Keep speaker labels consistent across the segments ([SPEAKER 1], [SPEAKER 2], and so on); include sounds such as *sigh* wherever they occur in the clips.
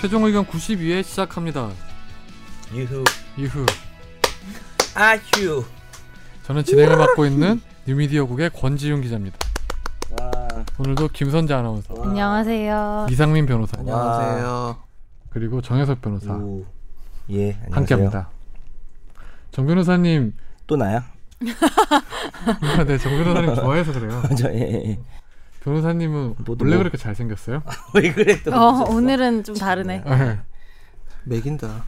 [SPEAKER 1] 최종 의견 92회 시작합니다.
[SPEAKER 2] 유후
[SPEAKER 1] 이후
[SPEAKER 2] 아휴
[SPEAKER 1] 저는 진행을 맡고 있는 뉴미디어국의 권지윤 기자입니다.
[SPEAKER 2] 와,
[SPEAKER 3] 아,
[SPEAKER 1] 오늘도 김선재 아나운서,
[SPEAKER 2] 와.
[SPEAKER 4] 아. 안녕하세요.
[SPEAKER 1] 이상민 변호사,
[SPEAKER 3] 아,
[SPEAKER 2] 안녕하세요.
[SPEAKER 1] 그리고 정혜석 변호사
[SPEAKER 2] 우. 아, 예 안녕하세요
[SPEAKER 1] 함께합니다. 정 변호사님,
[SPEAKER 2] 또 나야? *laughs*
[SPEAKER 1] 네, 정
[SPEAKER 4] *laughs*
[SPEAKER 1] 변호사님 좋아해서 그래요.
[SPEAKER 2] 저예왜 *laughs* 예.
[SPEAKER 1] 변호사님은
[SPEAKER 2] 너도
[SPEAKER 1] 원래
[SPEAKER 2] 뭐-
[SPEAKER 1] 그렇게 잘생겼어요?
[SPEAKER 4] 아.
[SPEAKER 2] 왜 그래 또 *laughs*
[SPEAKER 4] 어, 오늘은 좀 다르네.
[SPEAKER 1] 네.
[SPEAKER 3] 맥인다.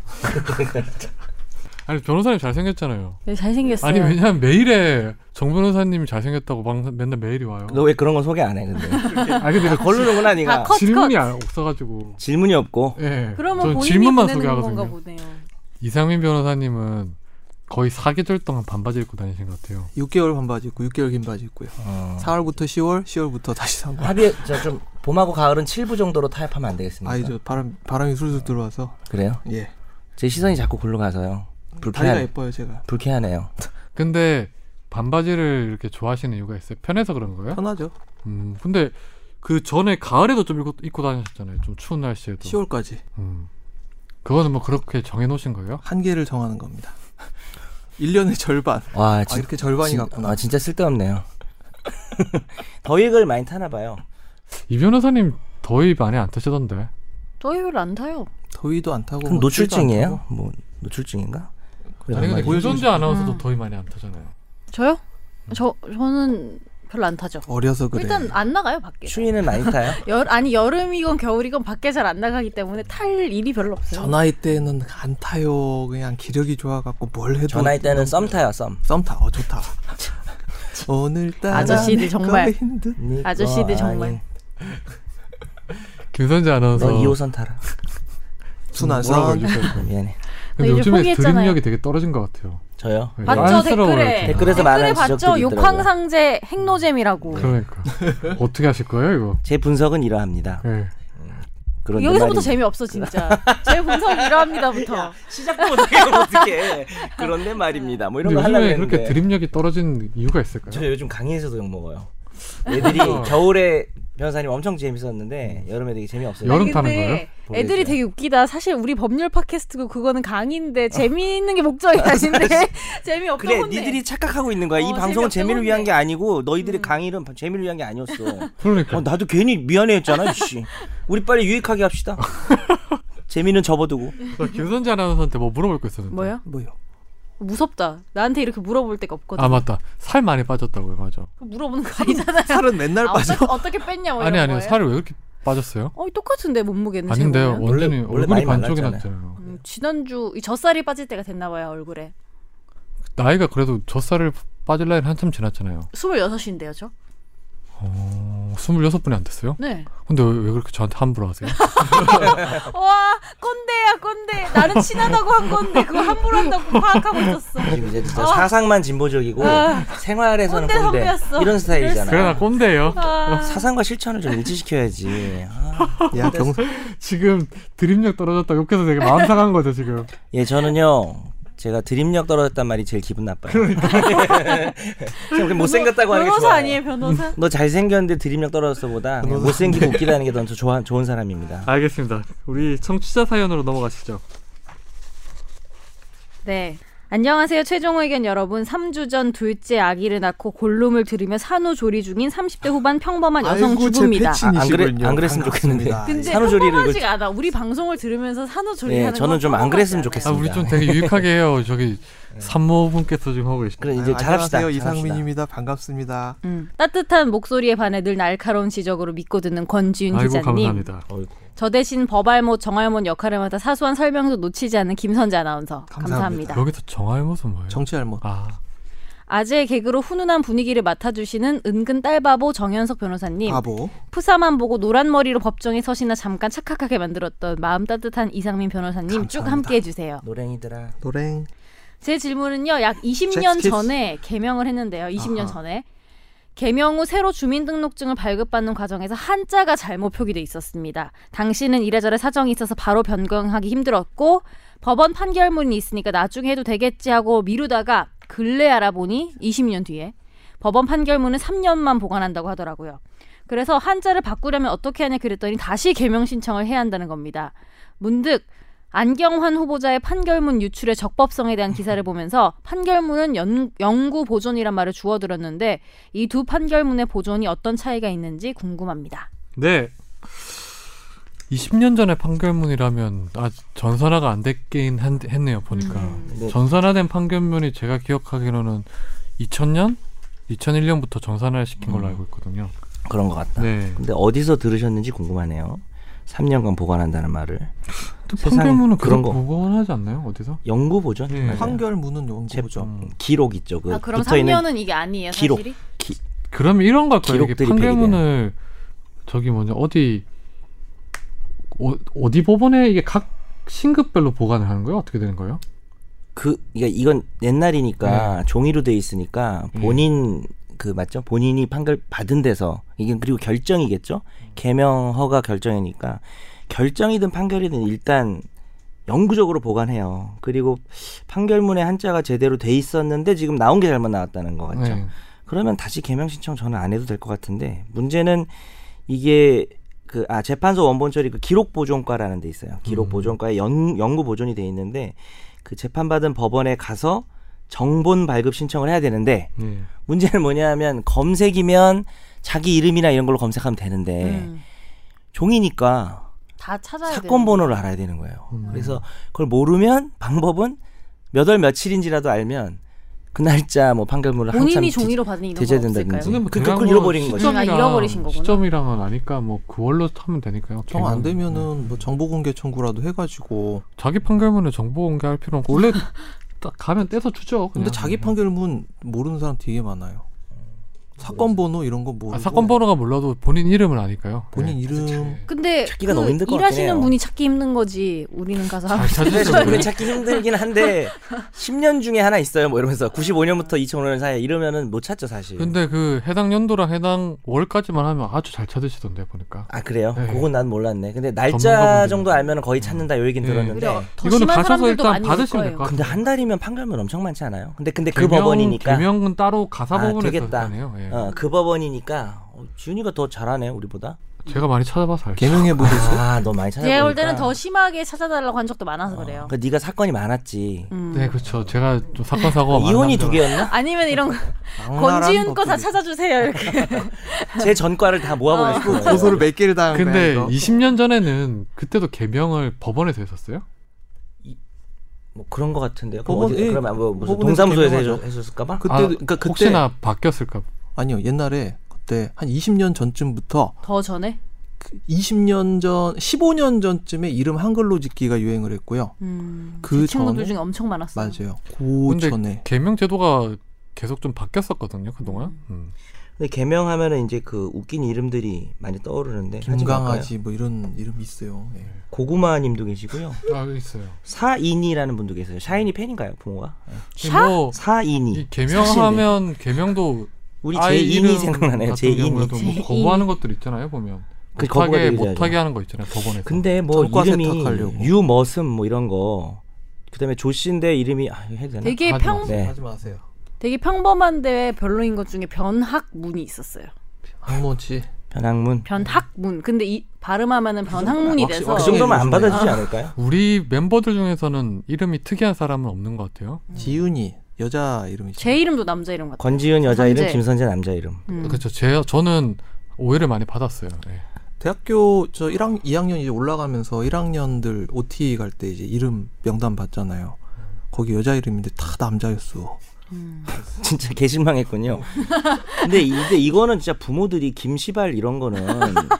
[SPEAKER 1] 아니 변호사님 잘생겼잖아요.
[SPEAKER 4] 네, 잘생겼어요.
[SPEAKER 1] 아니 왜냐면 메일에 정 변호사님이 잘생겼다고 막 맨날 메일이 와요.
[SPEAKER 2] 너왜 그런 거 소개 안 해
[SPEAKER 4] *laughs*
[SPEAKER 2] 근데
[SPEAKER 1] 아 근데 그
[SPEAKER 2] 걸르는구나
[SPEAKER 4] 네. 아,
[SPEAKER 2] 니가
[SPEAKER 4] 컷,
[SPEAKER 1] 질문이
[SPEAKER 4] 컷.
[SPEAKER 1] 안- 없어가지고.
[SPEAKER 2] 질문이 없고
[SPEAKER 1] 예.
[SPEAKER 4] 그러면
[SPEAKER 1] 전
[SPEAKER 4] 본인이
[SPEAKER 1] 질문만
[SPEAKER 4] 보내는
[SPEAKER 1] 소개하거든요.
[SPEAKER 4] 건가 보네요.
[SPEAKER 1] 이상민 변호사님은 거의 4개월 동안 반바지 입고 다니신 것 같아요.
[SPEAKER 3] 6개월 반바지 입고 6개월 긴 바지 입고요.
[SPEAKER 2] 어.
[SPEAKER 3] 4월부터 10월, 10월부터 다시 3월.
[SPEAKER 2] 합의 저좀 봄하고 가을은 7부 정도로 타협하면 안 되겠습니까?
[SPEAKER 3] 아이 저 바람 바람이 술술 들어와서
[SPEAKER 2] 그래요?
[SPEAKER 3] 예
[SPEAKER 2] 제 시선이 자꾸 골로 가서요
[SPEAKER 3] 다리가
[SPEAKER 2] 불쾌한
[SPEAKER 3] 예뻐요 제가
[SPEAKER 2] 불쾌하네요
[SPEAKER 1] 근데 반바지를 이렇게 좋아하시는 이유가 있어요? 편해서 그런 거예요?
[SPEAKER 3] 편하죠.
[SPEAKER 1] 음, 근데 그 전에 가을에도 좀 입고, 입고 다니셨잖아요. 좀 추운 날씨에도.
[SPEAKER 3] 10월까지
[SPEAKER 1] 음. 그거는 뭐 그렇게 정해놓으신 거예요?
[SPEAKER 3] 한계를 정하는 겁니다. *laughs* 1년의 절반.
[SPEAKER 2] 와
[SPEAKER 3] 아
[SPEAKER 2] 진,
[SPEAKER 3] 이렇게 절반이
[SPEAKER 2] 진,
[SPEAKER 3] 갔구나.
[SPEAKER 2] 아, 진짜 쓸데없네요 *laughs* 더위를 많이 타나 봐요
[SPEAKER 1] 이 변호사님 더위 많이 안 타시던데.
[SPEAKER 2] 네,
[SPEAKER 4] 저희를 안 타요.
[SPEAKER 3] 더위도 안 타고
[SPEAKER 2] 그럼
[SPEAKER 3] 뭐 추위도 안 타고.
[SPEAKER 2] 노출증이에요? 뭐 노출증인가? 그래,
[SPEAKER 1] 아니 근데
[SPEAKER 2] 한마디.
[SPEAKER 1] 김선재 아나운서도
[SPEAKER 4] 음.
[SPEAKER 1] 더위 많이 안 타잖아요.
[SPEAKER 4] 저요? 저 저는 별로 안 타죠.
[SPEAKER 3] 어려서 그래.
[SPEAKER 4] 일단 안 나가요 밖에.
[SPEAKER 2] 추위는 많이 타요?
[SPEAKER 4] 열 아니 여름이건 겨울이건 밖에 잘 안 나가기 때문에 탈 일이 별로 없어요.
[SPEAKER 3] 저 나이 때는 안 타요. 그냥 기력이 좋아갖고 뭘 해도
[SPEAKER 2] 저 나이 때는 썸 타요 썸
[SPEAKER 3] 썸타
[SPEAKER 2] *laughs*
[SPEAKER 3] 어 좋다. 오늘따라
[SPEAKER 4] 아저씨들
[SPEAKER 3] 내가
[SPEAKER 4] 정말.
[SPEAKER 3] 힘든
[SPEAKER 2] 그러니까
[SPEAKER 4] 아저씨들 정말.
[SPEAKER 2] 네.
[SPEAKER 1] 김선재
[SPEAKER 2] 너
[SPEAKER 1] 아나운서.
[SPEAKER 2] 2호선 타라
[SPEAKER 3] 순한
[SPEAKER 1] 뭐라고
[SPEAKER 3] 순.
[SPEAKER 1] 해주세요?
[SPEAKER 2] 미안해
[SPEAKER 1] 근데
[SPEAKER 4] 요즘
[SPEAKER 1] 요즘에
[SPEAKER 4] 네, 포기했잖아요.
[SPEAKER 1] 드립력이 되게 떨어진 것 같아요.
[SPEAKER 2] 저요?
[SPEAKER 1] 네,
[SPEAKER 4] 봤죠
[SPEAKER 1] 안쓰러워요,
[SPEAKER 4] 댓글에.
[SPEAKER 1] 지금.
[SPEAKER 2] 댓글에서 많은
[SPEAKER 4] 댓글에 봤죠
[SPEAKER 2] 지적들이 있더라고요.
[SPEAKER 4] 욕황상제 핵노잼이라고.
[SPEAKER 2] 네. *laughs*
[SPEAKER 1] 그러니까 어떻게 하실 거예요 이거?
[SPEAKER 2] 제 분석은 이러합니다
[SPEAKER 1] 예.
[SPEAKER 2] 그런 내
[SPEAKER 4] 여기서부터
[SPEAKER 2] 말이-
[SPEAKER 4] 재미없어 진짜. 제 분석 이러합니다부터.
[SPEAKER 2] 시작도 못해 *laughs* 어떻게 그런데 말입니다 뭐 이런
[SPEAKER 1] 근데
[SPEAKER 2] 거 하려고
[SPEAKER 1] 요즘에
[SPEAKER 2] 했는데
[SPEAKER 1] 그렇게 드립력이 떨어진 이유가 있을까요?
[SPEAKER 2] 저 요즘 강의에서도 욕 먹어요 애들이
[SPEAKER 1] 어.
[SPEAKER 2] 겨울에 변호사님 엄청 재밌었는데 여름에 되게 재미없어요
[SPEAKER 1] 여름
[SPEAKER 4] 네. 아니,
[SPEAKER 1] 타는
[SPEAKER 4] 근데
[SPEAKER 1] 거예요?
[SPEAKER 4] 애들이
[SPEAKER 2] 모르겠어요.
[SPEAKER 4] 되게 웃기다. 사실 우리 법률 팟캐스트고 그거는 강의인데 재미있는 게 목적이다신데 *laughs* 재미없다
[SPEAKER 2] 그래
[SPEAKER 4] 혼내.
[SPEAKER 2] 니들이 착각하고 있는 거야 이
[SPEAKER 4] 어,
[SPEAKER 2] 방송은
[SPEAKER 4] 재미없다고
[SPEAKER 2] 재미를 위한 게
[SPEAKER 4] 혼내. 음.
[SPEAKER 2] 아니고 너희들의 강의는 재미를 위한 게 아니었어
[SPEAKER 1] 그러니까
[SPEAKER 2] 어, 나도 괜히 미안해했잖아 씨 우리 빨리 유익하게 *laughs* 합시다 재미는 접어두고
[SPEAKER 1] 나 김선재 그 아나운서한테 뭐 물어볼 거 있었는데
[SPEAKER 4] 뭐야?
[SPEAKER 3] 뭐요? *laughs*
[SPEAKER 4] 무섭다. 나한테 이렇게 물어볼 데가 없거든.
[SPEAKER 1] 아 맞다 살 많이 빠졌다고요 맞아
[SPEAKER 4] 물어보는 거 아니잖아요.
[SPEAKER 3] 살은 맨날
[SPEAKER 4] 아,
[SPEAKER 3] 빠져.
[SPEAKER 4] 어떻게, 어떻게 뺐냐 뭐 이런
[SPEAKER 1] 아니 아니요
[SPEAKER 4] 거예요?
[SPEAKER 1] 살이 왜 이렇게 빠졌어요?
[SPEAKER 4] 어, 똑같은데 몸무게는
[SPEAKER 1] 아닌데요
[SPEAKER 4] 제 몸이랑?
[SPEAKER 1] 원래는
[SPEAKER 2] 원래
[SPEAKER 1] 얼굴이
[SPEAKER 2] 많이
[SPEAKER 1] 반쪽이나
[SPEAKER 2] 말랐잖아요.
[SPEAKER 1] 있잖아요
[SPEAKER 4] 음, 지난주 이 젖살이 빠질 때가 됐나 봐요 얼굴에.
[SPEAKER 1] 나이가 그래도 젖살을 빠질 나이는 한참 지났잖아요
[SPEAKER 4] 26인데요 저?
[SPEAKER 1] 어, 26분이 안 됐어요?
[SPEAKER 4] 네.
[SPEAKER 1] 근데 왜, 왜 그렇게 저한테 함부로 *laughs* 하세요?
[SPEAKER 4] 와 꼰대야 꼰대. 나는 친하다고 한 건데 그거 함부로 한다고 파악하고 있었어.
[SPEAKER 2] 지금 이제 진짜
[SPEAKER 4] 아.
[SPEAKER 2] 사상만 진보적이고
[SPEAKER 4] 아.
[SPEAKER 2] 생활에서는
[SPEAKER 4] 꼰대
[SPEAKER 2] 꼰대
[SPEAKER 4] 선배였어.
[SPEAKER 2] 이런
[SPEAKER 1] 그래
[SPEAKER 2] 스타일이잖아.
[SPEAKER 1] 나 꼰대예요
[SPEAKER 4] 아.
[SPEAKER 2] 사상과 실천을 좀 일치시켜야지. 아.
[SPEAKER 3] 야 경,
[SPEAKER 1] 지금 드립력 떨어졌다 욕해서 되게 마음 상한 거죠 지금
[SPEAKER 2] 예, 저는요. 제가 드립력 떨어졌단 말이 제일 기분 나빠요. *laughs* 그러니까. 못생겼다고 하는 게
[SPEAKER 4] 변호사
[SPEAKER 2] 좋아요.
[SPEAKER 4] 아니에요 변호사?
[SPEAKER 2] 너 잘생겼는데 드립력 떨어졌어 보다 그냥 못생기고 웃기다는 게 넌 좋아 좋은 사람입니다.
[SPEAKER 1] 알겠습니다 우리 청취자 사연으로 넘어가시죠
[SPEAKER 4] 네. 안녕하세요. 최종 의견 여러분. 3주 전 둘째 아기를 낳고 골룸을 들이며 산후조리 중인 30대 후반 평범한 여성
[SPEAKER 3] 아이고, 제
[SPEAKER 4] 주부입니다.
[SPEAKER 3] 패친이시군요.
[SPEAKER 2] 아, 안 그래- 안 그랬으면
[SPEAKER 3] *laughs*
[SPEAKER 2] 좋겠는데.
[SPEAKER 3] 반갑습니다.
[SPEAKER 4] 근데
[SPEAKER 2] 산후조리를
[SPEAKER 4] 평범하지가 않아. 우리 방송을 들으면서 산후조리
[SPEAKER 2] 예,
[SPEAKER 4] 하는
[SPEAKER 2] 저는
[SPEAKER 4] 건
[SPEAKER 2] 좀 안
[SPEAKER 4] 평범하지
[SPEAKER 2] 그랬으면
[SPEAKER 4] 않아요.
[SPEAKER 1] 아
[SPEAKER 2] 좋겠습니다.
[SPEAKER 1] 우리 좀 되게 유익하게 해요 저기 산모분께서 지금 하고 계시죠
[SPEAKER 2] 그래 이제
[SPEAKER 3] 아유,
[SPEAKER 2] 잘합시다.
[SPEAKER 3] 안녕하세요
[SPEAKER 2] 잘합시다.
[SPEAKER 3] 이상민입니다. 반갑습니다.
[SPEAKER 4] 음. 따뜻한 목소리에 반해 늘 날카로운 지적으로 믿고 듣는 권지윤
[SPEAKER 1] 아이고
[SPEAKER 4] 기자님.
[SPEAKER 1] 감사합니다
[SPEAKER 2] 어이구.
[SPEAKER 4] 저 대신 버발못 정할못 역할을 맡아 사소한 설명도 놓치지 않는 김선재 아나운서.
[SPEAKER 3] 감사합니다.
[SPEAKER 4] 감사합니다.
[SPEAKER 1] 여기서 정할못은 뭐예요?
[SPEAKER 3] 정치 할못.
[SPEAKER 1] 아
[SPEAKER 4] 아재의 개그로 훈훈한 분위기를 맡아주시는 은근 딸바보 정현석 변호사님.
[SPEAKER 3] 바보.
[SPEAKER 4] 푸사만 보고 노란 머리로 법정에 서시나 잠깐 착각하게 만들었던 마음 따뜻한 이상민 변호사님 쭉
[SPEAKER 3] 감사합니다.
[SPEAKER 4] 함께 해주세요.
[SPEAKER 2] 노랭이들아.
[SPEAKER 3] 노랭.
[SPEAKER 4] 제 질문은요, 약
[SPEAKER 3] 잭스
[SPEAKER 4] 20년
[SPEAKER 3] 키스.
[SPEAKER 4] 전에 개명을 했는데요. 20년
[SPEAKER 3] 아하.
[SPEAKER 4] 전에 개명 후 새로 주민등록증을 발급받는 과정에서 한자가 잘못 표기돼 있었습니다. 당시는 이래저래 사정이 있어서 바로 변경하기 힘들었고 법원 판결문이 있으니까 나중에 해도 되겠지 하고 미루다가 근래 알아보니 20년 뒤에 법원 판결문은 3년만 보관한다고 하더라고요. 그래서 한자를 바꾸려면 어떻게 하냐 그랬더니 다시 개명 신청을 해야 한다는 겁니다. 문득 안경환 후보자의 판결문 유출의 적법성에 대한 기사를 보면서 판결문은 연, 영구 보존이란 말을 주워들었는데 이 두 판결문의 보존이 어떤 차이가 있는지 궁금합니다.
[SPEAKER 1] 네. 20년 전에 판결문이라면 아 전산화가 안 됐긴 한- 했네요 보니까
[SPEAKER 2] 네.
[SPEAKER 1] 전산화된 판결문이 제가 기억하기로는 2000년, 2001년부터 전산화를 시킨 걸로
[SPEAKER 2] 음.
[SPEAKER 1] 알고 있거든요.
[SPEAKER 2] 아, 그런 것 같다.
[SPEAKER 1] 네.
[SPEAKER 2] 근데 어디서 들으셨는지 궁금하네요. 3년간 보관한다는 말을
[SPEAKER 1] 또
[SPEAKER 2] 세상에
[SPEAKER 1] 판결문은 그런
[SPEAKER 2] 그런 거.
[SPEAKER 1] 거 보관하지 않나요? 어디서?
[SPEAKER 2] 연구 보존,
[SPEAKER 3] 네.
[SPEAKER 1] 예.
[SPEAKER 2] 맞아요.
[SPEAKER 3] 판결문은 연구죠.
[SPEAKER 1] 음.
[SPEAKER 2] 기록 있죠. 그
[SPEAKER 4] 아, 그럼
[SPEAKER 2] 붙어 있는
[SPEAKER 4] 3년은 이게 아니에요,
[SPEAKER 2] 기록.
[SPEAKER 4] 사실이?
[SPEAKER 1] 그럼 이런 걸 거예요. 이게
[SPEAKER 2] 기록들이
[SPEAKER 1] 판결문을 저기 뭐냐 어디 어, 어디 법원에 이게 각 신급별로 보관을 하는 거예요? 어떻게 되는 거예요?
[SPEAKER 2] 그 그러니까 이건 옛날이니까 종이로 돼 있으니까
[SPEAKER 1] 네. 음.
[SPEAKER 2] 본인 그 맞죠? 본인이 판결 받은 데서 이게 그리고 결정이겠죠? 개명 허가 결정이니까 결정이든 판결이든 일단 영구적으로 보관해요. 그리고 판결문에 한자가 제대로 돼 있었는데 지금 나온 게 잘못 나왔다는 거 같죠?
[SPEAKER 1] 네.
[SPEAKER 2] 그러면 다시 개명 신청 저는 안 해도 될 것 같은데 문제는 이게 그 아 재판소 원본 처리 그 기록 보존과라는 데 있어요. 기록
[SPEAKER 1] 음.
[SPEAKER 2] 보존과에 연, 연구 보존이 돼 있는데 그 재판받은 법원에 가서 정본 발급 신청을 해야 되는데
[SPEAKER 1] 네.
[SPEAKER 2] 문제는 뭐냐면 검색이면 자기 이름이나 이런 걸로 검색하면 되는데
[SPEAKER 4] 음,
[SPEAKER 2] 종이니까
[SPEAKER 4] 다 찾아야
[SPEAKER 2] 네. 사건
[SPEAKER 4] 돼요.
[SPEAKER 2] 번호를 알아야 되는 거예요.
[SPEAKER 1] 음.
[SPEAKER 2] 그래서 그걸 모르면 방법은 몇 월 며칠인지라도 알면 그 날짜 뭐 판결문을 한참
[SPEAKER 4] 본인이
[SPEAKER 2] 뒤-
[SPEAKER 4] 종이로 받은 이런
[SPEAKER 2] 뒤져야
[SPEAKER 4] 거
[SPEAKER 2] 된다든지.
[SPEAKER 4] 없을까요?
[SPEAKER 2] 음. 그러니까 그걸
[SPEAKER 1] 대학원
[SPEAKER 2] 잃어버린
[SPEAKER 1] 뭐
[SPEAKER 2] 거죠.
[SPEAKER 1] 시점이랑-
[SPEAKER 4] 아, 잃어버린 거구나.
[SPEAKER 1] 시점이랑은 아니까 뭐 그걸로 하면 되니까요.
[SPEAKER 3] 정 안
[SPEAKER 1] 개명은. 네.
[SPEAKER 3] 되면은 뭐 정보 공개 청구라도 해가지고
[SPEAKER 1] 자기 판결문을 정보 공개할 필요 없고
[SPEAKER 2] *laughs*
[SPEAKER 1] 원래 딱 가면 떼서 주죠. 그냥.
[SPEAKER 3] 근데 자기 판결문 모르는 사람 되게 많아요. 사건 번호 이런 거 모르고
[SPEAKER 1] 아, 사건 번호가 몰라도 본인 이름을 아니까요. 네.
[SPEAKER 3] 본인 이름
[SPEAKER 4] 근데
[SPEAKER 2] 찾기가
[SPEAKER 4] 그
[SPEAKER 2] 너무 힘들 것 같긴
[SPEAKER 4] 일하시는
[SPEAKER 2] 해요.
[SPEAKER 4] 분이 찾기 힘든 거지. 우리는 가서 *laughs* 하고
[SPEAKER 1] 잘 찾으시죠.
[SPEAKER 2] 그래서 그 찾기 힘들긴 한데 10년 중에 하나 있어요. 뭐 이러면서 95년부터 2005년 사이 이러면은 못 찾죠 사실.
[SPEAKER 1] 근데 그 해당 연도랑 해당 월까지만 하면 아주 잘 찾으시던데 보니까.
[SPEAKER 2] 아 그래요?
[SPEAKER 1] 네.
[SPEAKER 2] 그건 난 몰랐네. 근데
[SPEAKER 1] 전문가분들은.
[SPEAKER 2] 날짜 정도 알면 거의 찾는다 요 얘긴
[SPEAKER 1] 네.
[SPEAKER 2] 들었는데.
[SPEAKER 4] 오히려 더
[SPEAKER 1] 이거는
[SPEAKER 4] 심한
[SPEAKER 1] 가셔서
[SPEAKER 4] 사람들도
[SPEAKER 1] 일단
[SPEAKER 4] 많이
[SPEAKER 1] 받으시면
[SPEAKER 4] 올
[SPEAKER 1] 될
[SPEAKER 4] 거예요.
[SPEAKER 1] 것
[SPEAKER 2] 근데 한 달이면 판결문 엄청 많지 않아요? 근데 근데 그
[SPEAKER 1] 개명-
[SPEAKER 2] 법원이니까
[SPEAKER 1] 개명은 따로 가사
[SPEAKER 2] 아,
[SPEAKER 1] 법원에서
[SPEAKER 2] 되겠다.
[SPEAKER 1] 하네요. 예.
[SPEAKER 2] 어, 그 법원이니까 어, 지훈이가 더 잘하네 우리보다.
[SPEAKER 1] 제가 많이 찾아봐서 알죠.
[SPEAKER 3] 개명해 보세요.
[SPEAKER 2] *laughs* 아너 많이 찾아.
[SPEAKER 4] 제가 올 때는 더 심하게 찾아달라고 한 적도 많아서 그래요.
[SPEAKER 2] 그 네가 사건이 많았지. 그
[SPEAKER 4] 음.
[SPEAKER 1] 네, 그렇죠. 제가 좀 사건
[SPEAKER 3] 어,
[SPEAKER 1] 사고가 많은
[SPEAKER 2] 이혼이
[SPEAKER 1] 남자라.
[SPEAKER 2] 두 개였나?
[SPEAKER 4] 아니면 이런
[SPEAKER 2] 그
[SPEAKER 4] 거, 권지윤 거 다 찾아주세요 이렇게.
[SPEAKER 2] 제 전과를 다
[SPEAKER 4] 어.
[SPEAKER 2] 모아버리고
[SPEAKER 3] 고소를 몇 개를 당한
[SPEAKER 1] 근데
[SPEAKER 3] 거야, 이거.
[SPEAKER 1] 20년 전에는 그때도 개명을 법원에서 했었어요?
[SPEAKER 2] 뭐 그런 거 같은데요. 그럼
[SPEAKER 3] 법원-
[SPEAKER 2] 어디
[SPEAKER 3] 예.
[SPEAKER 2] 그러면 뭐 무슨
[SPEAKER 3] 법원에서
[SPEAKER 2] 동사무소에서 해줬,
[SPEAKER 3] 개명하죠.
[SPEAKER 2] 해줬을까봐?
[SPEAKER 3] 그때
[SPEAKER 1] 아,
[SPEAKER 3] 그러니까 그때
[SPEAKER 1] 혹시나 바뀌었을까?
[SPEAKER 3] 아니요 옛날에 그때 한 20년 전쯤부터
[SPEAKER 4] 더 전에?
[SPEAKER 3] 그 20년 전 15년 전쯤에 이름 한글로 짓기가 유행을 했고요.
[SPEAKER 4] 음,
[SPEAKER 3] 그
[SPEAKER 4] 제 친구들
[SPEAKER 3] 전에?
[SPEAKER 4] 중에 엄청 많았어요.
[SPEAKER 3] 맞아요. 그
[SPEAKER 1] 근데
[SPEAKER 3] 전에
[SPEAKER 1] 개명 제도가 계속 좀 바뀌었었거든요 그동안. 음.
[SPEAKER 2] 근데 개명하면은 이제 그 웃긴 이름들이 많이 떠오르는데 하지 말까요?
[SPEAKER 3] 김강아지 뭐 이런 이름이 있어요. 예.
[SPEAKER 2] 고구마님도 계시고요
[SPEAKER 1] 아 있어요.
[SPEAKER 2] 사인이라는 분도 계세요 샤이니 팬인가요 부모가
[SPEAKER 4] 샤?
[SPEAKER 1] 뭐
[SPEAKER 2] 사인이
[SPEAKER 1] 이 개명하면 개명도
[SPEAKER 2] 우리
[SPEAKER 1] 아이
[SPEAKER 2] 제2이
[SPEAKER 1] 이름
[SPEAKER 2] 생각나네요
[SPEAKER 1] 같은
[SPEAKER 2] 제2이
[SPEAKER 1] 경우에도
[SPEAKER 4] 제2.
[SPEAKER 1] 뭐 거부하는 것들 있잖아요 보면
[SPEAKER 2] 그 거부가
[SPEAKER 1] 못하게
[SPEAKER 2] 되게
[SPEAKER 1] 못하게
[SPEAKER 2] 잘하죠.
[SPEAKER 1] 하는 거 있잖아요 법원에서.
[SPEAKER 2] 근데 뭐
[SPEAKER 3] 전과
[SPEAKER 2] 이름이
[SPEAKER 3] 세탁하려고.
[SPEAKER 2] 유머슴 뭐 이런 거 그다음에 조씨인데 이름이 아 이거 해도 되나
[SPEAKER 4] 되게
[SPEAKER 1] 하지
[SPEAKER 4] 평
[SPEAKER 1] 마세요.
[SPEAKER 2] 네.
[SPEAKER 3] 하지 마세요.
[SPEAKER 4] 되게 평범한데 별로인 것 중에 변학문이 있었어요.
[SPEAKER 3] 황모지.
[SPEAKER 2] 변학문
[SPEAKER 4] 변학문. 근데 이 발음하면은 변학문이
[SPEAKER 3] 확실-
[SPEAKER 4] 돼서
[SPEAKER 2] 그
[SPEAKER 3] 어,
[SPEAKER 2] 정도면 안
[SPEAKER 3] 예,
[SPEAKER 2] 받아주지 않을까요?
[SPEAKER 1] 우리 멤버들 중에서는 이름이 특이한 사람은 없는 것 같아요.
[SPEAKER 3] 음. 지윤이 여자 이름이죠.
[SPEAKER 4] 제 이름도 남자 이름 같아.
[SPEAKER 2] 권지윤 여자 이름
[SPEAKER 4] 선재.
[SPEAKER 2] 김선재 남자 이름
[SPEAKER 4] 음.
[SPEAKER 1] 그렇죠. 제 저는 오해를 많이 받았어요. 예.
[SPEAKER 3] 대학교 저 1학 2학년 이제 올라가면서 1학년들 OT 갈 때 이제 이름 명단 봤잖아요. 거기 여자 이름인데 다 남자였어.
[SPEAKER 4] 음.
[SPEAKER 2] *laughs* 진짜 개실망했군요. 근데 이제 이거는 진짜 부모들이 김시발 이런 거는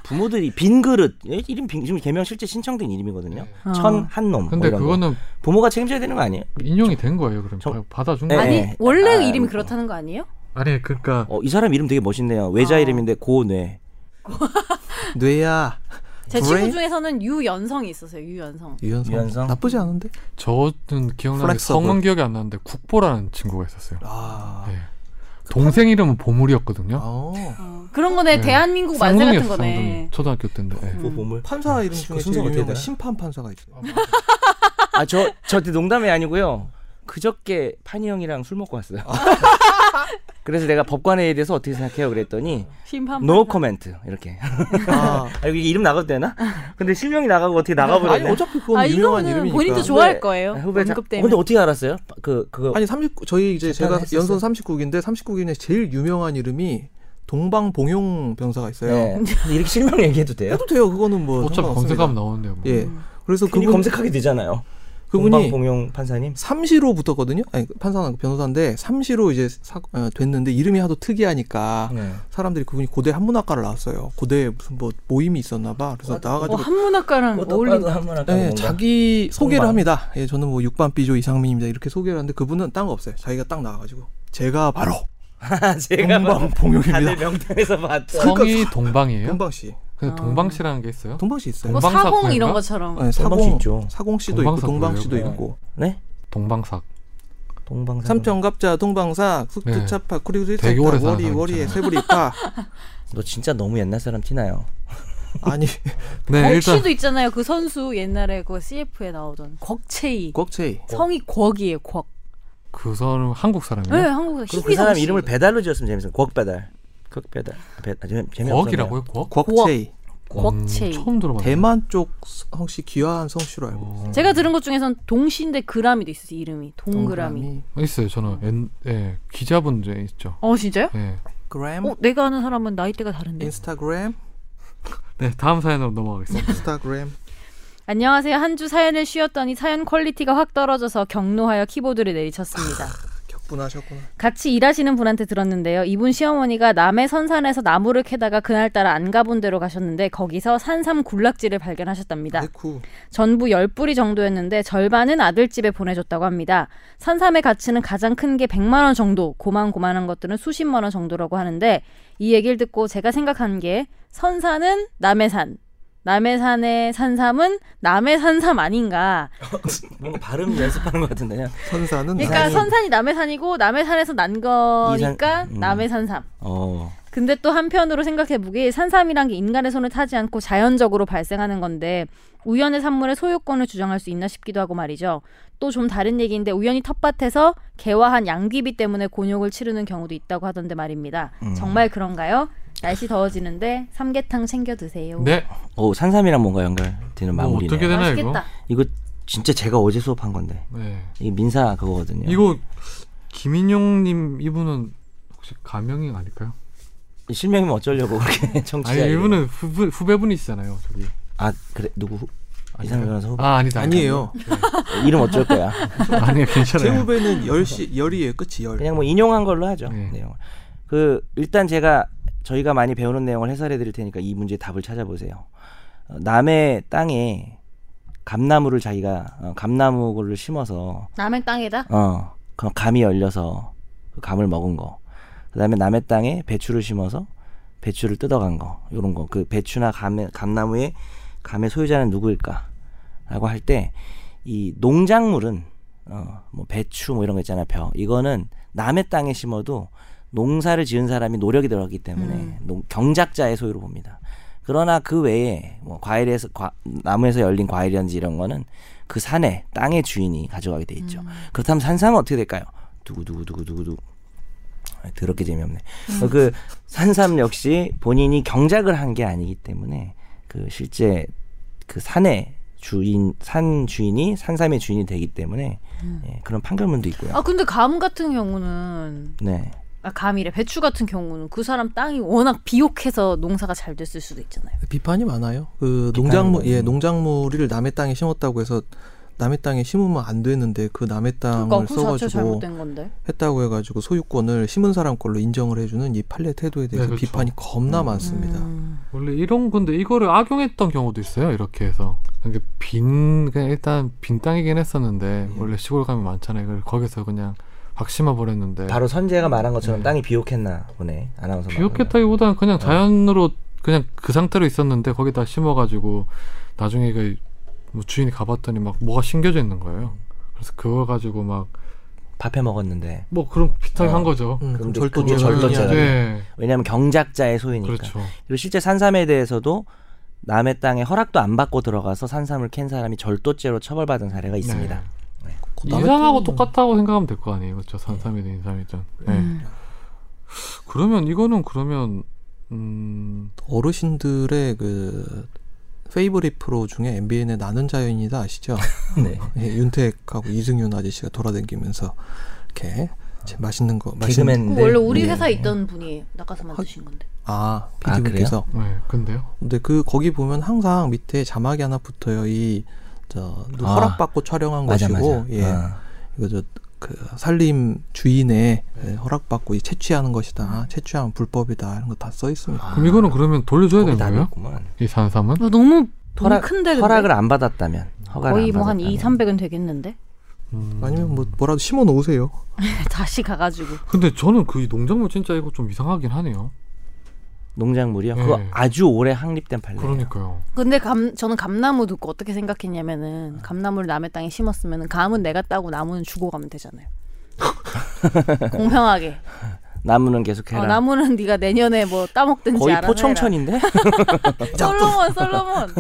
[SPEAKER 2] 부모들이 빈 그릇 예? 이름 빈, 지금 개명 실제 신청된 이름이거든요.
[SPEAKER 4] 어.
[SPEAKER 2] 천 한놈.
[SPEAKER 1] 네.
[SPEAKER 2] 뭐
[SPEAKER 1] 근데 그거는
[SPEAKER 2] 부모가 책임져야 되는 거 아니에요?
[SPEAKER 1] 인용이 된 거예요. 그럼
[SPEAKER 2] 저-
[SPEAKER 1] 받아준
[SPEAKER 2] 네.
[SPEAKER 1] 거.
[SPEAKER 4] 아니 원래
[SPEAKER 2] 아,
[SPEAKER 4] 이름이
[SPEAKER 2] 이거.
[SPEAKER 4] 그렇다는 거 아니에요?
[SPEAKER 1] 아니 그러니까
[SPEAKER 2] 어, 이 사람 이름 되게 멋있네요. 외자
[SPEAKER 4] 어.
[SPEAKER 2] 이름인데 고뇌.
[SPEAKER 3] 뇌야
[SPEAKER 4] 제
[SPEAKER 3] 브레인?
[SPEAKER 4] 친구 중에서는 유연성이 있었어요. 유연성.
[SPEAKER 3] 유연성.
[SPEAKER 2] 유연성.
[SPEAKER 3] 나쁘지 않은데.
[SPEAKER 1] 저는 기억나는데
[SPEAKER 3] 플렉서블.
[SPEAKER 1] 성은 기억이 안 나는데 국보라는 친구가 있었어요.
[SPEAKER 3] 아.
[SPEAKER 1] 네. 동생 이름은 보물이었거든요.
[SPEAKER 3] 어.
[SPEAKER 4] 어, 그런 거네.
[SPEAKER 1] 네.
[SPEAKER 4] 대한민국 만세 같은 거네.
[SPEAKER 1] 초등학교 때인데. 네.
[SPEAKER 2] 그 보물.
[SPEAKER 3] 판사 이름 중에
[SPEAKER 2] 그 순서가 어떻게
[SPEAKER 3] 제일 유명한
[SPEAKER 2] 되나요? 아,
[SPEAKER 3] 심판 판사가 있어요.
[SPEAKER 2] 아저 저때 농담이 아니고요. 그저께 판이 형이랑 술 먹고
[SPEAKER 4] *laughs*
[SPEAKER 2] 왔어요. 그래서 내가 법관에 대해서 어떻게 생각해요? 그랬더니
[SPEAKER 4] 심판 어,
[SPEAKER 2] 노 코멘트 이렇게. *laughs*
[SPEAKER 3] 아,
[SPEAKER 2] 아, 여기 이름 나가도 되나? 근데 실명이 나가고 어떻게
[SPEAKER 3] 아니
[SPEAKER 2] 나가버렸네.
[SPEAKER 3] 어차피 그건
[SPEAKER 4] 아,
[SPEAKER 3] 유명한
[SPEAKER 4] 이거는
[SPEAKER 3] 이름이니까.
[SPEAKER 4] 본인도 좋아- 좋아할 거예요.
[SPEAKER 2] 네. 후배 자,
[SPEAKER 4] 언급 때문에.
[SPEAKER 2] 근데 어떻게 알았어요? 그 그거
[SPEAKER 3] 아니 39 저희 이제 제가
[SPEAKER 2] 재판을
[SPEAKER 3] 연선 39기인데 39기는 제일 유명한 이름이 동방 봉용 변사가 있어요.
[SPEAKER 2] 네. 근데 *laughs* 이렇게 실명 얘기해도 돼요?
[SPEAKER 3] 해도 돼요. 그거는 뭐
[SPEAKER 1] 어차피
[SPEAKER 3] 상관없습니다.
[SPEAKER 1] 검색하면 나오는데요. 뭐.
[SPEAKER 3] 예.
[SPEAKER 4] 음.
[SPEAKER 3] 그래서
[SPEAKER 2] 괜히
[SPEAKER 3] 그분
[SPEAKER 2] 검색하게 되잖아요.
[SPEAKER 3] 그분이
[SPEAKER 2] 공용 판사님.
[SPEAKER 3] 삼시로 붙었거든요. 아니 판사는 변호사인데 삼시로 이제 사, 어, 됐는데 이름이 하도 특이하니까
[SPEAKER 2] 네.
[SPEAKER 3] 사람들이 그분이 고대 한문학과를 나왔어요. 고대 무슨 뭐 모임이 있었나 봐. 그래서
[SPEAKER 2] 어,
[SPEAKER 4] 어,
[SPEAKER 3] 나와가지고
[SPEAKER 4] 한문학과랑 어울린다.
[SPEAKER 2] 뭐 한번 할까
[SPEAKER 3] 네, 자기 소개를
[SPEAKER 2] 공방.
[SPEAKER 3] 합니다. 예, 저는 뭐 6반 B조 이상민입니다. 이렇게 소개를 하는데 그분은 딴 거 없어요. 자기가 딱 나와가지고 제가 바로
[SPEAKER 2] *laughs* 제가 뭐 다들
[SPEAKER 3] 동방 봉용입니다.
[SPEAKER 2] 명단에서
[SPEAKER 3] *laughs*
[SPEAKER 2] 봤죠.
[SPEAKER 1] 성이
[SPEAKER 3] 그러니까
[SPEAKER 1] 동방이에요?
[SPEAKER 3] 동방시,
[SPEAKER 1] 근데
[SPEAKER 4] 아.
[SPEAKER 1] 동방시라는 게 있어요?
[SPEAKER 3] 동방시 있어요.
[SPEAKER 4] 뭐
[SPEAKER 1] 동방사건인가?
[SPEAKER 4] 사공 이런 것처럼.
[SPEAKER 3] 네,
[SPEAKER 2] 동방시
[SPEAKER 3] 사공,
[SPEAKER 2] 있죠.
[SPEAKER 3] 사공시도 있고
[SPEAKER 1] 동방사
[SPEAKER 3] 동방시도
[SPEAKER 1] 그래요?
[SPEAKER 3] 있고
[SPEAKER 2] 네?
[SPEAKER 1] 동방삭.
[SPEAKER 2] 동방
[SPEAKER 3] 삼천갑자, 동방사,
[SPEAKER 1] 네.
[SPEAKER 3] 숙두차파, 그리고
[SPEAKER 1] 되게 오래 사는
[SPEAKER 3] 월이
[SPEAKER 1] 사람
[SPEAKER 3] 월이에
[SPEAKER 1] 있잖아요.
[SPEAKER 3] 세부리파. *laughs*
[SPEAKER 2] 너 진짜 너무 옛날 사람 티나요.
[SPEAKER 3] 아니
[SPEAKER 1] 네, 일단
[SPEAKER 4] 어, 곽치도 있잖아요. 그 선수 옛날에 그 CF에 나오던 곽채이.
[SPEAKER 3] 꺽채이.
[SPEAKER 4] 성이 곽이에요. 곽.
[SPEAKER 1] 그 사람 한국
[SPEAKER 4] 네,
[SPEAKER 1] 사람이에요.
[SPEAKER 4] 한국에서
[SPEAKER 2] 그럼
[SPEAKER 4] 희귀
[SPEAKER 2] 그 사람
[SPEAKER 4] 선수.
[SPEAKER 2] 이름을 배달로 지었으면 재밌어. 곽 배달. 곽 배달. 배, 아, 재미- 재미없었네요.
[SPEAKER 1] 곽이라고요? 곽?
[SPEAKER 3] 곽채이.
[SPEAKER 4] 곽채이.
[SPEAKER 1] 음, 처음 들어봤어요.
[SPEAKER 3] 대만 쪽 성씨 귀화한 성씨로 알고. 있어요.
[SPEAKER 4] 제가 들은 것 중에선 동시인데 그라미도 있었어요. 이름이 동그라미.
[SPEAKER 1] 있어요. 저는 엔, 예, 기자분 중에 있죠.
[SPEAKER 4] 어 진짜요?
[SPEAKER 1] 네.
[SPEAKER 3] 그램,
[SPEAKER 4] 어 내가 아는 사람은 나이대가 다른데.
[SPEAKER 3] 인스타그램,
[SPEAKER 1] 네, 다음 사연으로
[SPEAKER 4] *laughs*
[SPEAKER 1] 넘어가겠습니다.
[SPEAKER 3] 인스타그램.
[SPEAKER 4] 안녕하세요. 한 주 사연을 쉬었더니 사연 퀄리티가 확 떨어져서 격노하여 키보드를 내리쳤습니다.
[SPEAKER 3] 격분하셨구나.
[SPEAKER 4] 같이 일하시는 분한테 들었는데요. 이분 시어머니가 남해 선산에서 나무를 캐다가 그날따라 안 가본 데로 가셨는데 거기서 산삼 군락지를 발견하셨답니다.
[SPEAKER 3] 아이쿠.
[SPEAKER 4] 전부 10뿌리 정도였는데 절반은 아들 집에 보내줬다고 합니다. 산삼의 가치는 가장 큰 게 100만 원 정도, 고만고만한 것들은 수십만 원 정도라고 하는데 이 얘기를 듣고 제가 생각한 게 선산은 남해산, 남해산의 산삼은 남해 산삼 아닌가.
[SPEAKER 2] 뭔가 발음 연습하는 것 같은데. 그냥.
[SPEAKER 3] 선사는
[SPEAKER 4] 그러니까
[SPEAKER 2] 이산이-
[SPEAKER 4] 선산이 남해산이고 남해산에서 난 거니까
[SPEAKER 2] 이산- 음.
[SPEAKER 4] 남해 산삼.
[SPEAKER 2] 어.
[SPEAKER 4] 근데 또 한편으로 생각해보기 산삼이란 게 인간의 손을 타지 않고 자연적으로 발생하는 건데 우연의 산물의 소유권을 주장할 수 있나 싶기도 하고 말이죠. 또 좀 다른 얘기인데 우연히 텃밭에서 개화한 양귀비 때문에 곤욕을 치르는 경우도 있다고 하던데 말입니다.
[SPEAKER 2] 음.
[SPEAKER 4] 정말 그런가요? 날씨 더워지는데 삼계탕 챙겨 드세요.
[SPEAKER 1] 네.
[SPEAKER 2] 오, 산삼이랑 뭔가 연결되는
[SPEAKER 1] 뭐
[SPEAKER 2] 마무리네.
[SPEAKER 1] 어떻게 되나 이거?
[SPEAKER 4] 맛있겠다.
[SPEAKER 2] 이거 진짜 제가 어제 수업한 건데.
[SPEAKER 1] 네.
[SPEAKER 2] 이 민사 그거거든요.
[SPEAKER 1] 이거 김인용 님 이분은 혹시 가명이 아닐까요?
[SPEAKER 2] 실명이면 어쩌려고 그렇게 *laughs* 청취자.
[SPEAKER 1] 아니,
[SPEAKER 2] 이름.
[SPEAKER 1] 이분은 후배, 후배분이시잖아요, 저기.
[SPEAKER 2] 아, 그래. 누구? 후- 이상민 변호사 후배.
[SPEAKER 1] 아, 아니다. 아니다.
[SPEAKER 3] 아니에요.
[SPEAKER 2] 이름 어쩔
[SPEAKER 1] *laughs*
[SPEAKER 2] 거야.
[SPEAKER 1] 아니에요,
[SPEAKER 3] 제
[SPEAKER 1] 괜찮아요.
[SPEAKER 3] *laughs* 후배는 열시 열이에요. 끝이 열.
[SPEAKER 2] 그냥 뭐 인용한 걸로 하죠.
[SPEAKER 1] 네.
[SPEAKER 2] 내용을. 그 일단 제가 저희가 많이 배우는 내용을 해설해 드릴 테니까 이 문제 답을 찾아보세요. 어, 남의 땅에 감나무를 자기가 어, 감나무를 심어서
[SPEAKER 4] 남의 땅에다
[SPEAKER 2] 어 그럼 감이 열려서 그 감을 먹은 거. 그다음에 남의 땅에 배추를 심어서 배추를 뜯어간 거. 요런 거. 그 배추나 감 감나무의 감의 소유자는 누구일까? 라고 할 때 이 농작물은 어뭐 배추 뭐 이런 거 있잖아요. 벼. 이거는 남의 땅에 심어도 농사를 지은 사람이 노력이 들어갔기 때문에
[SPEAKER 4] 음.
[SPEAKER 2] 농- 경작자의 소유로 봅니다. 그러나 그 외에 뭐 과일에서 과- 나무에서 열린 과일이든지 이런 거는 그 산에 땅의 주인이 가져가게 돼 있죠. 그렇다면 산삼은 어떻게 될까요? 두구 두구 두구 두구 두구. 아, 더럽게 재미없네. 어, 그 산삼 역시 본인이 경작을 한 게 아니기 때문에 그 실제 그 산의 주인 산 주인이 산삼의 주인이 되기 때문에
[SPEAKER 4] 음.
[SPEAKER 2] 예, 그런 판결문도 있고요.
[SPEAKER 4] 아 근데 감 같은 경우는
[SPEAKER 2] 네.
[SPEAKER 4] 아 감이래 배추 같은 경우는 그 사람 땅이 워낙 비옥해서 농사가 잘 됐을 수도 있잖아요.
[SPEAKER 3] 비판이 많아요. 그 농작물
[SPEAKER 2] 많아요.
[SPEAKER 3] 예 농작물을 남의 땅에 심었다고 해서 남의 땅에 심으면 안 되는데 그 남의 땅을
[SPEAKER 4] 그러니까 그 자체
[SPEAKER 3] 써가지고
[SPEAKER 4] 잘못된 건데.
[SPEAKER 3] 했다고 해가지고 소유권을 심은 사람 걸로 인정을 해주는 이 판례 태도에 대해서
[SPEAKER 1] 네, 그렇죠.
[SPEAKER 3] 비판이 겁나 많습니다.
[SPEAKER 4] 음.
[SPEAKER 1] 원래 이런 건데 이거를 악용했던 경우도 있어요. 이렇게 해서 그러니까 빈 그냥 일단 빈 땅이긴 했었는데
[SPEAKER 2] 예.
[SPEAKER 1] 원래 시골 가면 많잖아요. 이걸 거기서 그냥 박심아 버렸는데
[SPEAKER 2] 바로 선재가 말한 것처럼 땅이 비옥했나 보네. 아나운서
[SPEAKER 1] 네. 비옥했다기보다는
[SPEAKER 2] 아.
[SPEAKER 1] 그냥 자연으로 그냥 그 상태로 있었는데 거기다 심어가지고 나중에 그뭐 주인이 가봤더니 막 뭐가 심겨져 있는 거예요. 그래서 그걸 가지고 막 뭐
[SPEAKER 2] 밥해 먹었는데
[SPEAKER 1] 그런 비슷하게
[SPEAKER 2] 어.
[SPEAKER 1] 한 거죠.
[SPEAKER 2] 그럼
[SPEAKER 3] 음, 그럼
[SPEAKER 2] 이제 그러니까.
[SPEAKER 3] 절도
[SPEAKER 2] 그게
[SPEAKER 3] 조항이
[SPEAKER 2] 절도죄가
[SPEAKER 3] 아니라
[SPEAKER 1] 네,
[SPEAKER 2] 왜냐하면 경작자의 소유니까.
[SPEAKER 1] 그렇죠.
[SPEAKER 2] 그리고 실제 산삼에 대해서도 남의 땅에 허락도 안 받고 들어가서 산삼을 캔 사람이 절도죄로 처벌받은 사례가 있습니다.
[SPEAKER 1] 네.
[SPEAKER 3] 그 남의
[SPEAKER 1] 인삼하고
[SPEAKER 3] 돈-
[SPEAKER 1] 똑같다고 생각하면 될 거 아니에요, 그렇죠? 산삼이든 인삼이든. 예.
[SPEAKER 2] 네.
[SPEAKER 4] 음.
[SPEAKER 1] 그러면 이거는 그러면 음,
[SPEAKER 3] 어르신들의 그 페이보릿 프로 중에 MBN의 나는 자연이다 *laughs* 아시죠?
[SPEAKER 2] 네.
[SPEAKER 3] 예, 윤택하고 이승윤 아저씨가 돌아다니면서 이렇게 제 맛있는 거 맛있는
[SPEAKER 2] 개그맨.
[SPEAKER 4] 그거 원래 우리 회사에 있던 분이 낚아서 만드신 건데.
[SPEAKER 3] 아
[SPEAKER 2] 아,
[SPEAKER 3] PD분께서
[SPEAKER 1] 네, 근데요.
[SPEAKER 3] 근데 그 거기 보면 항상 밑에 자막이 하나 붙어요. 이저 그
[SPEAKER 2] 아.
[SPEAKER 3] 허락받고 촬영한
[SPEAKER 2] 맞아 맞아.
[SPEAKER 3] 것이고 예
[SPEAKER 2] 아,
[SPEAKER 3] 이거 저 그 살림 주인의 예, 허락받고 이 채취하는 것이다. 아, 채취하면 불법이다 이런 거 다 써 있습니다.
[SPEAKER 1] 그럼 이거는 그러면 돌려줘야 되는
[SPEAKER 2] 거기 다
[SPEAKER 1] 거예요?
[SPEAKER 2] 있구만.
[SPEAKER 1] 이 산삼은?
[SPEAKER 4] 어, 너무 돈
[SPEAKER 2] 허락-
[SPEAKER 4] 큰데 근데?
[SPEAKER 2] 허락을 안 받았다면 허가를 안
[SPEAKER 4] 거의 뭐 한 2,
[SPEAKER 2] 받았다면.
[SPEAKER 4] 300은 되겠는데. *laughs*
[SPEAKER 1] 음.
[SPEAKER 3] 아니면 뭐 뭐라도 심어 놓으세요.
[SPEAKER 4] 다시 가가지고.
[SPEAKER 1] 근데 저는 그 농작물 진짜 이거 좀 이상하긴 하네요.
[SPEAKER 2] 농작물이요. 그거
[SPEAKER 1] 예.
[SPEAKER 2] 아주 오래 확립된 판례.
[SPEAKER 1] 그러니까요.
[SPEAKER 4] 근데 감 저는 감나무 듣고 어떻게 생각했냐면은 감나무를 남의 땅에 심었으면은 감은 내가 따고 나무는 주고 가면
[SPEAKER 2] *laughs*
[SPEAKER 4] 되잖아요. 공평하게.
[SPEAKER 2] 나무는 계속 해라.
[SPEAKER 4] 어, 나무는 네가 내년에 뭐 따먹든지
[SPEAKER 2] 거의
[SPEAKER 4] 알아서 *laughs*
[SPEAKER 2] 포청천인데.
[SPEAKER 4] 해라. 솔로몬 솔로몬.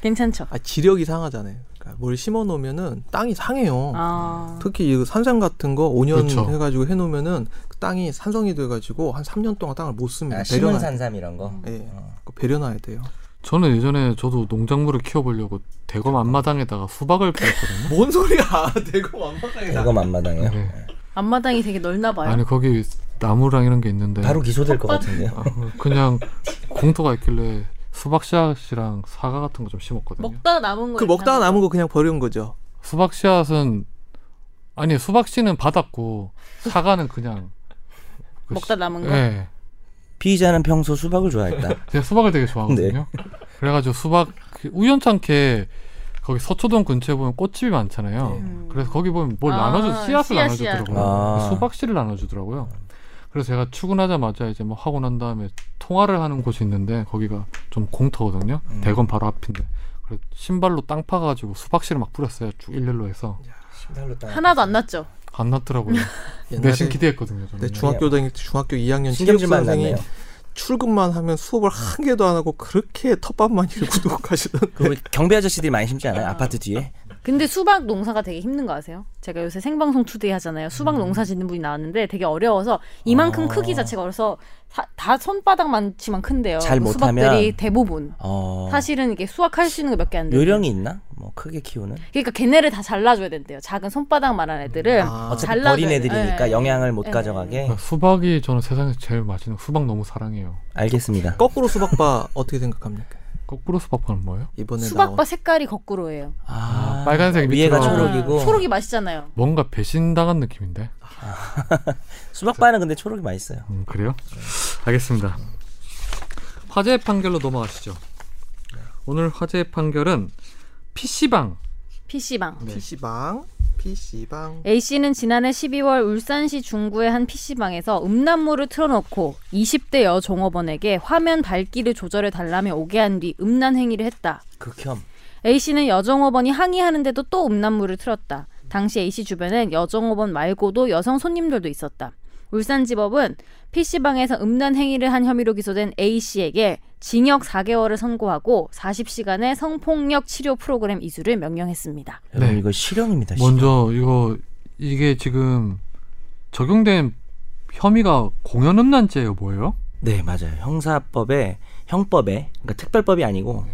[SPEAKER 4] 괜찮죠.
[SPEAKER 3] 아 지력 이상하잖아요. 그러니까 뭘 심어 놓으면은 땅이
[SPEAKER 2] 뭐.
[SPEAKER 3] 상해요.
[SPEAKER 4] 아.
[SPEAKER 3] 특히 이 산삼 같은 거 5년
[SPEAKER 1] 그쵸.
[SPEAKER 3] 해가지고 해놓으면은 그 땅이 산성이 돼가지고 한 3년 동안 땅을 못 씁니다.
[SPEAKER 2] 아,
[SPEAKER 3] 배려놔.
[SPEAKER 2] 심은 산삼 이런 거.
[SPEAKER 3] 예, 그거 배려놔야 돼요.
[SPEAKER 1] 저는 예전에 저도 농작물을 키워보려고 대검 앞마당에다가 수박을 뿌렸거든요.
[SPEAKER 3] 뭔 소리야? *laughs* 대구 완박하게
[SPEAKER 2] 이거 만마당이요.
[SPEAKER 1] 네.
[SPEAKER 4] 앞마당이 되게 넓나 봐요.
[SPEAKER 1] 아니 거기 나무랑 이런 게 있는데
[SPEAKER 2] 바로 기소될 것 같은데요.
[SPEAKER 1] 아, 그냥 공터가 있길래 수박 씨앗이랑 사과 같은 거 좀 심었거든요.
[SPEAKER 4] 먹다가 남은 거.
[SPEAKER 3] 그
[SPEAKER 4] 이렇게
[SPEAKER 3] 먹다가
[SPEAKER 4] 하는
[SPEAKER 3] 남은 거 그냥 버린 거죠.
[SPEAKER 1] 수박 씨앗은 아니 수박 씨는 받았고 사과는 그냥 그
[SPEAKER 4] *laughs* 먹다 남은 거?
[SPEAKER 1] 네.
[SPEAKER 2] 피의자는 평소 수박을 *laughs* 좋아했다.
[SPEAKER 1] 제가 수박을 되게 좋아하거든요. 그래가지고 수박 그 우연찮게 거기 서초동 근처에 보면 꽃집이 많잖아요.
[SPEAKER 4] 음.
[SPEAKER 1] 그래서 거기 보면 뭘
[SPEAKER 4] 아,
[SPEAKER 1] 나눠줘 씨앗을
[SPEAKER 4] 씨앗,
[SPEAKER 1] 나눠주더라고요.
[SPEAKER 2] 씨앗. 아.
[SPEAKER 1] 수박 씨를 나눠주더라고요. 그래서 제가 출근하자마자 이제 뭐 하고 난 다음에 통화를 하는 곳이 있는데 거기가 좀 공터거든요.
[SPEAKER 2] 음.
[SPEAKER 1] 대건 바로 앞인데. 그래서 신발로 땅 파가지고 수박 씨를 막 뿌렸어요. 쭉 일렬로 해서
[SPEAKER 4] 하나도 안 났죠.
[SPEAKER 1] 안 났더라고요.
[SPEAKER 3] 옛날에 네,
[SPEAKER 1] 내심 기대했거든요. 저는. 네.
[SPEAKER 3] 내 중학교 다닐 때 중학교 2학년
[SPEAKER 2] 음, 신경질만
[SPEAKER 3] 체육선생이
[SPEAKER 2] 났네요.
[SPEAKER 3] 출근만 하면 수업을 한 개도 안 하고 그렇게 텃밭만 일구도 *laughs* 가시던
[SPEAKER 2] 그 우리 경비 아저씨들이 많이 심지 않아요? 아파트 뒤에.
[SPEAKER 4] 근데 수박 농사가 되게 힘든 거 아세요? 제가 요새 생방송 투데이 하잖아요.
[SPEAKER 2] 음.
[SPEAKER 4] 수박 농사 짓는 분이 나왔는데 되게 어려워서 이만큼
[SPEAKER 2] 아.
[SPEAKER 4] 크기 자체가 어려서 다, 다 손바닥만치만 큰데요.
[SPEAKER 2] 잘
[SPEAKER 4] 그
[SPEAKER 2] 못하면-
[SPEAKER 4] 수박들이 대부분
[SPEAKER 2] 어.
[SPEAKER 4] 사실은 이게 수확할 수 있는 거 몇 개 안 돼요.
[SPEAKER 2] 요령이 있나? 뭐 크게 키우는.
[SPEAKER 4] 그러니까 걔네를 다 잘라줘야 된대요. 작은 손바닥만한 애들을
[SPEAKER 3] 아.
[SPEAKER 2] 어차피
[SPEAKER 4] 잘라줘야
[SPEAKER 2] 버린
[SPEAKER 4] 돼.
[SPEAKER 2] 애들이니까
[SPEAKER 4] 예.
[SPEAKER 2] 영향을 못
[SPEAKER 4] 예.
[SPEAKER 2] 가져가게.
[SPEAKER 1] 그러니까 수박이 저는 세상에서 제일 맛있는 수박 너무 사랑해요.
[SPEAKER 2] 알겠습니다.
[SPEAKER 3] 거꾸로 수박바 어떻게 생각합니까?
[SPEAKER 1] 거꾸로 수박파는 뭐예요?
[SPEAKER 2] 네,
[SPEAKER 3] 이번에
[SPEAKER 4] 수박바 색깔이 거꾸로예요.
[SPEAKER 2] 아,
[SPEAKER 1] 빨간색
[SPEAKER 2] 위에가
[SPEAKER 1] 밑으로.
[SPEAKER 2] 초록이고
[SPEAKER 4] 초록이 맛있잖아요.
[SPEAKER 1] 뭔가 배신당한 느낌인데.
[SPEAKER 3] 아.
[SPEAKER 2] 수박바는 근데 초록이 맛있어요.
[SPEAKER 1] 음, 그래요?
[SPEAKER 3] 네.
[SPEAKER 1] 알겠습니다. 화재 판결로 넘어가시죠. 오늘 화재 판결은 PC방
[SPEAKER 4] PC방.
[SPEAKER 3] 나온 PC방 PC방
[SPEAKER 4] A씨는 지난해 12월 울산시 중구의 한 PC방에서 음란물을 틀어놓고 20대 여 종업원에게 화면 밝기를 조절해 달라며 오게 한 뒤 음란 행위를 했다.
[SPEAKER 2] 극혐.
[SPEAKER 4] A씨는 여종업원이 항의하는데도 또 음란물을 틀었다. 당시 A씨 주변엔 여종업원 말고도 여성 손님들도 있었다. 울산지법은 PC방에서 음란 행위를 한 혐의로 기소된 A씨에게 징역 4개월을 선고하고 40시간의 성폭력 치료 프로그램 이수를 명령했습니다.
[SPEAKER 2] 여러분
[SPEAKER 1] 네.
[SPEAKER 2] 이거
[SPEAKER 3] 아,
[SPEAKER 2] 실형입니다. 실형.
[SPEAKER 1] 먼저 이거 이게 지금 적용된 혐의가 공연 음란죄예요, 뭐예요?
[SPEAKER 2] 네 맞아요. 형사법에 형법에 그러니까 특별법이 아니고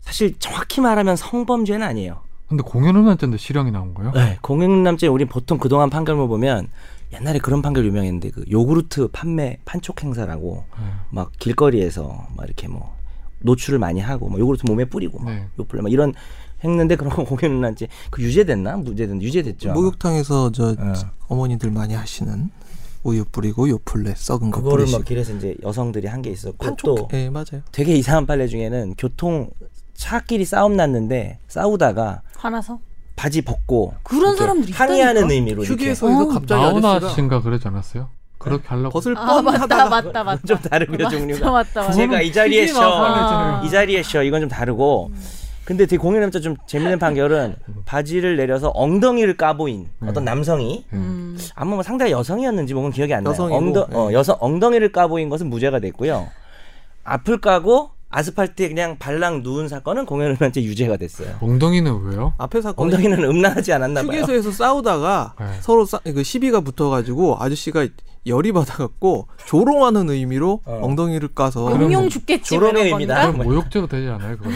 [SPEAKER 2] 사실 정확히 말하면 성범죄는 아니에요.
[SPEAKER 1] 근데 공연 음란죄인데 실형이 나온 거예요?
[SPEAKER 2] 네, 공익남죄 우리 보통 그동안 판결문 보면 옛날에 그런 판결 유명했는데 그 요구르트 판매 판촉 행사라고
[SPEAKER 1] 네.
[SPEAKER 2] 막 길거리에서 막 이렇게 뭐 노출을 많이 하고 뭐 요구르트 몸에 뿌리고 막
[SPEAKER 1] 네.
[SPEAKER 2] 요플레 막 이런 했는데 그런 *laughs* 거 공익남죄 그 유죄됐나 무죄됐나 유죄됐죠. 아마.
[SPEAKER 3] 목욕탕에서 저
[SPEAKER 2] 예.
[SPEAKER 3] 어머니들 많이 하시는 우유 뿌리고 요플레 썩은 거
[SPEAKER 2] 그거를 막
[SPEAKER 3] 뿌리시고
[SPEAKER 2] 길에서 이제 여성들이 한 게 있었고 또
[SPEAKER 3] 판촉 예 맞아요
[SPEAKER 2] 되게 이상한 판례 중에는 교통 차끼리 싸움 났는데 싸우다가
[SPEAKER 4] 화나서?
[SPEAKER 2] 바지 벗고
[SPEAKER 4] 그런
[SPEAKER 2] 이렇게
[SPEAKER 4] 사람들이
[SPEAKER 2] 항의하는
[SPEAKER 4] 있다니까?
[SPEAKER 2] 의미로 이렇게
[SPEAKER 3] 휴게소에서
[SPEAKER 4] 어.
[SPEAKER 3] 네. 갑자기
[SPEAKER 1] 나훈아
[SPEAKER 3] 아저씨가 네.
[SPEAKER 1] 씨인가 그러지 않았어요? 그렇게 하려고
[SPEAKER 3] 벗을
[SPEAKER 4] 아 맞다
[SPEAKER 3] 뻔하다가
[SPEAKER 4] 맞다 맞다.
[SPEAKER 2] 좀 다르고요 종류가
[SPEAKER 4] 맞다 맞다.
[SPEAKER 2] 제가 이 자리에
[SPEAKER 1] 튀지 마서
[SPEAKER 2] 쉬어.
[SPEAKER 1] 하려잖아요.
[SPEAKER 2] 이 자리에 쉬어 이건 좀 다르고
[SPEAKER 4] 음.
[SPEAKER 2] 근데 되게 공연 남자 좀 재밌는 판결은 바지를 내려서 엉덩이를 까보인 어떤 남성이
[SPEAKER 4] 음.
[SPEAKER 2] 아마 뭐 상당히 여성이었는지 뭔건 기억이 안 나요.
[SPEAKER 3] 네. 여성이고,
[SPEAKER 2] 엉덩, 어, 여성 엉덩이를 까보인 것은 무죄가 됐고요. 앞을 까고 아스팔트에 그냥 발랑 누운 사건은 공연 음란죄 유죄가 됐어요.
[SPEAKER 1] 엉덩이는 왜요?
[SPEAKER 3] 앞에 사건
[SPEAKER 2] 엉덩이는 음란하지 않았나 봐요. *laughs*
[SPEAKER 3] 휴게소에서 싸우다가
[SPEAKER 1] 네.
[SPEAKER 3] 서로 싸, 그 시비가 붙어가지고 아저씨가 열이 받아갖고 조롱하는 의미로
[SPEAKER 2] 어.
[SPEAKER 3] ong덩이를 까서 음,
[SPEAKER 1] 그럼-
[SPEAKER 4] 금용 죽겠지 뭐 이런
[SPEAKER 2] 조롱해입니다.
[SPEAKER 4] 건가?
[SPEAKER 1] 그럼 모욕죄로 되지 않아요? 그거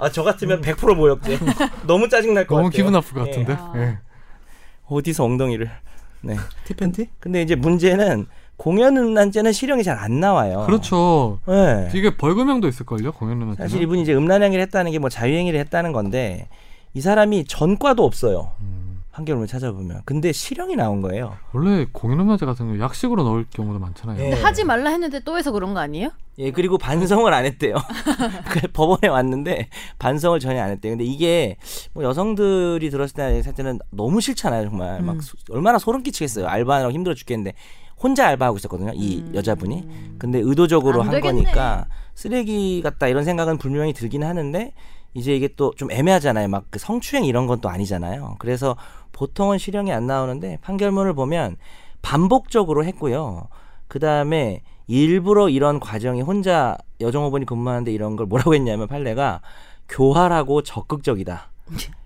[SPEAKER 2] 아, 저 같으면
[SPEAKER 3] 음.
[SPEAKER 2] 100% 모욕죄. *laughs* 너무 짜증날 것
[SPEAKER 1] 너무
[SPEAKER 2] 같아요.
[SPEAKER 1] 기분 나쁠 것
[SPEAKER 2] 예.
[SPEAKER 1] 같은데.
[SPEAKER 4] 아.
[SPEAKER 1] 예.
[SPEAKER 2] 어디서 엉덩이를. 네.
[SPEAKER 3] 티팬티?
[SPEAKER 2] 근데 이제 문제는 공연 음란죄는 실형이 잘 안 나와요.
[SPEAKER 1] 그렇죠.
[SPEAKER 2] 예.
[SPEAKER 1] 이게 벌금형도 있을걸요? 공연은
[SPEAKER 2] 사실 이분이 이제 음란행위를 했다는 게 뭐 자유행위를 했다는 건데 이 사람이 전과도 없어요.
[SPEAKER 1] 음,
[SPEAKER 2] 판결문을 찾아보면. 근데 실형이 나온 거예요.
[SPEAKER 1] 원래 공연 음란죄 같은 거 약식으로 넣을 경우도 많잖아요.
[SPEAKER 2] 예.
[SPEAKER 4] 하지 말라 했는데 또 해서 그런 거 아니에요?
[SPEAKER 2] 예, 그리고 반성을 안
[SPEAKER 4] *laughs*
[SPEAKER 2] 했대요. 그 법원에 왔는데 반성을 전혀 안 했대요. 근데 이게 뭐 여성들이 들었을 때 사실은 너무 싫잖아요, 정말.
[SPEAKER 4] 음.
[SPEAKER 2] 막 소- 얼마나 소름 끼치겠어요. 알바하느라 힘들어 죽겠는데 혼자 알바하고 있었거든요, 이
[SPEAKER 4] 음.
[SPEAKER 2] 여자분이. 근데 의도적으로
[SPEAKER 4] 안
[SPEAKER 2] 한
[SPEAKER 4] 되겠네.
[SPEAKER 2] 거니까 쓰레기 같다 이런 생각은 분명히 들긴 하는데 이제 이게 또 좀 애매하잖아요. 막 그 성추행 이런 건 또 아니잖아요. 그래서 보통은 실형이 안 나오는데 판결문을 보면 반복적으로 했고요. 그 다음에 일부러 이런 과정에 혼자 여정호분이 근무하는데 이런 걸 뭐라고 했냐면 판례가 교활하고 적극적이다.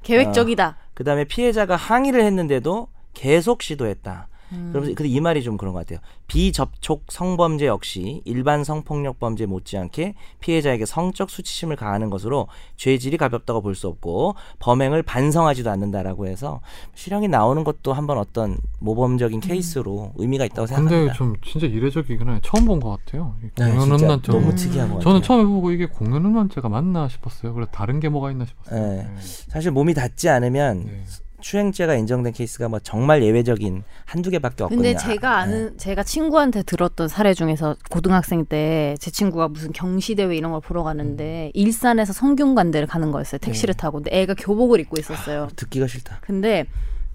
[SPEAKER 4] 계획적이다.
[SPEAKER 2] 그 다음에 피해자가 항의를 했는데도 계속 시도했다.
[SPEAKER 4] 음.
[SPEAKER 2] 그러면서 근데 이 말이 좀 그런 것 같아요. 비접촉 성범죄 역시 일반 성폭력 범죄 못지않게 피해자에게 성적 수치심을 가하는 것으로 죄질이 가볍다고 볼 수 없고 범행을 반성하지도 않는다라고 해서 실형이 나오는 것도 한번 어떤 모범적인 케이스로 의미가 있다고
[SPEAKER 1] 근데
[SPEAKER 2] 생각합니다.
[SPEAKER 1] 좀 진짜 이례적이긴 해. 처음 본 것 같아요. 이
[SPEAKER 2] 네,
[SPEAKER 1] 공연
[SPEAKER 2] 진짜
[SPEAKER 1] 음란죄.
[SPEAKER 2] 너무
[SPEAKER 4] 음.
[SPEAKER 2] 특이한 것
[SPEAKER 1] 저는
[SPEAKER 2] 같아요.
[SPEAKER 1] 처음 해보고 이게 공연 음란죄가 맞나 싶었어요. 그래 다른 게 뭐가 있나 싶었어요.
[SPEAKER 2] 네. 음.
[SPEAKER 1] 예.
[SPEAKER 2] 사실 몸이 닿지 않으면
[SPEAKER 1] 네.
[SPEAKER 2] 추행죄가 인정된 케이스가 뭐 정말 예외적인 한두 개밖에 없거든요.
[SPEAKER 4] 근데 제가 아는
[SPEAKER 2] 네.
[SPEAKER 4] 제가 친구한테 들었던 사례 중에서 고등학생 때 제 친구가 무슨 경시대회 이런 걸 보러
[SPEAKER 2] 음.
[SPEAKER 4] 가는데 일산에서 성균관대를 가는 거였어요. 택시를
[SPEAKER 2] 네.
[SPEAKER 4] 타고. 근데 애가 교복을 입고 있었어요.
[SPEAKER 2] 아, 듣기가 싫다.
[SPEAKER 4] 근데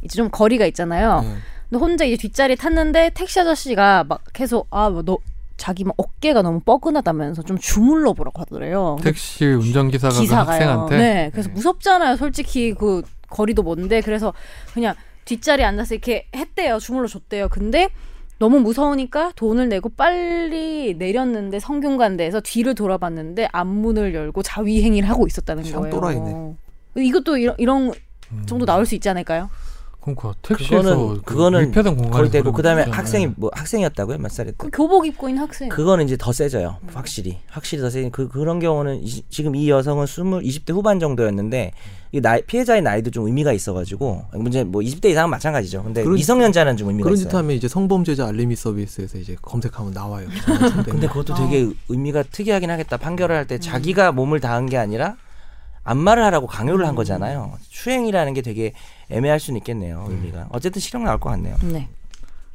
[SPEAKER 4] 이제 좀 거리가 있잖아요.
[SPEAKER 3] 네.
[SPEAKER 4] 근데 혼자 이제 뒷자리 탔는데 택시 아저씨가 막 계속 아 너 자기 막 어깨가 너무 뻐근하다면서 좀 주물러 보라고 하더래요.
[SPEAKER 1] 택시 운전기사가 그 학생한테
[SPEAKER 4] 네, 그래서
[SPEAKER 1] 네.
[SPEAKER 4] 무섭잖아요. 솔직히 그 거리도 먼데 그래서 그냥 뒷자리 앉아서 이렇게 했대요. 주물러 줬대요. 근데 너무 무서우니까 돈을 내고 빨리 내렸는데 성균관대에서 뒤를 돌아봤는데 앞문을 열고 자위행위를 하고 있었다는
[SPEAKER 3] 참
[SPEAKER 4] 거예요.
[SPEAKER 3] 또라이네.
[SPEAKER 4] 이것도 이런, 이런
[SPEAKER 1] 음.
[SPEAKER 4] 정도 나올 수 있지 않을까요?
[SPEAKER 1] 그럼 그 택시에서
[SPEAKER 2] 그거는- 그거는
[SPEAKER 1] 밀폐된 공간에서
[SPEAKER 2] 거의 되고
[SPEAKER 1] 그런
[SPEAKER 2] 그다음에
[SPEAKER 1] 어, 거잖아요.
[SPEAKER 2] 학생이 뭐 학생이었다고요? 몇 살이었다?
[SPEAKER 4] 그 교복 입고 있는 학생.
[SPEAKER 2] 그거는 이제 더 세져요.
[SPEAKER 4] 음.
[SPEAKER 2] 확실히. 확실히 더 세진 그 그런 경우는 이- 지금 이 여성은 20 20대 후반 정도였는데 이 나이, 피해자의 나이도 좀 의미가 있어 가지고 문제 뭐 20대 이상은 마찬가지죠. 근데
[SPEAKER 3] 그런-
[SPEAKER 2] 미성년자는 좀 의미가
[SPEAKER 3] 그런
[SPEAKER 2] 있어요.
[SPEAKER 3] 짓 하면 이제 성범죄자 알림이 서비스에서 이제
[SPEAKER 2] *laughs*
[SPEAKER 3] 검색하면 나와요. 성범죄.
[SPEAKER 2] 근데 그것도 되게 의미가 특이하긴 하겠다. 판결을 할 때 자기가 몸을 닿은 게 아니라 안마를 하라고 강요를 한 거잖아요. 추행이라는 게 되게 애매할 수는 있겠네요. 의미가. 어쨌든 실형 나올 것 같네요.
[SPEAKER 4] 네.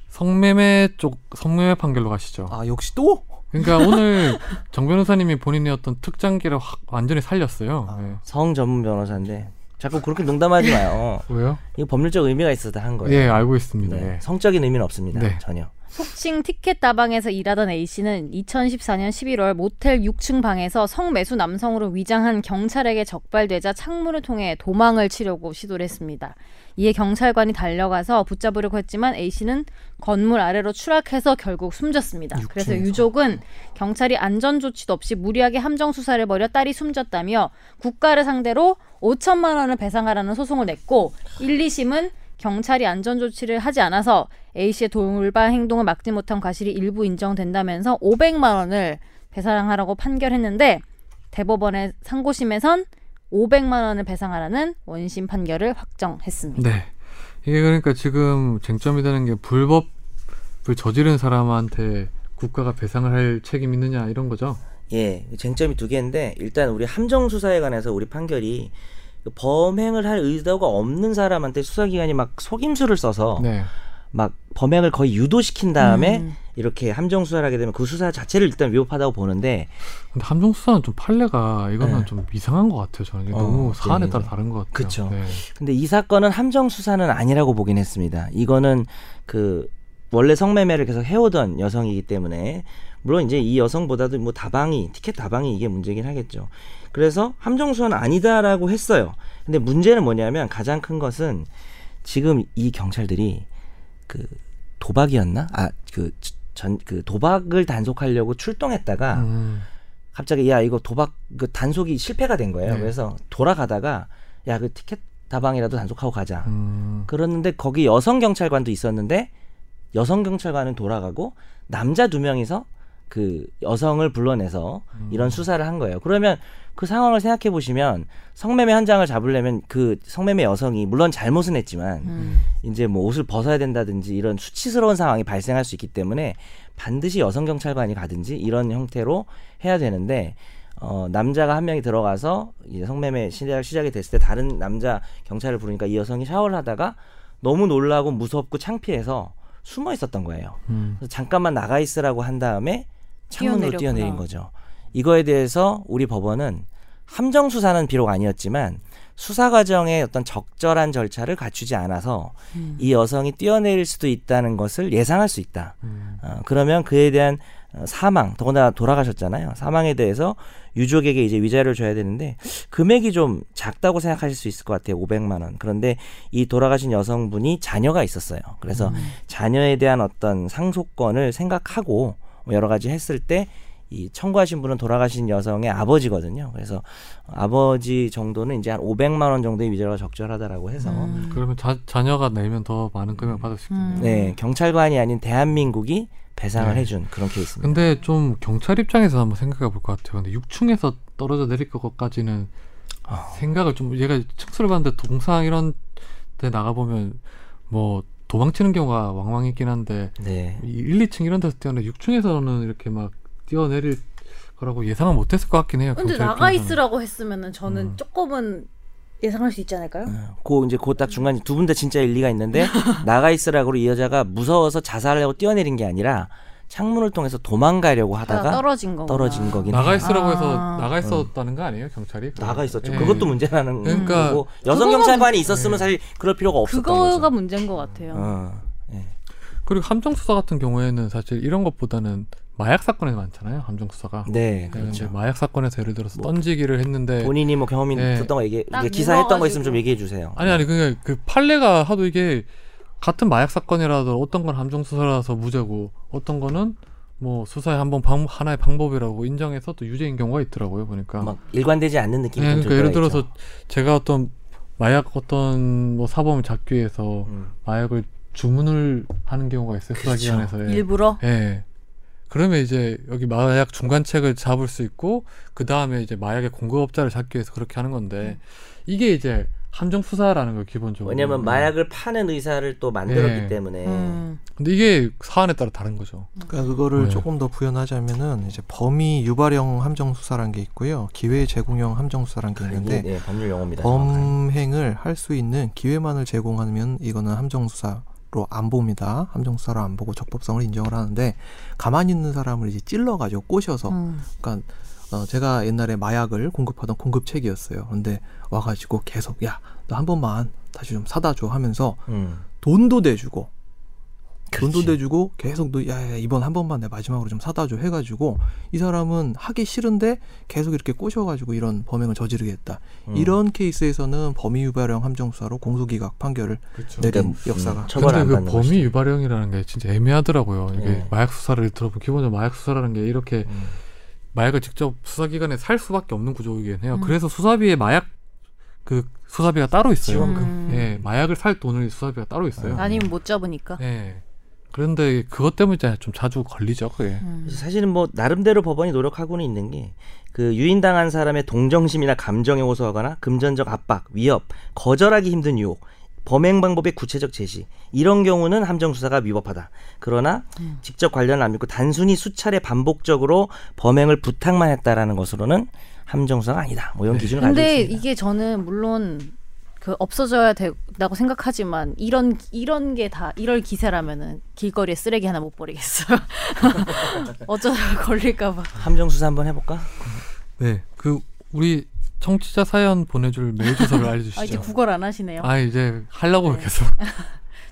[SPEAKER 1] 성매매 쪽 성매매 판결로 가시죠.
[SPEAKER 3] 아 역시 또?
[SPEAKER 1] 그러니까 오늘 정 변호사님이 본인의 어떤 특장기를 확 완전히 살렸어요.
[SPEAKER 3] 아.
[SPEAKER 1] 예.
[SPEAKER 2] 성 전문 변호사인데 자꾸 그렇게 농담하지 *laughs* 마요.
[SPEAKER 1] 왜요?
[SPEAKER 2] 이거 법률적 의미가 있어서 한 거예요.
[SPEAKER 1] 예, 알고 있습니다.
[SPEAKER 2] 네.
[SPEAKER 1] 예.
[SPEAKER 2] 성적인 의미는 없습니다.
[SPEAKER 1] 네.
[SPEAKER 2] 전혀.
[SPEAKER 4] 속칭 티켓 다방에서 일하던 A씨는 2014년 11월 모텔 6층 방에서 성매수 남성으로 위장한 경찰에게 적발되자 창문을 통해 도망을 치려고 시도를 했습니다. 이에 경찰관이 달려가서 붙잡으려고 했지만 A씨는 건물 아래로 추락해서 결국 숨졌습니다. 그래서
[SPEAKER 3] 육층에서.
[SPEAKER 4] 유족은 경찰이 안전조치도 없이 무리하게 함정수사를 벌여 딸이 숨졌다며 국가를 상대로 5천만 원을 배상하라는 소송을 냈고 1, 2심은 경찰이 안전조치를 하지 않아서 A씨의 돌발 행동을 막지 못한 과실이 일부 인정된다면서 500만 원을 배상하라고 판결했는데 대법원의 상고심에선 500만 원을 배상하라는 원심 판결을 확정했습니다.
[SPEAKER 2] 그
[SPEAKER 1] 네. 이게 그러니까 지금 쟁점이 되는 게 불법을 저지른 사람한테 국가가 배상을 할 책임이 있느냐 이런 거죠.
[SPEAKER 2] 예, 쟁점이 두 개인데 일단 우리 함정 수사에 관해서 우리 판결이 그 범행을 할 의도가 없는 사람한테 수사기관이 막 속임수를 써서
[SPEAKER 1] 네.
[SPEAKER 2] 막 범행을 거의 유도시킨 다음에
[SPEAKER 4] 음.
[SPEAKER 2] 이렇게 함정 수사를 하게 되면 그 수사 자체를 일단 위법하다고 보는데
[SPEAKER 1] 근데 함정 수사는 좀 판례가 이거는
[SPEAKER 2] 네.
[SPEAKER 1] 좀 이상한 것 같아요. 저는 이게
[SPEAKER 2] 어,
[SPEAKER 1] 너무
[SPEAKER 2] 네,
[SPEAKER 1] 사안에
[SPEAKER 2] 네.
[SPEAKER 1] 따라 다른 것 같아요.
[SPEAKER 2] 그쵸.
[SPEAKER 1] 네.
[SPEAKER 2] 근데 이 사건은 함정 수사는 아니라고 보긴 했습니다. 이거는 그 원래 성매매를 계속 해오던 여성이기 때문에 물론 이제 이 여성보다도 뭐 다방이 티켓 다방이 이게 문제긴 하겠죠. 그래서 함정 수사는 아니다라고 했어요. 근데 문제는 뭐냐면 가장 큰 것은 지금 이 경찰들이 그 도박이었나? 아 그 전 그 도박을 단속하려고 출동했다가
[SPEAKER 1] 음.
[SPEAKER 2] 갑자기 야 이거 도박 그 단속이 실패가 된 거예요.
[SPEAKER 1] 네.
[SPEAKER 2] 그래서 돌아가다가 야 그 티켓 다방이라도 단속하고 가자.
[SPEAKER 1] 음,
[SPEAKER 2] 그랬는데 거기 여성 경찰관도 있었는데 여성 경찰관은 돌아가고 남자 두 명이서 그 여성을 불러내서
[SPEAKER 1] 음.
[SPEAKER 2] 이런 수사를 한 거예요. 그러면 그 상황을 생각해 보시면 성매매 한 장을 잡으려면 그 성매매 여성이 물론 잘못은 했지만
[SPEAKER 4] 음.
[SPEAKER 2] 이제 뭐 옷을 벗어야 된다든지 이런 수치스러운 상황이 발생할 수 있기 때문에 반드시 여성 경찰관이 가든지 이런 형태로 해야 되는데 어, 남자가 한 명이 들어가서 이제 성매매 시작, 시작이 됐을 때 다른 남자 경찰을 부르니까 이 여성이 샤워를 하다가 너무 놀라고 무섭고 창피해서 숨어 있었던 거예요.
[SPEAKER 1] 음.
[SPEAKER 2] 그래서 잠깐만 나가 있으라고 한 다음에 창문으로
[SPEAKER 4] 뛰어내렸구나.
[SPEAKER 2] 뛰어내린 거죠. 이거에 대해서 우리 법원은 함정 수사는 비록 아니었지만 수사 과정에 어떤 적절한 절차를 갖추지 않아서
[SPEAKER 4] 음.
[SPEAKER 2] 이 여성이 뛰어내릴 수도 있다는 것을 예상할 수 있다. 어, 그러면 그에 대한 어, 사망, 더구나 돌아가셨잖아요. 사망에 대해서 유족에게 이제 위자료를 줘야 되는데 금액이 좀 작다고 생각하실 수 있을 것 같아요. 500만 원. 그런데 이 돌아가신 여성분이 자녀가 있었어요. 그래서 자녀에 대한 어떤 상속권을 생각하고 뭐 여러 가지 했을 때 이 청구하신 분은 돌아가신 여성의 아버지거든요. 그래서 아버지 정도는 이제 한 500만 원 정도의 위자료가 적절하다라고 해서
[SPEAKER 4] 음.
[SPEAKER 1] 그러면 자, 자녀가 내면 더 많은 금액 받을 수 있겠네요.
[SPEAKER 4] 음.
[SPEAKER 2] 네, 경찰관이 아닌 대한민국이 배상을
[SPEAKER 1] 네.
[SPEAKER 2] 해준 그런 케이스입니다.
[SPEAKER 1] 근데 좀 경찰 입장에서 한번 생각해 볼 것 같아요. 근데 6층에서 떨어져 내릴 것까지는
[SPEAKER 2] 아.
[SPEAKER 1] 생각을 좀 얘가 층수를 봤는데 동상 이런 데 나가 보면 뭐 도망치는 경우가 왕왕 있긴 한데
[SPEAKER 2] 네.
[SPEAKER 1] 이 1, 2층 이런 데서 뛰어내 6층에서는 이렇게 막 뛰어내릴 거라고 예상은 못했을 것 같긴 해요.
[SPEAKER 4] 근데
[SPEAKER 1] 경찰
[SPEAKER 4] 나가
[SPEAKER 1] 입장에서는.
[SPEAKER 4] 있으라고 했으면은 저는
[SPEAKER 1] 음.
[SPEAKER 4] 조금은 예상할 수 있지 않을까요?
[SPEAKER 2] 그 이제 그 딱 중간 두 분 다 진짜 일리가 있는데
[SPEAKER 1] *laughs*
[SPEAKER 2] 나가 있으라고 이 여자가 무서워서 자살하려고 뛰어내린 게 아니라 창문을 통해서 도망가려고
[SPEAKER 4] 다
[SPEAKER 2] 하다가
[SPEAKER 4] 아, 떨어진 거.
[SPEAKER 2] 떨어진 거긴
[SPEAKER 1] 나가
[SPEAKER 2] 해요.
[SPEAKER 1] 있으라고
[SPEAKER 4] 아.
[SPEAKER 1] 해서 나가 있었다는 거 아니에요, 경찰이?
[SPEAKER 2] 음. 나가 있었죠.
[SPEAKER 1] 예.
[SPEAKER 2] 그것도 문제라는
[SPEAKER 1] 그러니까- 예.
[SPEAKER 2] 거고 여성
[SPEAKER 4] 그거만-
[SPEAKER 2] 경찰관이 있었으면 사실 그럴 필요가 없었던
[SPEAKER 4] 그거가
[SPEAKER 2] 거죠.
[SPEAKER 4] 문제인 것 같아요.
[SPEAKER 2] 어, 예.
[SPEAKER 1] 그리고 함정 수사 같은 경우에는 사실 이런 것보다는 마약 사건에 많잖아요, 함정 수사가.
[SPEAKER 2] 네,
[SPEAKER 1] 네, 이제
[SPEAKER 2] 그렇죠. 뭐
[SPEAKER 1] 마약 사건에서 예를 들어서 던지기를 했는데
[SPEAKER 2] 본인이 뭐 경험이
[SPEAKER 1] 네.
[SPEAKER 2] 있었던 거 얘기,
[SPEAKER 4] 딱
[SPEAKER 2] 이게 기사 했던 거
[SPEAKER 4] 무서워가지고.
[SPEAKER 2] 있으면 좀 얘기해 주세요.
[SPEAKER 1] 아니 아니 그냥 그 판례가 하도 이게 같은 마약 사건이라도 어떤 건 함정 수사라서 무죄고 어떤 거는 뭐 수사의 한번 방, 하나의 방법이라고 인정해서 또 유죄인 경우가 있더라고요 보니까.
[SPEAKER 2] 어, 막 일관되지 않는
[SPEAKER 1] 네,
[SPEAKER 2] 느낌이 좀
[SPEAKER 1] 그러니까
[SPEAKER 2] 들
[SPEAKER 1] 예를
[SPEAKER 2] 때가 있죠.
[SPEAKER 1] 들어서 제가 어떤 마약 어떤 뭐 사범을 잡기 위해서
[SPEAKER 2] 음.
[SPEAKER 1] 마약을 주문을 하는 경우가 있어요 수사
[SPEAKER 2] 그렇죠.
[SPEAKER 1] 기관에서. 예.
[SPEAKER 4] 일부러.
[SPEAKER 1] 예. 그러면 이제 여기 마약 중간책을 잡을 수 있고 그 다음에 이제 마약의 공급업자를 잡기 위해서 그렇게 하는 건데 이게 이제 함정 수사라는 거 기본적으로.
[SPEAKER 2] 음. 왜냐면
[SPEAKER 1] 음.
[SPEAKER 2] 마약을 파는 의사를 또 만들었기
[SPEAKER 1] 예.
[SPEAKER 2] 때문에
[SPEAKER 4] 음.
[SPEAKER 1] 근데 이게 사안에 따라 다른 거죠.
[SPEAKER 3] 그러니까 그거를
[SPEAKER 1] 네.
[SPEAKER 3] 조금 더 부연하자면은 이제 범위 유발형 함정 수사라는 게 있고요. 기회 제공형 함정 수사라는 게 있는데
[SPEAKER 2] 이게, 예, 법률 용어입니다. 정확하게.
[SPEAKER 3] 범행을 할 수 있는 기회만을 제공하면 이거는 함정 수사로 안 봅니다. 함정 수사로 안 보고 적법성을 인정을 하는데 가만히 있는 사람을 이제 찔러 가지고 꼬셔서
[SPEAKER 4] 음.
[SPEAKER 3] 그러니까 어, 제가 옛날에 마약을 공급하던 공급책이었어요. 근데 와가지고 계속 야 너 한 번만 다시 좀 사다 줘 하면서
[SPEAKER 2] 음.
[SPEAKER 3] 돈도 내주고 돈도
[SPEAKER 2] 그렇지.
[SPEAKER 3] 내주고 계속 너 야야 이번 한 번만 내 마지막으로 좀 사다 줘 해가지고 이 사람은 하기 싫은데 계속 이렇게 꼬셔가지고 이런 범행을 저지르겠다.
[SPEAKER 2] 음.
[SPEAKER 3] 이런 케이스에서는 범위 유발형 함정 수사로 공소기각 판결을
[SPEAKER 1] 그렇죠.
[SPEAKER 3] 내린
[SPEAKER 2] 그러니까,
[SPEAKER 3] 역사가
[SPEAKER 2] 음, 처벌
[SPEAKER 1] 근데
[SPEAKER 2] 안
[SPEAKER 1] 그
[SPEAKER 2] 받는
[SPEAKER 1] 범위
[SPEAKER 2] 것이죠.
[SPEAKER 1] 유발형이라는 게 진짜 애매하더라고요. 이게
[SPEAKER 2] 예.
[SPEAKER 1] 마약 수사를 들어보면 기본적으로 마약 수사라는 게 이렇게
[SPEAKER 2] 음.
[SPEAKER 1] 마약을 직접 수사기관에 살 수밖에 없는 구조이긴 해요.
[SPEAKER 4] 음.
[SPEAKER 1] 그래서 수사비에 마약 그 수사비가 따로 있어요.
[SPEAKER 2] 지원금.
[SPEAKER 4] 음.
[SPEAKER 1] 예, 마약을 살 돈을 수사비가 따로 있어요.
[SPEAKER 4] 아니면 못
[SPEAKER 2] 네.
[SPEAKER 4] 잡으니까.
[SPEAKER 1] 예. 그런데 그것 때문에 이제 좀 자주 걸리죠, 그게.
[SPEAKER 4] 음.
[SPEAKER 2] 그래서 사실은 뭐 나름대로 법원이 노력하고는 있는 게 그 유인당한 사람의 동정심이나 감정에 호소하거나 금전적 압박, 위협, 거절하기 힘든 유혹, 범행 방법의 구체적 제시 이런 경우는 함정 수사가 위법하다. 그러나
[SPEAKER 4] 음.
[SPEAKER 2] 직접 관련을 안 믿고 단순히 수차례 반복적으로 범행을 부탁만 했다라는 것으로는 함정 수사가 아니다. 뭐 이런 기준을 가지고
[SPEAKER 4] 근데
[SPEAKER 2] 있습니다.
[SPEAKER 4] 이게 저는 물론 그 없어져야 된다고 생각하지만 이런 이런 게 다 이럴 기세라면은 길거리에 쓰레기 하나 못 버리겠어요. *laughs* 어쩌다가 걸릴까봐.
[SPEAKER 2] 함정 수사 한번 해볼까?
[SPEAKER 1] 네. 그 우리 청취자 사연 보내줄 메일
[SPEAKER 4] *laughs*
[SPEAKER 1] 주소를 알려주시죠.
[SPEAKER 4] 아, 이제 구걸 안 하시네요. 네.
[SPEAKER 1] 아, 이제 하려고 계속.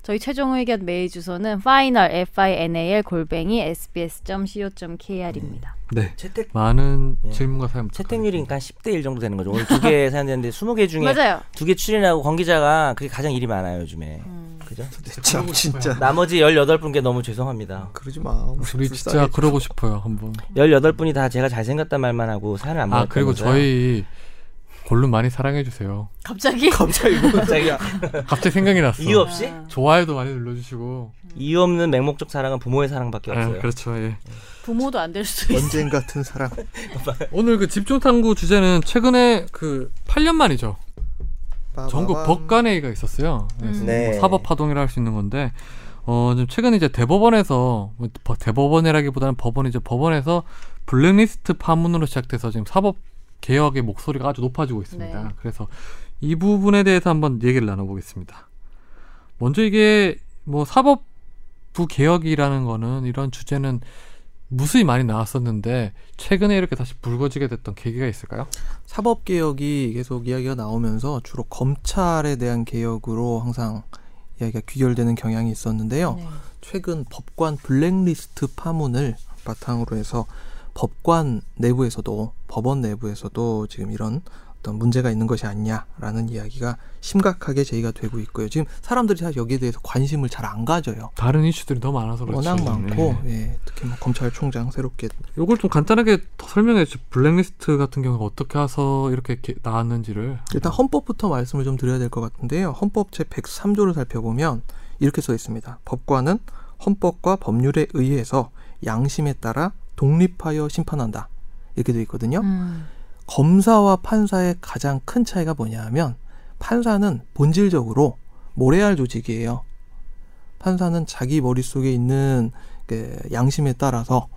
[SPEAKER 4] 저희 최종 의견 메일 주소는 final f i n a l 골뱅이 s b s c o k r 입니다.
[SPEAKER 1] 네.
[SPEAKER 2] 채택
[SPEAKER 1] 많은
[SPEAKER 2] 예.
[SPEAKER 1] 질문과 사연.
[SPEAKER 2] 채택률이 그러니까 10대 1 정도 되는 거죠.
[SPEAKER 4] *laughs*
[SPEAKER 2] 오늘 두 개 사연 되는데 20개 중에
[SPEAKER 4] 맞아요.
[SPEAKER 2] 두 개 출연하고 권 기자가 그게 가장 일이 많아요 요즘에.
[SPEAKER 4] 음.
[SPEAKER 2] 그죠?
[SPEAKER 3] 참 진짜
[SPEAKER 2] 나머지 18분께 너무 죄송합니다.
[SPEAKER 3] 그러지 마.
[SPEAKER 1] 우리 진짜 그러고 싶어요 한번.
[SPEAKER 2] 18분이 다 제가 잘생겼단 말만 하고 사연을 안
[SPEAKER 1] 아
[SPEAKER 2] 보냈다면서요?
[SPEAKER 1] 그리고 저희 골룸 많이 사랑해 주세요.
[SPEAKER 4] 갑자기
[SPEAKER 2] *laughs* 갑자기 뭐 갑자기
[SPEAKER 1] 어. 갑자기 생각이 났어.
[SPEAKER 2] 이유 없이?
[SPEAKER 1] 좋아요도 많이 눌러주시고.
[SPEAKER 2] 이유 없는 맹목적 사랑은 부모의 사랑밖에
[SPEAKER 1] 아,
[SPEAKER 2] 없어요. 네.
[SPEAKER 1] 그렇죠. 예.
[SPEAKER 4] 부모도 안 될
[SPEAKER 3] *laughs*
[SPEAKER 4] 수도 있어.
[SPEAKER 3] 언젠 같은 사람.
[SPEAKER 1] 오늘 그 집중탐구 주제는 최근에 그 8년 만이죠.
[SPEAKER 2] 아,
[SPEAKER 1] 전국 법관회의가 있었어요.
[SPEAKER 4] 음.
[SPEAKER 1] 그래서
[SPEAKER 2] 네.
[SPEAKER 1] 뭐 사법 파동이라 할 수 있는 건데 어, 지금 최근에 이제 대법원에서 뭐 법- 대법원이라기보다는 법원 이제 법원에서 블랙리스트 파문으로 시작돼서 지금 사법 개혁의 목소리가 아주 높아지고 있습니다.
[SPEAKER 4] 네.
[SPEAKER 1] 그래서 이 부분에 대해서 한번 얘기를 나눠보겠습니다. 먼저 이게 뭐 사법부 개혁이라는 거는 이런 주제는 무수히 많이 나왔었는데 최근에 이렇게 다시 불거지게 됐던 계기가 있을까요?
[SPEAKER 3] 사법 개혁이 계속 이야기가 나오면서 주로 검찰에 대한 개혁으로 항상 이야기가 귀결되는 경향이 있었는데요.
[SPEAKER 4] 네.
[SPEAKER 3] 최근 법관 블랙리스트 파문을 바탕으로 해서 법관 내부에서도 법원 내부에서도 지금 이런 어떤 문제가 있는 것이 아니냐라는 이야기가 심각하게 제기가 되고 있고요. 지금 사람들이 사실 여기에 대해서 관심을 잘 안 가져요.
[SPEAKER 1] 다른 이슈들이 너무 많아서 그렇죠.
[SPEAKER 3] 워낙 많고
[SPEAKER 1] 네.
[SPEAKER 3] 예, 특히 뭐 검찰총장 새롭게
[SPEAKER 1] 요걸 좀 간단하게 더 설명해 주죠. 블랙리스트 같은 경우가 어떻게 해서 이렇게 게- 나왔는지를.
[SPEAKER 3] 일단 헌법부터 말씀을 좀 드려야 될 것 같은데요. 헌법 제 103조를 살펴보면 이렇게 써 있습니다. 법관은 헌법과 법률에 의해서 양심에 따라 독립하여 심판한다. 이렇게 돼 있거든요.
[SPEAKER 4] 음.
[SPEAKER 3] 검사와 판사의 가장 큰 차이가 뭐냐 하면 판사는 본질적으로 모래알 조직이에요. 판사는 자기 머릿속에 있는 그 양심에 따라서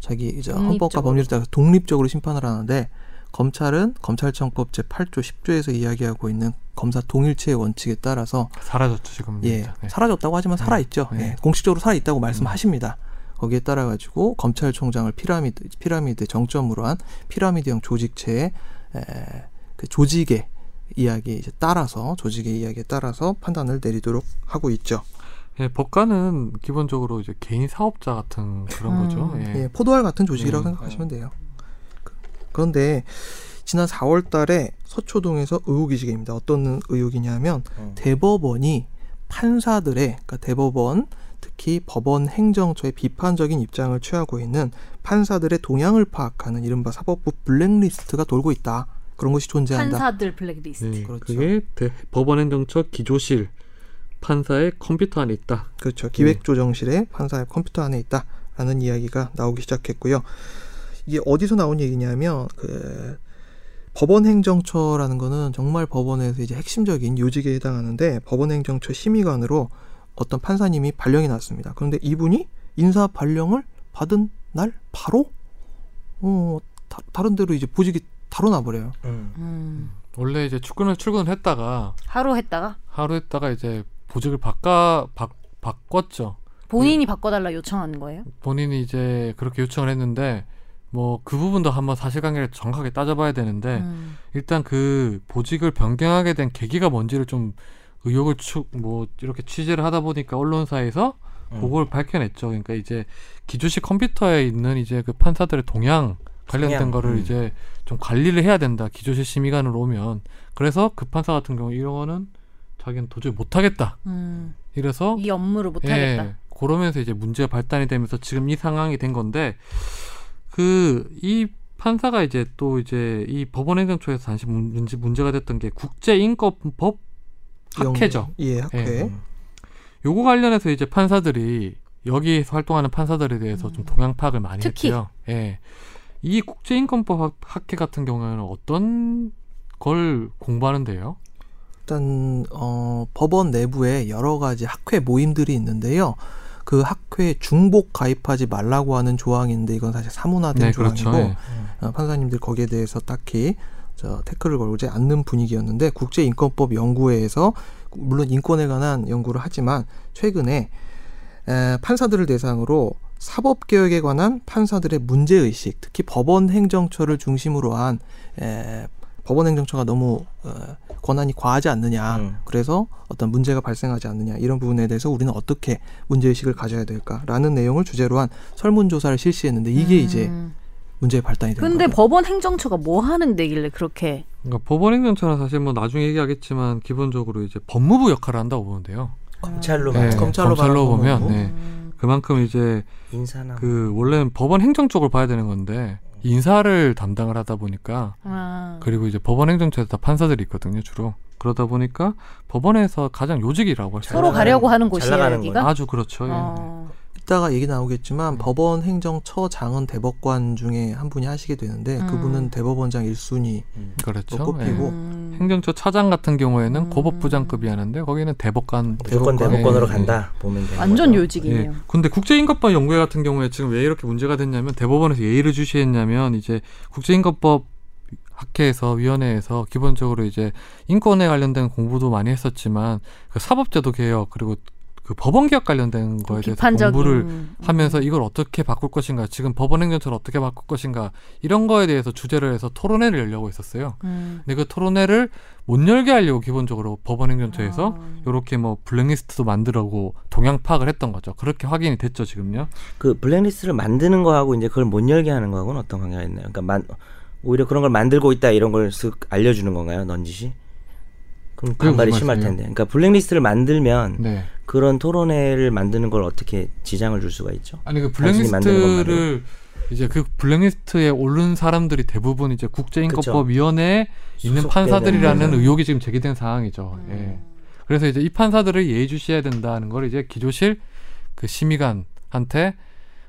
[SPEAKER 3] 자기 이제 헌법과
[SPEAKER 4] 독립적으로.
[SPEAKER 3] 법률에 따라서 독립적으로 심판을 하는데 검찰은 검찰청법 제8조 10조에서 이야기하고 있는 검사 동일체의 원칙에 따라서
[SPEAKER 1] 사라졌죠, 네. 지금.
[SPEAKER 3] 예, 사라졌다고 하지만 살아있죠.
[SPEAKER 1] 네.
[SPEAKER 3] 예, 공식적으로 살아있다고 말씀하십니다. 거기에 따라 가지고 검찰총장을 피라미드 피라미드 정점으로 한 피라미드형 조직체의 에, 그 조직의 이야기에 이제 따라서 조직의 이야기에 따라서 판단을 내리도록 하고 있죠.
[SPEAKER 1] 예, 법관은 기본적으로 이제 개인 사업자 같은 그런
[SPEAKER 4] 음.
[SPEAKER 1] 거죠. 예.
[SPEAKER 3] 예, 포도알 같은 조직이라고
[SPEAKER 1] 네.
[SPEAKER 3] 생각하시면 돼요. 그- 그런데 지난 4월 달에 서초동에서 의혹이 지입니다 어떤 의혹이냐면
[SPEAKER 2] 음.
[SPEAKER 3] 대법원이 판사들의 그러니까 대법원 특히 법원 행정처의 비판적인 입장을 취하고 있는 판사들의 동향을 파악하는 이른바 사법부 블랙리스트가 돌고 있다. 그런 것이 존재한다.
[SPEAKER 4] 판사들 블랙리스트.
[SPEAKER 1] 예,
[SPEAKER 3] 그렇죠.
[SPEAKER 1] 그게 대- 법원행정처 기조실 판사의 컴퓨터 안에 있다.
[SPEAKER 3] 그렇죠.
[SPEAKER 1] 네.
[SPEAKER 3] 기획조정실에 판사의 컴퓨터 안에 있다라는 이야기가 나오기 시작했고요. 이게 어디서 나온 얘기냐면 그 법원 행정처라는 거는 정말 법원에서 이제 핵심적인 요직에 해당하는데 법원 행정처 심의관으로 어떤 판사님이 발령이 났습니다. 그런데 이분이 인사 발령을 받은 날 바로 어, 다, 다른 데로 이제 보직이 바로 나버려요.
[SPEAKER 2] 음.
[SPEAKER 4] 음.
[SPEAKER 1] 원래 이제 축근을 출근했다가
[SPEAKER 4] 하루 했다가
[SPEAKER 1] 하루 했다가 이제 보직을 바꿔 바, 바꿨죠.
[SPEAKER 4] 본인이 바꿔달라 요청한 거예요.
[SPEAKER 1] 본인이 이제 그렇게 요청을 했는데 뭐 그 부분도 한번 사실관계를 정확하게 따져봐야 되는데
[SPEAKER 4] 음.
[SPEAKER 1] 일단 그 보직을 변경하게 된 계기가 뭔지를 좀 의혹을 축뭐 이렇게 취재를 하다 보니까 언론사에서
[SPEAKER 2] 음.
[SPEAKER 1] 그걸 밝혀냈죠. 그러니까 이제 기조식 컴퓨터에 있는 이제 그 판사들의 동향 관련된
[SPEAKER 2] 동향,
[SPEAKER 1] 거를
[SPEAKER 2] 음.
[SPEAKER 1] 이제 좀 관리를 해야 된다. 기조식 심의관으로 오면 그래서 그 판사 같은 경우 이런 거는 자기는 도저히 못하겠다.
[SPEAKER 4] 음.
[SPEAKER 1] 이래서
[SPEAKER 4] 이 업무를 못하겠다.
[SPEAKER 1] 예, 그러면서 이제 문제가 발단이 되면서 지금 이 상황이 된 건데 그 이 판사가 이제 또 이제 이 법원행정처에서 당시 문- 문제 문제가 됐던 게 국제인권법 학회죠.
[SPEAKER 3] 예, 학회.
[SPEAKER 1] 예. 요거 관련해서 이제 판사들이 여기에서 활동하는 판사들에 대해서 좀 동향 파악을 많이
[SPEAKER 4] 음. 특히.
[SPEAKER 1] 했고요. 예. 이 국제인권법 학- 학회 같은 경우에는 어떤 걸 공부하는데요?
[SPEAKER 3] 일단 어, 법원 내부에 여러 가지 학회 모임들이 있는데요. 그 학회에 중복 가입하지 말라고 하는 조항인데 이건 사실 사문화된 조항이고
[SPEAKER 1] 예.
[SPEAKER 3] 어, 판사님들 거기에 대해서 딱히 저 태클을 걸지 않는 분위기였는데 국제인권법 연구회에서 물론 인권에 관한 연구를 하지만 최근에 에, 판사들을 대상으로 사법 개혁에 관한 판사들의 문제 의식, 특히 법원 행정처를 중심으로 한 에, 법원 행정처가 너무 어, 권한이 과하지 않느냐,
[SPEAKER 2] 음.
[SPEAKER 3] 그래서 어떤 문제가 발생하지 않느냐 이런 부분에 대해서 우리는 어떻게 문제 의식을 가져야 될까라는 내용을 주제로 한 설문 조사를 실시했는데 이게 이제
[SPEAKER 4] 음.
[SPEAKER 3] 문제의 발단이 된
[SPEAKER 4] 근데
[SPEAKER 3] 거예요.
[SPEAKER 4] 법원 행정처가 뭐 하는 데길래 그렇게
[SPEAKER 1] 그러니까 법원행정처는 사실 뭐 나중에 얘기하겠지만 기본적으로 이제 법무부 역할을 한다고 보는데요.
[SPEAKER 2] 검찰로
[SPEAKER 1] 네,
[SPEAKER 2] 만
[SPEAKER 3] 검찰로
[SPEAKER 1] 검찰로
[SPEAKER 3] 바라보면
[SPEAKER 1] 보면 네. 그만큼 이제
[SPEAKER 2] 인사나
[SPEAKER 1] 그 원래는 법원 행정 쪽을 봐야 되는 건데 인사를 담당을 하다 보니까
[SPEAKER 4] 아.
[SPEAKER 1] 그리고 이제 법원 행정처에서 다 판사들이 있거든요 주로 그러다 보니까 법원에서 가장 요직이라고 할 수
[SPEAKER 4] 서로
[SPEAKER 1] 있어요.
[SPEAKER 4] 가려고 하는
[SPEAKER 2] 잘
[SPEAKER 4] 곳이에요
[SPEAKER 2] 나가는
[SPEAKER 4] 여기가.
[SPEAKER 1] 아주 그렇죠. 예.
[SPEAKER 4] 어.
[SPEAKER 3] 이따가 얘기 나오겠지만 법원 행정처 장은 대법관 중에 한 분이 하시게 되는데
[SPEAKER 4] 음.
[SPEAKER 3] 그분은 대법원장 1순위
[SPEAKER 2] 음.
[SPEAKER 1] 그렇죠.
[SPEAKER 3] 뭐
[SPEAKER 1] 예.
[SPEAKER 3] 꼽히고.
[SPEAKER 4] 음.
[SPEAKER 1] 행정처 차장 같은 경우에는
[SPEAKER 4] 음.
[SPEAKER 1] 고법부장급이 하는데 거기는 대법관
[SPEAKER 2] 무조건
[SPEAKER 3] 대법관.
[SPEAKER 2] 대법관으로
[SPEAKER 1] 예,
[SPEAKER 2] 간다 보면 되는
[SPEAKER 4] 완전
[SPEAKER 2] 거죠.
[SPEAKER 1] 예.
[SPEAKER 4] 요직이네요.
[SPEAKER 1] 근데 국제인권법 연구회 같은 경우에 지금 왜 이렇게 문제가 됐냐면 대법원에서 예의를 주시했냐면 이제 국제인권법 학회에서 위원회에서 기본적으로 이제 인권에 관련된 공부도 많이 했었지만 그 사법제도 개혁 그리고 그 법원 개혁 관련된 거에 대해서
[SPEAKER 4] 비판적인
[SPEAKER 1] 공부를
[SPEAKER 4] 음.
[SPEAKER 1] 하면서 이걸 어떻게 바꿀 것인가, 지금 법원 행정처를 어떻게 바꿀 것인가 이런 거에 대해서 주제를 해서 토론회를 열려고 했었어요.
[SPEAKER 4] 음.
[SPEAKER 1] 근데 그 토론회를 못 열게 하려고 기본적으로 법원 행정처에서
[SPEAKER 4] 아.
[SPEAKER 1] 요렇게 뭐 블랙리스트도 만들고 동향 파악을 했던 거죠. 그렇게 확인이 됐죠, 지금요.
[SPEAKER 2] 그 블랙리스트를 만드는 거하고 이제 그걸 못 열게 하는 거하고는 어떤 관계가 있나요? 그러니까 만, 오히려 그런 걸 만들고 있다 이런 걸 쓱 알려주는 건가요, 넌지시? 그럼
[SPEAKER 1] 그게
[SPEAKER 2] 반발이
[SPEAKER 1] 무슨
[SPEAKER 2] 심할
[SPEAKER 1] 말씀이에요?
[SPEAKER 2] 텐데. 그러니까 블랙리스트를 만들면
[SPEAKER 1] 네.
[SPEAKER 2] 그런 토론회를 만드는 걸 어떻게 지장을 줄 수가 있죠?
[SPEAKER 1] 아니 그
[SPEAKER 2] 단순히 만드는 것만으로.
[SPEAKER 1] 블랙리스트를 이제 그 블랙리스트에 오른 사람들이 대부분 이제
[SPEAKER 2] 그쵸.
[SPEAKER 1] 국제인권법 위원회에 있는
[SPEAKER 2] 소속되는
[SPEAKER 1] 판사들이라는
[SPEAKER 2] 분들.
[SPEAKER 1] 의혹이 지금 제기된 상황이죠.
[SPEAKER 4] 음.
[SPEAKER 1] 예. 그래서 이제 이 판사들을 예의주시해야 된다는 걸 이제 기조실 그 심의관한테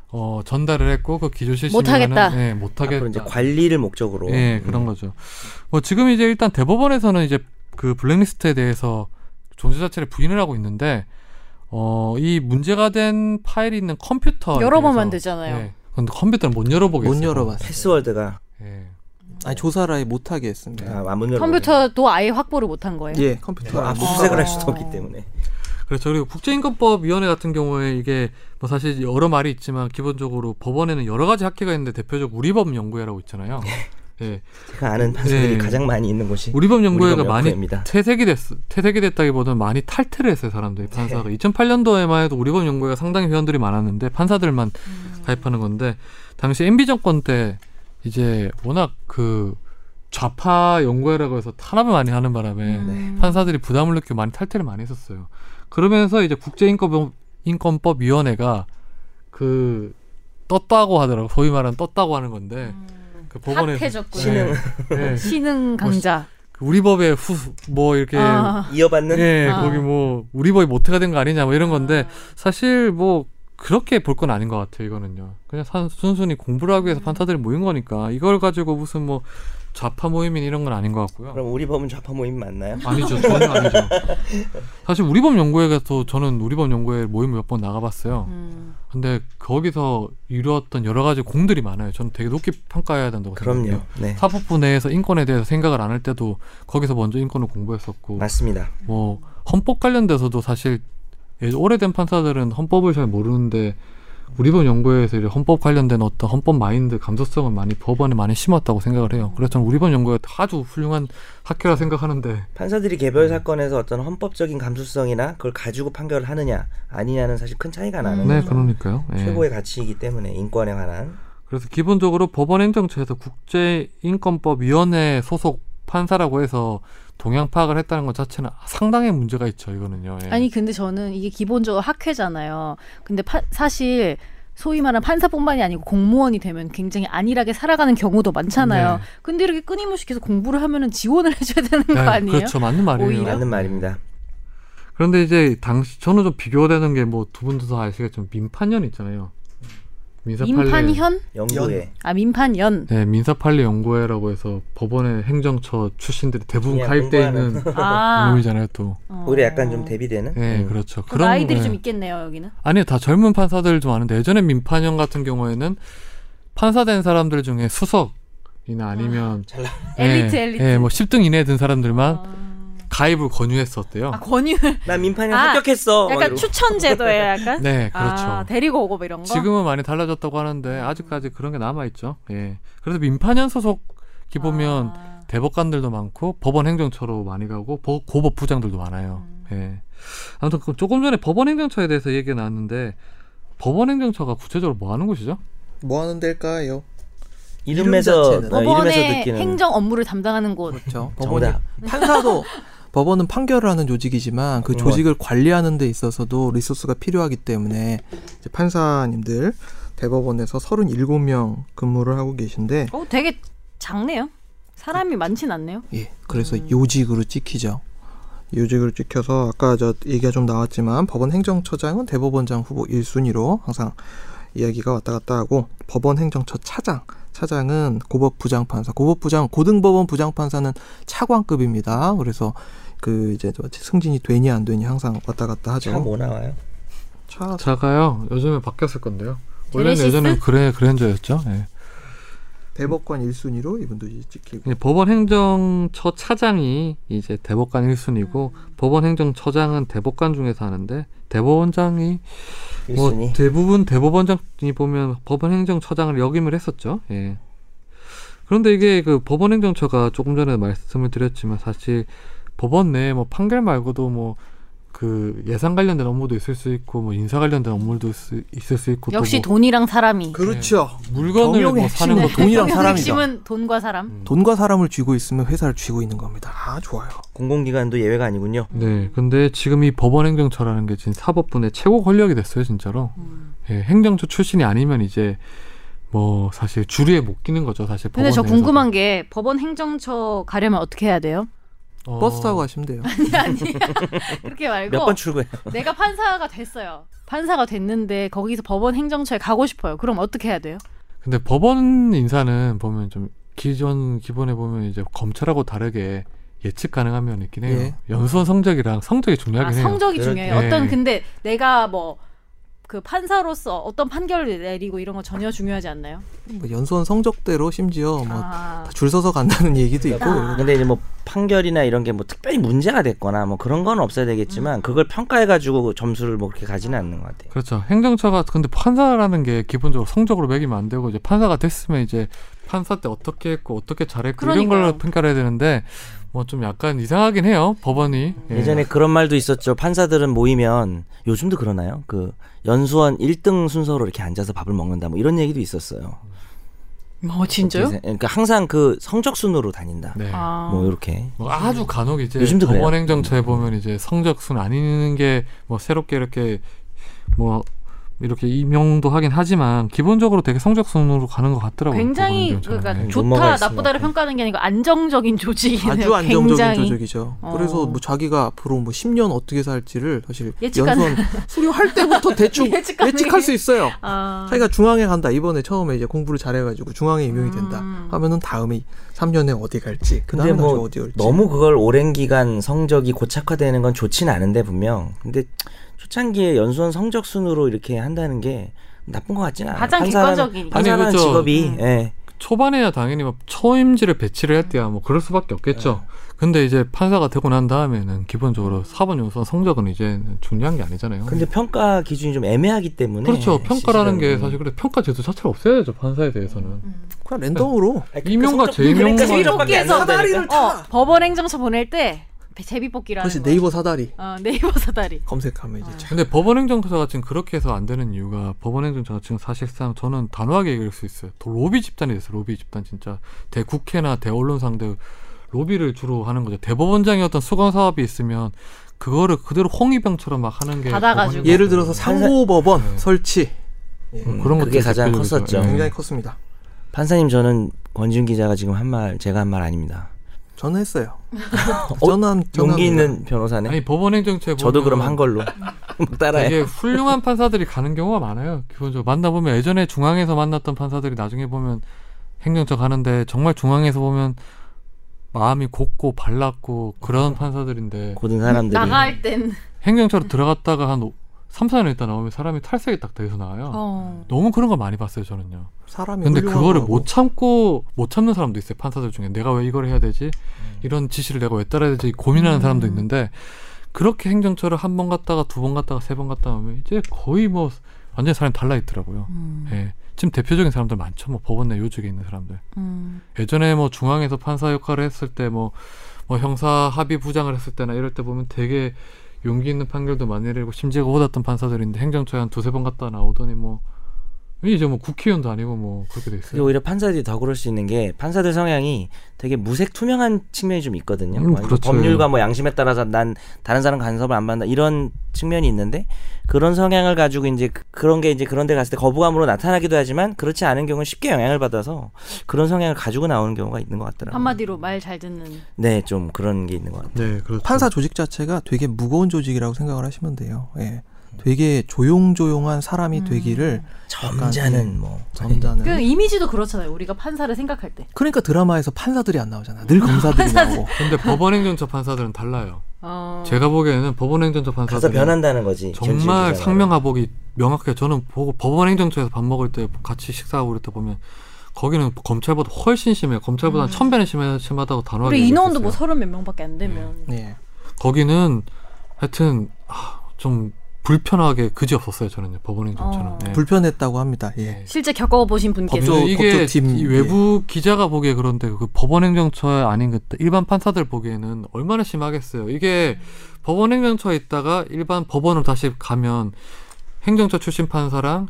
[SPEAKER 1] 어 전달을 했고 그 기조실 심의관은
[SPEAKER 4] 못하겠다.
[SPEAKER 1] 예,
[SPEAKER 2] 앞으로 이제
[SPEAKER 1] 못하겠다.
[SPEAKER 2] 관리를 목적으로. 음,
[SPEAKER 1] 예, 그런 거죠. 뭐 지금 이제 일단 대법원에서는 이제 그 블랙리스트에 대해서 존재 자체를 부인을 하고 있는데 어 이 문제가 된 파일이 있는 컴퓨터
[SPEAKER 4] 열어보면
[SPEAKER 1] 대해서-
[SPEAKER 4] 되잖아요.
[SPEAKER 1] 예. 근데 컴퓨터를 못 열어보겠어요.
[SPEAKER 3] 못 열어봤어요.
[SPEAKER 2] 패스워드가
[SPEAKER 1] 예.
[SPEAKER 3] 아니 조사를 아예 못하게
[SPEAKER 1] 네.
[SPEAKER 3] 했습니다.
[SPEAKER 2] 아, 완문 열고
[SPEAKER 4] 컴퓨터도 아예 확보를 못한 거예요.
[SPEAKER 3] 예, 컴퓨터 안
[SPEAKER 2] 압수수색을
[SPEAKER 4] 아.
[SPEAKER 2] 할 수도 없기 때문에.
[SPEAKER 1] 그렇죠. 그리고 국제인권법위원회 같은 경우에 이게 뭐 사실 여러 말이 있지만 기본적으로 법원에는 여러 가지 학회가 있는데 대표적 우리법 연구회라고 *laughs* 있잖아요. 예.
[SPEAKER 2] 제가 아는 판사들이
[SPEAKER 1] 예.
[SPEAKER 2] 가장 많이 있는 곳이
[SPEAKER 1] 우리법 연구회가 많이
[SPEAKER 2] 입니다.
[SPEAKER 1] 퇴색이 됐 퇴색이 됐다기보다는 많이 탈퇴를 했어요
[SPEAKER 4] 네.
[SPEAKER 1] 사람들이 판사가 2008년도에만 해도 우리법 연구회가 상당히 회원들이 많았는데 판사들만
[SPEAKER 4] 음.
[SPEAKER 1] 가입하는 건데 당시 MB 정권 때 이제 워낙 그 좌파 연구회라고 해서 탄압을 많이 하는 바람에
[SPEAKER 4] 음.
[SPEAKER 1] 판사들이 부담을 느끼고 많이 탈퇴를 많이 했었어요. 그러면서 이제 국제인권 인권법 위원회가 그 떴다고 하더라고 소위 말하는 떴다고 하는 건데 그 법원에서
[SPEAKER 4] 음. 핫해졌군요.
[SPEAKER 1] 네.
[SPEAKER 4] *laughs*
[SPEAKER 1] 네.
[SPEAKER 4] 신흥 강자.
[SPEAKER 1] 그 우리 법의 후뭐 이렇게
[SPEAKER 4] 아.
[SPEAKER 2] 이어받는
[SPEAKER 1] 예,
[SPEAKER 4] 아.
[SPEAKER 1] 거기 뭐 우리 법이 모태가 된 거 아니냐 뭐 이런 건데 사실 뭐 그렇게 볼 건 아닌 것 같아요 이거는요. 그냥 산- 순순히 공부를 하기
[SPEAKER 4] 음.
[SPEAKER 1] 위해서 판타들이 모인 거니까 이걸 가지고 무슨 뭐 좌파 모임인 이런 건 아닌 것 같고요.
[SPEAKER 2] 그럼 우리 법은 좌파 모임 맞나요?
[SPEAKER 1] 아니죠, 전혀 아니죠. 사실 우리법 연구회가 또 저는 우리법 연구회 모임 몇 번 나가봤어요.
[SPEAKER 4] 음.
[SPEAKER 1] 근데 거기서 이루었던 여러 가지 공들이 많아요. 저는 되게 높게 평가해야 된다고
[SPEAKER 2] 그럼요.
[SPEAKER 1] 생각해요.
[SPEAKER 2] 네.
[SPEAKER 1] 사법부 내에서 인권에 대해서 생각을 안 할 때도 거기서 먼저 인권을 공부했었고
[SPEAKER 2] 맞습니다.
[SPEAKER 1] 뭐 헌법 관련돼서도 사실 예, 오래된 판사들은 헌법을 잘 모르는데 우리법 연구회에서 이제 헌법 관련된 어떤 헌법 마인드 감수성을 많이 법원에 많이 심었다고 생각을 해요. 그래서 저는 우리법 연구회 아주 훌륭한 학회라 생각하는데
[SPEAKER 2] 판사들이 개별 사건에서 어떤 헌법적인 감수성이나 그걸 가지고 판결을 하느냐 아니냐는 사실 큰 차이가 나는
[SPEAKER 1] 네
[SPEAKER 2] 거죠.
[SPEAKER 1] 그러니까요. 예.
[SPEAKER 2] 최고의 가치이기 때문에 인권에 관한
[SPEAKER 1] 그래서 기본적으로 법원 행정처에서 국제인권법위원회 소속 판사라고 해서 동향 파악을 했다는 것 자체는 상당히 문제가 있죠. 이거는요. 예.
[SPEAKER 4] 아니 근데 저는 이게 기본적으로 학회잖아요. 근데 파- 사실 소위 말하는 판사뿐만이 아니고 공무원이 되면 굉장히 안일하게 살아가는 경우도 많잖아요.
[SPEAKER 1] 네.
[SPEAKER 4] 근데 이렇게 끊임없이 계속 공부를 하면은 지원을 *laughs* 해줘야 되는 거
[SPEAKER 1] 네,
[SPEAKER 4] 아니에요?
[SPEAKER 1] 그렇죠. 맞는 말이에요.
[SPEAKER 4] 오히려?
[SPEAKER 2] 맞는 말입니다.
[SPEAKER 1] 그런데 이제 당시 저는 좀 비교되는 게 뭐 두 분도 다 아시겠지만 민판연 있잖아요. 민사 판례.
[SPEAKER 4] 민판현?
[SPEAKER 2] 연구에
[SPEAKER 4] 아 민판연.
[SPEAKER 1] 네, 민사 판례 연구회라고 해서 법원의 행정처 출신들이 대부분
[SPEAKER 2] 그냥
[SPEAKER 1] 가입돼
[SPEAKER 2] 공부하는.
[SPEAKER 1] 있는
[SPEAKER 4] 아.
[SPEAKER 1] 모임이잖아요, 또.
[SPEAKER 4] 어.
[SPEAKER 2] 오히려 약간 좀 대비되는.
[SPEAKER 1] 네,
[SPEAKER 2] 음.
[SPEAKER 1] 그렇죠.
[SPEAKER 4] 그 나이들이
[SPEAKER 1] 네.
[SPEAKER 4] 좀 있겠네요 여기는.
[SPEAKER 1] 아니요, 다 젊은 판사들 좀 아는데 예전에 민판형 같은 경우에는 판사된 사람들 중에 수석이나 아니면 예,
[SPEAKER 4] 엘리트 엘리트.
[SPEAKER 1] 예, 뭐 10등 이내에 든 사람들만
[SPEAKER 4] 어.
[SPEAKER 1] 가입을 권유했었대요.
[SPEAKER 4] 아 권유를
[SPEAKER 2] 나 민판에
[SPEAKER 4] 아,
[SPEAKER 2] 합격했어. 막
[SPEAKER 4] 약간
[SPEAKER 2] 이러고.
[SPEAKER 4] 추천 제도예요 약간.
[SPEAKER 1] 네, 그렇죠.
[SPEAKER 4] 아 데리고 오고 뭐 음. 이런 거.
[SPEAKER 1] 지금은 많이 달라졌다고 하는데 아직까지 그런 게 남아 있죠. 예. 그래서 민판연 소속이 보면
[SPEAKER 4] 아.
[SPEAKER 1] 대법관들도 많고 법원 행정처로 많이 가고 법- 고법 부장들도 많아요. 예.
[SPEAKER 4] 음.
[SPEAKER 1] 아무튼 그 조금 전에 법원 행정처에 대해서 얘기가 나왔는데 법원 행정처가 구체적으로 뭐 하는 곳이죠?
[SPEAKER 3] 뭐 하는 데일까요? 이름
[SPEAKER 2] 이름에서
[SPEAKER 3] 자체는.
[SPEAKER 2] 어, 이름에서
[SPEAKER 4] 법원의
[SPEAKER 2] 느끼는
[SPEAKER 4] 행정 업무를 담당하는 곳.
[SPEAKER 3] 그렇죠. 법원이
[SPEAKER 2] 정답.
[SPEAKER 3] 판사도 법원은 판결을 하는 조직이지만 그
[SPEAKER 2] 음.
[SPEAKER 3] 조직을 관리하는 데 있어서도 리소스가 필요하기 때문에 이제 판사님들 대법원에서 37명 근무를 하고 계신데
[SPEAKER 4] 어, 되게 작네요. 사람이 많진 않네요.
[SPEAKER 3] 예, 그래서 요직으로 찍히죠. 요직으로 찍혀서 아까 저 얘기가 좀 나왔지만 법원 행정처장은 대법원장 후보 1순위로 항상 이야기가 왔다 갔다 하고 법원 행정처 차장 차장은 고법 부장판사 고법 부장 고등법원 부장판사는 차관급입니다. 그래서 그 이제 저 승진이 되니 안 되니 항상 왔다 갔다 하죠.
[SPEAKER 2] 차 뭐 나와요?
[SPEAKER 3] 차
[SPEAKER 1] 제가요 요즘에 바뀌었을 건데요. 원래는
[SPEAKER 4] 제네시스?
[SPEAKER 1] 예전에 그래 그랜저였죠. 예.
[SPEAKER 3] 대법관 1순위로 이분도 이제 찍히고
[SPEAKER 1] 이제 법원 행정처 차장이 이제 대법관 1순위고
[SPEAKER 4] 음.
[SPEAKER 1] 법원 행정처장은 대법관 중에서 하는데 대법원장이 뭐
[SPEAKER 2] 1순위.
[SPEAKER 1] 대부분 대법원장이 보면 법원 행정처장을 역임을 했었죠. 예. 그런데 이게 그 법원 행정처가 조금 전에 말씀을 드렸지만 사실 법원 내에 뭐 판결 말고도 뭐 그 예산 관련된 업무도 있을 수 있고 뭐 인사 관련된 업무도 있을 수- 있을 수 있고 또
[SPEAKER 4] 역시
[SPEAKER 1] 뭐
[SPEAKER 4] 도니랑 사람이.
[SPEAKER 3] 그렇죠.
[SPEAKER 1] 물건을
[SPEAKER 3] 경영의
[SPEAKER 1] 뭐 사는
[SPEAKER 3] 핵심은
[SPEAKER 1] 것도
[SPEAKER 3] 돈이라고 돈이랑 음,
[SPEAKER 4] 경영의
[SPEAKER 3] 사람이죠.
[SPEAKER 4] 핵심은 돈과 사람.
[SPEAKER 3] 돈과 사람을 쥐고 있으면 회사를 쥐고 있는 겁니다. 아 좋아요.
[SPEAKER 2] 공공기관도 예외가 아니군요.
[SPEAKER 1] 네, 근데 지금 이 법원 행정처라는 게 지금 사법분의 최고 권력이 됐어요, 진짜로.
[SPEAKER 4] 음.
[SPEAKER 1] 예, 행정처 출신이 아니면 이제 뭐 사실 주류에 못 끼는 거죠, 사실.
[SPEAKER 4] 근데 저
[SPEAKER 1] 법원에서도.
[SPEAKER 4] 궁금한 게 법원 행정처 가려면 어떻게 해야 돼요?
[SPEAKER 1] 어,
[SPEAKER 3] 버스 타고 가시면 돼요.
[SPEAKER 4] 그렇게
[SPEAKER 2] 몇
[SPEAKER 4] 말고
[SPEAKER 2] 번 출근해?
[SPEAKER 4] 내가 판사가 됐어요. 판사가 됐는데 거기서 법원 행정처에 가고 싶어요. 그럼 어떻게 해야 돼요?
[SPEAKER 1] 근데 법원 인사는 보면 좀 기존 기본에 보면 이제 검찰하고 다르게 예측 가능한 면이 있긴 해요.
[SPEAKER 3] 예.
[SPEAKER 1] 연수원 성적이랑 성적이
[SPEAKER 4] 아,
[SPEAKER 1] 중요하긴 해요.
[SPEAKER 4] 성적이
[SPEAKER 2] 그럴-
[SPEAKER 4] 중요해요.
[SPEAKER 1] 네.
[SPEAKER 4] 어떤 근데 내가 뭐 그 판사로서 어떤 판결을 내리고 이런 거 전혀 중요하지 않나요?
[SPEAKER 3] 뭐 연수원 성적대로 심지어 뭐
[SPEAKER 4] 아.
[SPEAKER 3] 다줄 서서 간다는
[SPEAKER 1] 네,
[SPEAKER 3] 얘기도 있고
[SPEAKER 4] 아.
[SPEAKER 2] 근데 이제 뭐 판결이나 이런 게 뭐 특별히 문제가 됐거나 뭐 그런 건 없어야 되겠지만 그걸 평가해 가지고 점수를 뭐 그렇게 가지는 않는 것 같아요.
[SPEAKER 1] 그렇죠. 행정처가 근데 판사라는 게 기본적으로 성적으로 매기면 안 되고 이제 판사가 됐으면 이제 판사 때 어떻게 했고 어떻게 잘했고 이런
[SPEAKER 4] 그러니까요.
[SPEAKER 1] 걸로 평가를 해야 되는데 뭐 좀 약간 이상하긴 해요 법원이
[SPEAKER 4] 네.
[SPEAKER 1] 예.
[SPEAKER 2] 예전에 그런 말도 있었죠. 판사들은 모이면 요즘도 그러나요? 그 연수원 1등 순서로 이렇게 앉아서 밥을 먹는다 뭐 이런 얘기도 있었어요.
[SPEAKER 4] 어 진짜요?
[SPEAKER 2] 그래서- 그러니까 항상 그 성적 순으로 다닌다.
[SPEAKER 1] 네.
[SPEAKER 4] 아.
[SPEAKER 2] 뭐 이렇게.
[SPEAKER 1] 뭐 아주 간혹 이제
[SPEAKER 2] 요즘도
[SPEAKER 1] 법원
[SPEAKER 2] 그래요.
[SPEAKER 1] 행정처에 보면 이제 성적순 아니는 게 뭐 새롭게 이렇게 뭐 이렇게 임용도 하긴 하지만 기본적으로 되게 성적순으로 가는 것 같더라고요.
[SPEAKER 4] 굉장히
[SPEAKER 1] 법원 행정처는.
[SPEAKER 4] 그러니까
[SPEAKER 1] 예.
[SPEAKER 2] 눈머가
[SPEAKER 4] 좋다
[SPEAKER 2] 있으면
[SPEAKER 4] 나쁘다를 평가하는 게 아니고 안정적인 *laughs* 조직이네요.
[SPEAKER 3] 아주 안정적인
[SPEAKER 4] 굉장히.
[SPEAKER 3] 조직이죠.
[SPEAKER 4] 어.
[SPEAKER 3] 그래서 뭐 자기가 앞으로 뭐 10년 어떻게 살지를 사실
[SPEAKER 4] 예측
[SPEAKER 3] 연수원
[SPEAKER 4] *laughs*
[SPEAKER 3] 수료할 때부터 대충
[SPEAKER 4] 예측 가능해.
[SPEAKER 3] 예측할 수 있어요.
[SPEAKER 4] 아.
[SPEAKER 3] 자기가 중앙에 간다. 이번에 처음에 이제 공부를 잘해가지고 중앙에 임용이 된다.
[SPEAKER 4] 음.
[SPEAKER 3] 하면은 다음에 3년에 어디 갈지, 그
[SPEAKER 2] 근데
[SPEAKER 3] 다음에
[SPEAKER 2] 뭐
[SPEAKER 3] 어디 올지.
[SPEAKER 2] 너무 그걸 오랜 기간 성적이 고착화되는 건 좋진 않은데 분명. 근데 초창기에 연수원 성적 순으로 이렇게 한다는 게 나쁜 것 같지는 않아요.
[SPEAKER 4] 가장
[SPEAKER 2] 판사라는-
[SPEAKER 4] 객관적인.
[SPEAKER 2] 판사라는
[SPEAKER 1] 아니, 그렇죠.
[SPEAKER 2] 직업이
[SPEAKER 4] 음.
[SPEAKER 2] 예.
[SPEAKER 1] 초반에야 당연히 막 초임지를 배치를 할 때야 뭐 그럴 수밖에 없겠죠.
[SPEAKER 2] 네.
[SPEAKER 1] 근데 이제 판사가 되고 난 다음에는 기본적으로 사본 연수원 성적은 이제 중요한 게 아니잖아요.
[SPEAKER 2] 근데 네, 평가 기준이 좀 애매하기 때문에
[SPEAKER 1] 그렇죠. 평가라는 게
[SPEAKER 2] 실질적으로.
[SPEAKER 1] 사실 그래 평가 제도 자체가 없어야죠 판사에 대해서는.
[SPEAKER 3] 그냥 랜덤으로.
[SPEAKER 4] 그러니까
[SPEAKER 2] 아니,
[SPEAKER 1] 임용과
[SPEAKER 2] 성적-
[SPEAKER 1] 재임용만-
[SPEAKER 2] 그러니까 성적
[SPEAKER 4] 뽑기에서
[SPEAKER 2] 관계가 안 된다니까.
[SPEAKER 3] 사다리를
[SPEAKER 4] 어, 법원 행정처 보낼 때 제비뽑기라는
[SPEAKER 3] 사실
[SPEAKER 4] 거. 아.
[SPEAKER 3] 네이버 사다리
[SPEAKER 4] 어, 네이버 사다리.
[SPEAKER 3] 검색하면 이제 참.
[SPEAKER 1] 근데 법원행정처가 지금 그렇게 해서 안 되는 이유가 법원행정처가 지금 사실상 저는 단호하게 얘기할 수 있어요. 더 로비 집단이 됐어요. 로비 집단 진짜 대국회나 대언론 상대 로비를 주로 하는 거죠. 대법원장이 어떤 수건 사업이 있으면 그거를 그대로 홍위병처럼 막 하는 게
[SPEAKER 4] 받아가지고.
[SPEAKER 1] 법원행정처.
[SPEAKER 3] 예를 들어서 상고법원
[SPEAKER 1] 네.
[SPEAKER 3] 설치
[SPEAKER 1] 음, 그런 것도
[SPEAKER 2] 그게 가장
[SPEAKER 1] 대표적이죠.
[SPEAKER 2] 컸었죠.
[SPEAKER 1] 예.
[SPEAKER 3] 굉장히 컸습니다.
[SPEAKER 2] 판사님 저는 권준 기자가 지금 한 말 제가 한 말 아닙니다.
[SPEAKER 3] 저는 했어요. 저는
[SPEAKER 2] 용기 있는 변호사네.
[SPEAKER 1] 아니 법원행정처에
[SPEAKER 2] 저도 그럼 한
[SPEAKER 1] 거 *laughs*
[SPEAKER 2] 걸로 뭐 따라해.
[SPEAKER 1] 되게 훌륭한 판사들이 가는 경우가 많아요. 기본적으로 만나 보면 예전에 중앙에서 만났던 판사들이 나중에 보면 행정처 가는데 정말 중앙에서 보면 마음이 곱고 발랐고 그런 판사들인데
[SPEAKER 2] 고든 사람들이
[SPEAKER 4] 나갈 땐.
[SPEAKER 1] 행정처로 들어갔다가 한 3, 4년 있다 나오면 사람이 탈색이 딱 돼서 나와요.
[SPEAKER 4] 어.
[SPEAKER 1] 너무 그런 걸 많이 봤어요, 저는요.
[SPEAKER 3] 사람이
[SPEAKER 1] 근데
[SPEAKER 3] 훌륭한
[SPEAKER 1] 그거를
[SPEAKER 3] 거라고.
[SPEAKER 1] 못 참고 못 참는 사람도 있어요. 판사들 중에 내가 왜 이걸 해야 되지?
[SPEAKER 3] 음.
[SPEAKER 1] 이런 지시를 내가 왜 따라야 되지? 고민하는
[SPEAKER 4] 음.
[SPEAKER 1] 사람도 있는데 그렇게 행정처를 한 번 갔다가 두 번 갔다가 세 번 갔다 오면 이제 거의 뭐 완전히 사람이 달라 있더라고요.
[SPEAKER 4] 음.
[SPEAKER 1] 예. 지금 대표적인 사람들 많죠. 뭐 법원 내 요직에 있는 사람들.
[SPEAKER 4] 음.
[SPEAKER 1] 예전에 뭐 중앙에서 판사 역할을 했을 때 뭐 뭐 형사 합의 부장을 했을 때나 이럴 때 보면 되게 용기 있는 판결도 많이 내리고 심지어 오았던 판사들인데 행정처에 한 두세 번 갔다 나오더니 뭐 이제 뭐 국회의원도 아니고 뭐 그렇게 돼
[SPEAKER 2] 그리고
[SPEAKER 1] 있어요.
[SPEAKER 2] 오히려 판사들이 더 그럴 수 있는 게 판사들 성향이 되게 무색 투명한 측면이 좀 있거든요.
[SPEAKER 1] 음,
[SPEAKER 2] 뭐 이거
[SPEAKER 1] 그렇죠.
[SPEAKER 2] 법률과 뭐 양심에 따라서 난 다른 사람 간섭을 안 받는다 이런 측면이 있는데 그런 성향을 가지고 이제 그- 그런 게 이제 그런 데 갔을 때 거부감으로 나타나기도 하지만 그렇지 않은 경우는 쉽게 영향을 받아서 그런 성향을 가지고 나오는 경우가 있는 것 같더라고요.
[SPEAKER 4] 한마디로 말 잘 듣는
[SPEAKER 2] 네, 좀 그런 게 있는 것 같아요.
[SPEAKER 1] 네, 그렇죠.
[SPEAKER 3] 판사 조직 자체가 되게 무거운 조직이라고 생각을 하시면 돼요. 예. 되게 조용조용한 사람이
[SPEAKER 4] 음.
[SPEAKER 3] 되기를
[SPEAKER 2] 점잖은 뭐
[SPEAKER 3] 점잖은.
[SPEAKER 4] 그 이미지도 그렇잖아요. 우리가 판사를 생각할 때.
[SPEAKER 3] 그러니까 드라마에서 판사들이 안 나오잖아. 늘 검사들이
[SPEAKER 4] 판사들.
[SPEAKER 3] 나오고.
[SPEAKER 1] 근데 법원행정처 판사들은 달라요.
[SPEAKER 4] 어.
[SPEAKER 1] 제가 보기에는 법원행정처
[SPEAKER 2] 가서
[SPEAKER 1] 판사들은
[SPEAKER 2] 변한다는 거지.
[SPEAKER 1] 정말
[SPEAKER 2] 견주기사가.
[SPEAKER 1] 상명하복이 명확해요. 저는 보고 법원행정처에서 밥 먹을 때 같이 식사하고 그럴 때 보면 거기는 검찰보다 훨씬 심해요. 검찰보다
[SPEAKER 4] 음.
[SPEAKER 1] 한 천배는 심해, 심하다고 단호하게
[SPEAKER 4] 우리 인원도 뭐
[SPEAKER 1] 얘기했었어요. 음.
[SPEAKER 4] 서른 몇 명밖에 안 되면
[SPEAKER 3] 예.
[SPEAKER 1] 거기는 하여튼 아, 좀 불편하게 그지 없었어요. 저는요. 법원행정처는.
[SPEAKER 4] 어.
[SPEAKER 1] 네.
[SPEAKER 3] 불편했다고 합니다. 예.
[SPEAKER 1] 네.
[SPEAKER 4] 실제 겪어보신 분께서
[SPEAKER 3] 법조-
[SPEAKER 1] 법조, 이게
[SPEAKER 3] 법조팀,
[SPEAKER 1] 이 외부 기자가 보기에 그런데 그 법원행정처 아닌 그 일반 판사들 보기에는 얼마나 심하겠어요. 이게 법원행정처에 있다가 일반 법원으로 다시 가면 행정처 출신 판사랑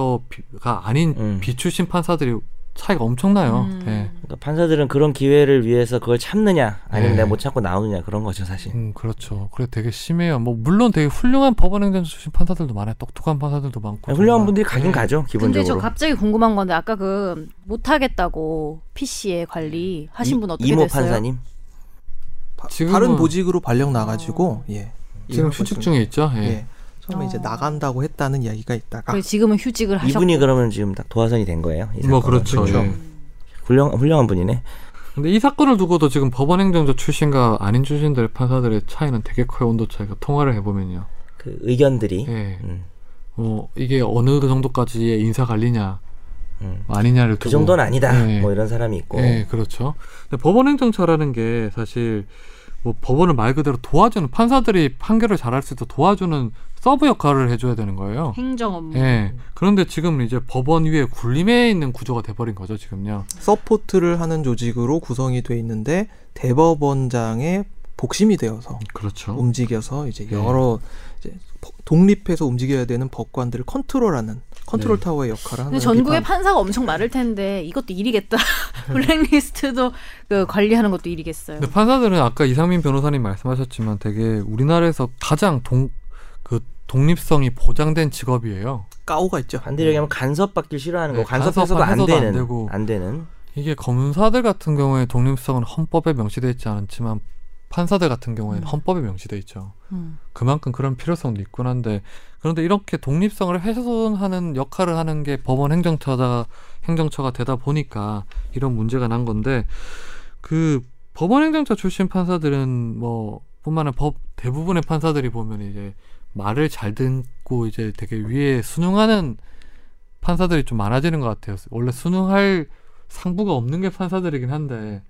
[SPEAKER 1] 행정처가 아닌
[SPEAKER 2] 음.
[SPEAKER 1] 비출신 판사들이 차이가 엄청나요.
[SPEAKER 4] 음.
[SPEAKER 1] 예.
[SPEAKER 2] 그러니까 판사들은 그런 기회를 위해서 그걸 참느냐 아니면
[SPEAKER 1] 네.
[SPEAKER 2] 내가 못 참고 나오느냐 그런 거죠 사실.
[SPEAKER 1] 음, 그렇죠. 그래 되게 심해요. 뭐 물론 되게 훌륭한 법원행정처 출신 판사들도 많아요. 똑똑한 판사들도 많고.
[SPEAKER 2] 네, 훌륭한
[SPEAKER 1] 정말.
[SPEAKER 2] 분들이 가긴
[SPEAKER 1] 예.
[SPEAKER 2] 가죠
[SPEAKER 4] 근데 저
[SPEAKER 2] 기본적으로.
[SPEAKER 4] 갑자기 궁금한 건데 아까 그 못하겠다고 PC의 관리 하신 분 어떻게
[SPEAKER 2] 음. 이모
[SPEAKER 4] 됐어요?
[SPEAKER 2] 판사님.
[SPEAKER 3] 바-
[SPEAKER 1] 지금은-
[SPEAKER 3] 다른 보직으로 발령 나가지고 예.
[SPEAKER 1] 지금
[SPEAKER 3] 일하고
[SPEAKER 1] 휴직
[SPEAKER 3] 있습니다.
[SPEAKER 1] 중에 있죠. 예.
[SPEAKER 3] 예. 처음에 이제
[SPEAKER 4] 어.
[SPEAKER 3] 나간다고 했다는 이야기가 있다가
[SPEAKER 4] 그리고 지금은 휴직을 하셨고
[SPEAKER 2] 이분이 그러면 지금 딱 도화선이 된 거예요. 이
[SPEAKER 1] 뭐
[SPEAKER 2] 사건은.
[SPEAKER 1] 그렇죠.
[SPEAKER 3] 그렇죠.
[SPEAKER 1] 예.
[SPEAKER 2] 훌륭 훌륭한 분이네.
[SPEAKER 1] 근데 이 사건을 두고도 지금 법원행정처 출신과 아닌 출신들 판사들의 차이는 되게 커요 온도 차이가 통화를 해보면요.
[SPEAKER 2] 그 의견들이.
[SPEAKER 1] 예.
[SPEAKER 2] 음,
[SPEAKER 1] 뭐 이게 어느 그 정도까지의 인사 관리냐 뭐
[SPEAKER 2] 음.
[SPEAKER 1] 아니냐를 두고
[SPEAKER 2] 그 정도는 아니다.
[SPEAKER 1] 예.
[SPEAKER 2] 뭐 이런 사람이 있고.
[SPEAKER 1] 예, 그렇죠. 근데 법원행정처라는 게 사실 뭐 법원을 말 그대로 도와주는 판사들이 판결을 잘할 수 있도록 도와주는 서브 역할을 해줘야 되는 거예요.
[SPEAKER 4] 행정 업무.
[SPEAKER 1] 예. 그런데 지금 이제 법원 위에 굴림해 있는 구조가 돼버린 거죠 지금요.
[SPEAKER 3] 서포트를 하는 조직으로 구성이 돼 있는데 대법원장의 복심이 되어서 음.
[SPEAKER 1] 그렇죠.
[SPEAKER 3] 움직여서 이제
[SPEAKER 1] 네.
[SPEAKER 3] 여러 이제 법- 독립해서 움직여야 되는 법관들을 컨트롤하는 컨트롤
[SPEAKER 1] 네.
[SPEAKER 3] 타워의 역할을 하는 그
[SPEAKER 4] 근데 전국에
[SPEAKER 3] 비판-
[SPEAKER 4] 판사가 엄청 많을 텐데 이것도
[SPEAKER 3] *laughs*
[SPEAKER 4] 일이겠다. 블랙리스트도 그 관리하는 것도
[SPEAKER 3] 네.
[SPEAKER 4] 일이겠어요.
[SPEAKER 1] 근데 판사들은 아까 이상민 변호사님 말씀하셨지만 되게 우리나라에서 가장 동 그 독립성이 보장된 직업이에요.
[SPEAKER 3] 까오가 있죠.
[SPEAKER 2] 반대로 얘기하면 간섭받길 싫어하는 거.
[SPEAKER 1] 네,
[SPEAKER 2] 간섭해서도 안
[SPEAKER 1] 간섭해서도 안
[SPEAKER 2] 되는.
[SPEAKER 1] 되고.
[SPEAKER 2] 안 되는.
[SPEAKER 1] 이게 검사들 같은 경우에 독립성은 헌법에 명시되어 있지 않지만 판사들 같은 경우에는
[SPEAKER 4] 음.
[SPEAKER 1] 헌법에 명시되어 있죠.
[SPEAKER 4] 음.
[SPEAKER 1] 그만큼 그런 필요성도 있긴 한데 그런데 이렇게 독립성을 훼손하는 역할을 하는 게 법원 행정처다 행정처가 되다 보니까 이런 문제가 난 건데 그 법원 행정처 출신 판사들은 뭐 뿐만 아니라 법 대부분의 판사들이 보면 이제 말을 잘 듣고 이제 되게 위에 순응하는 판사들이 좀 많아지는 것 같아요. 원래 순응할 상부가 없는 게 판사들이긴 한데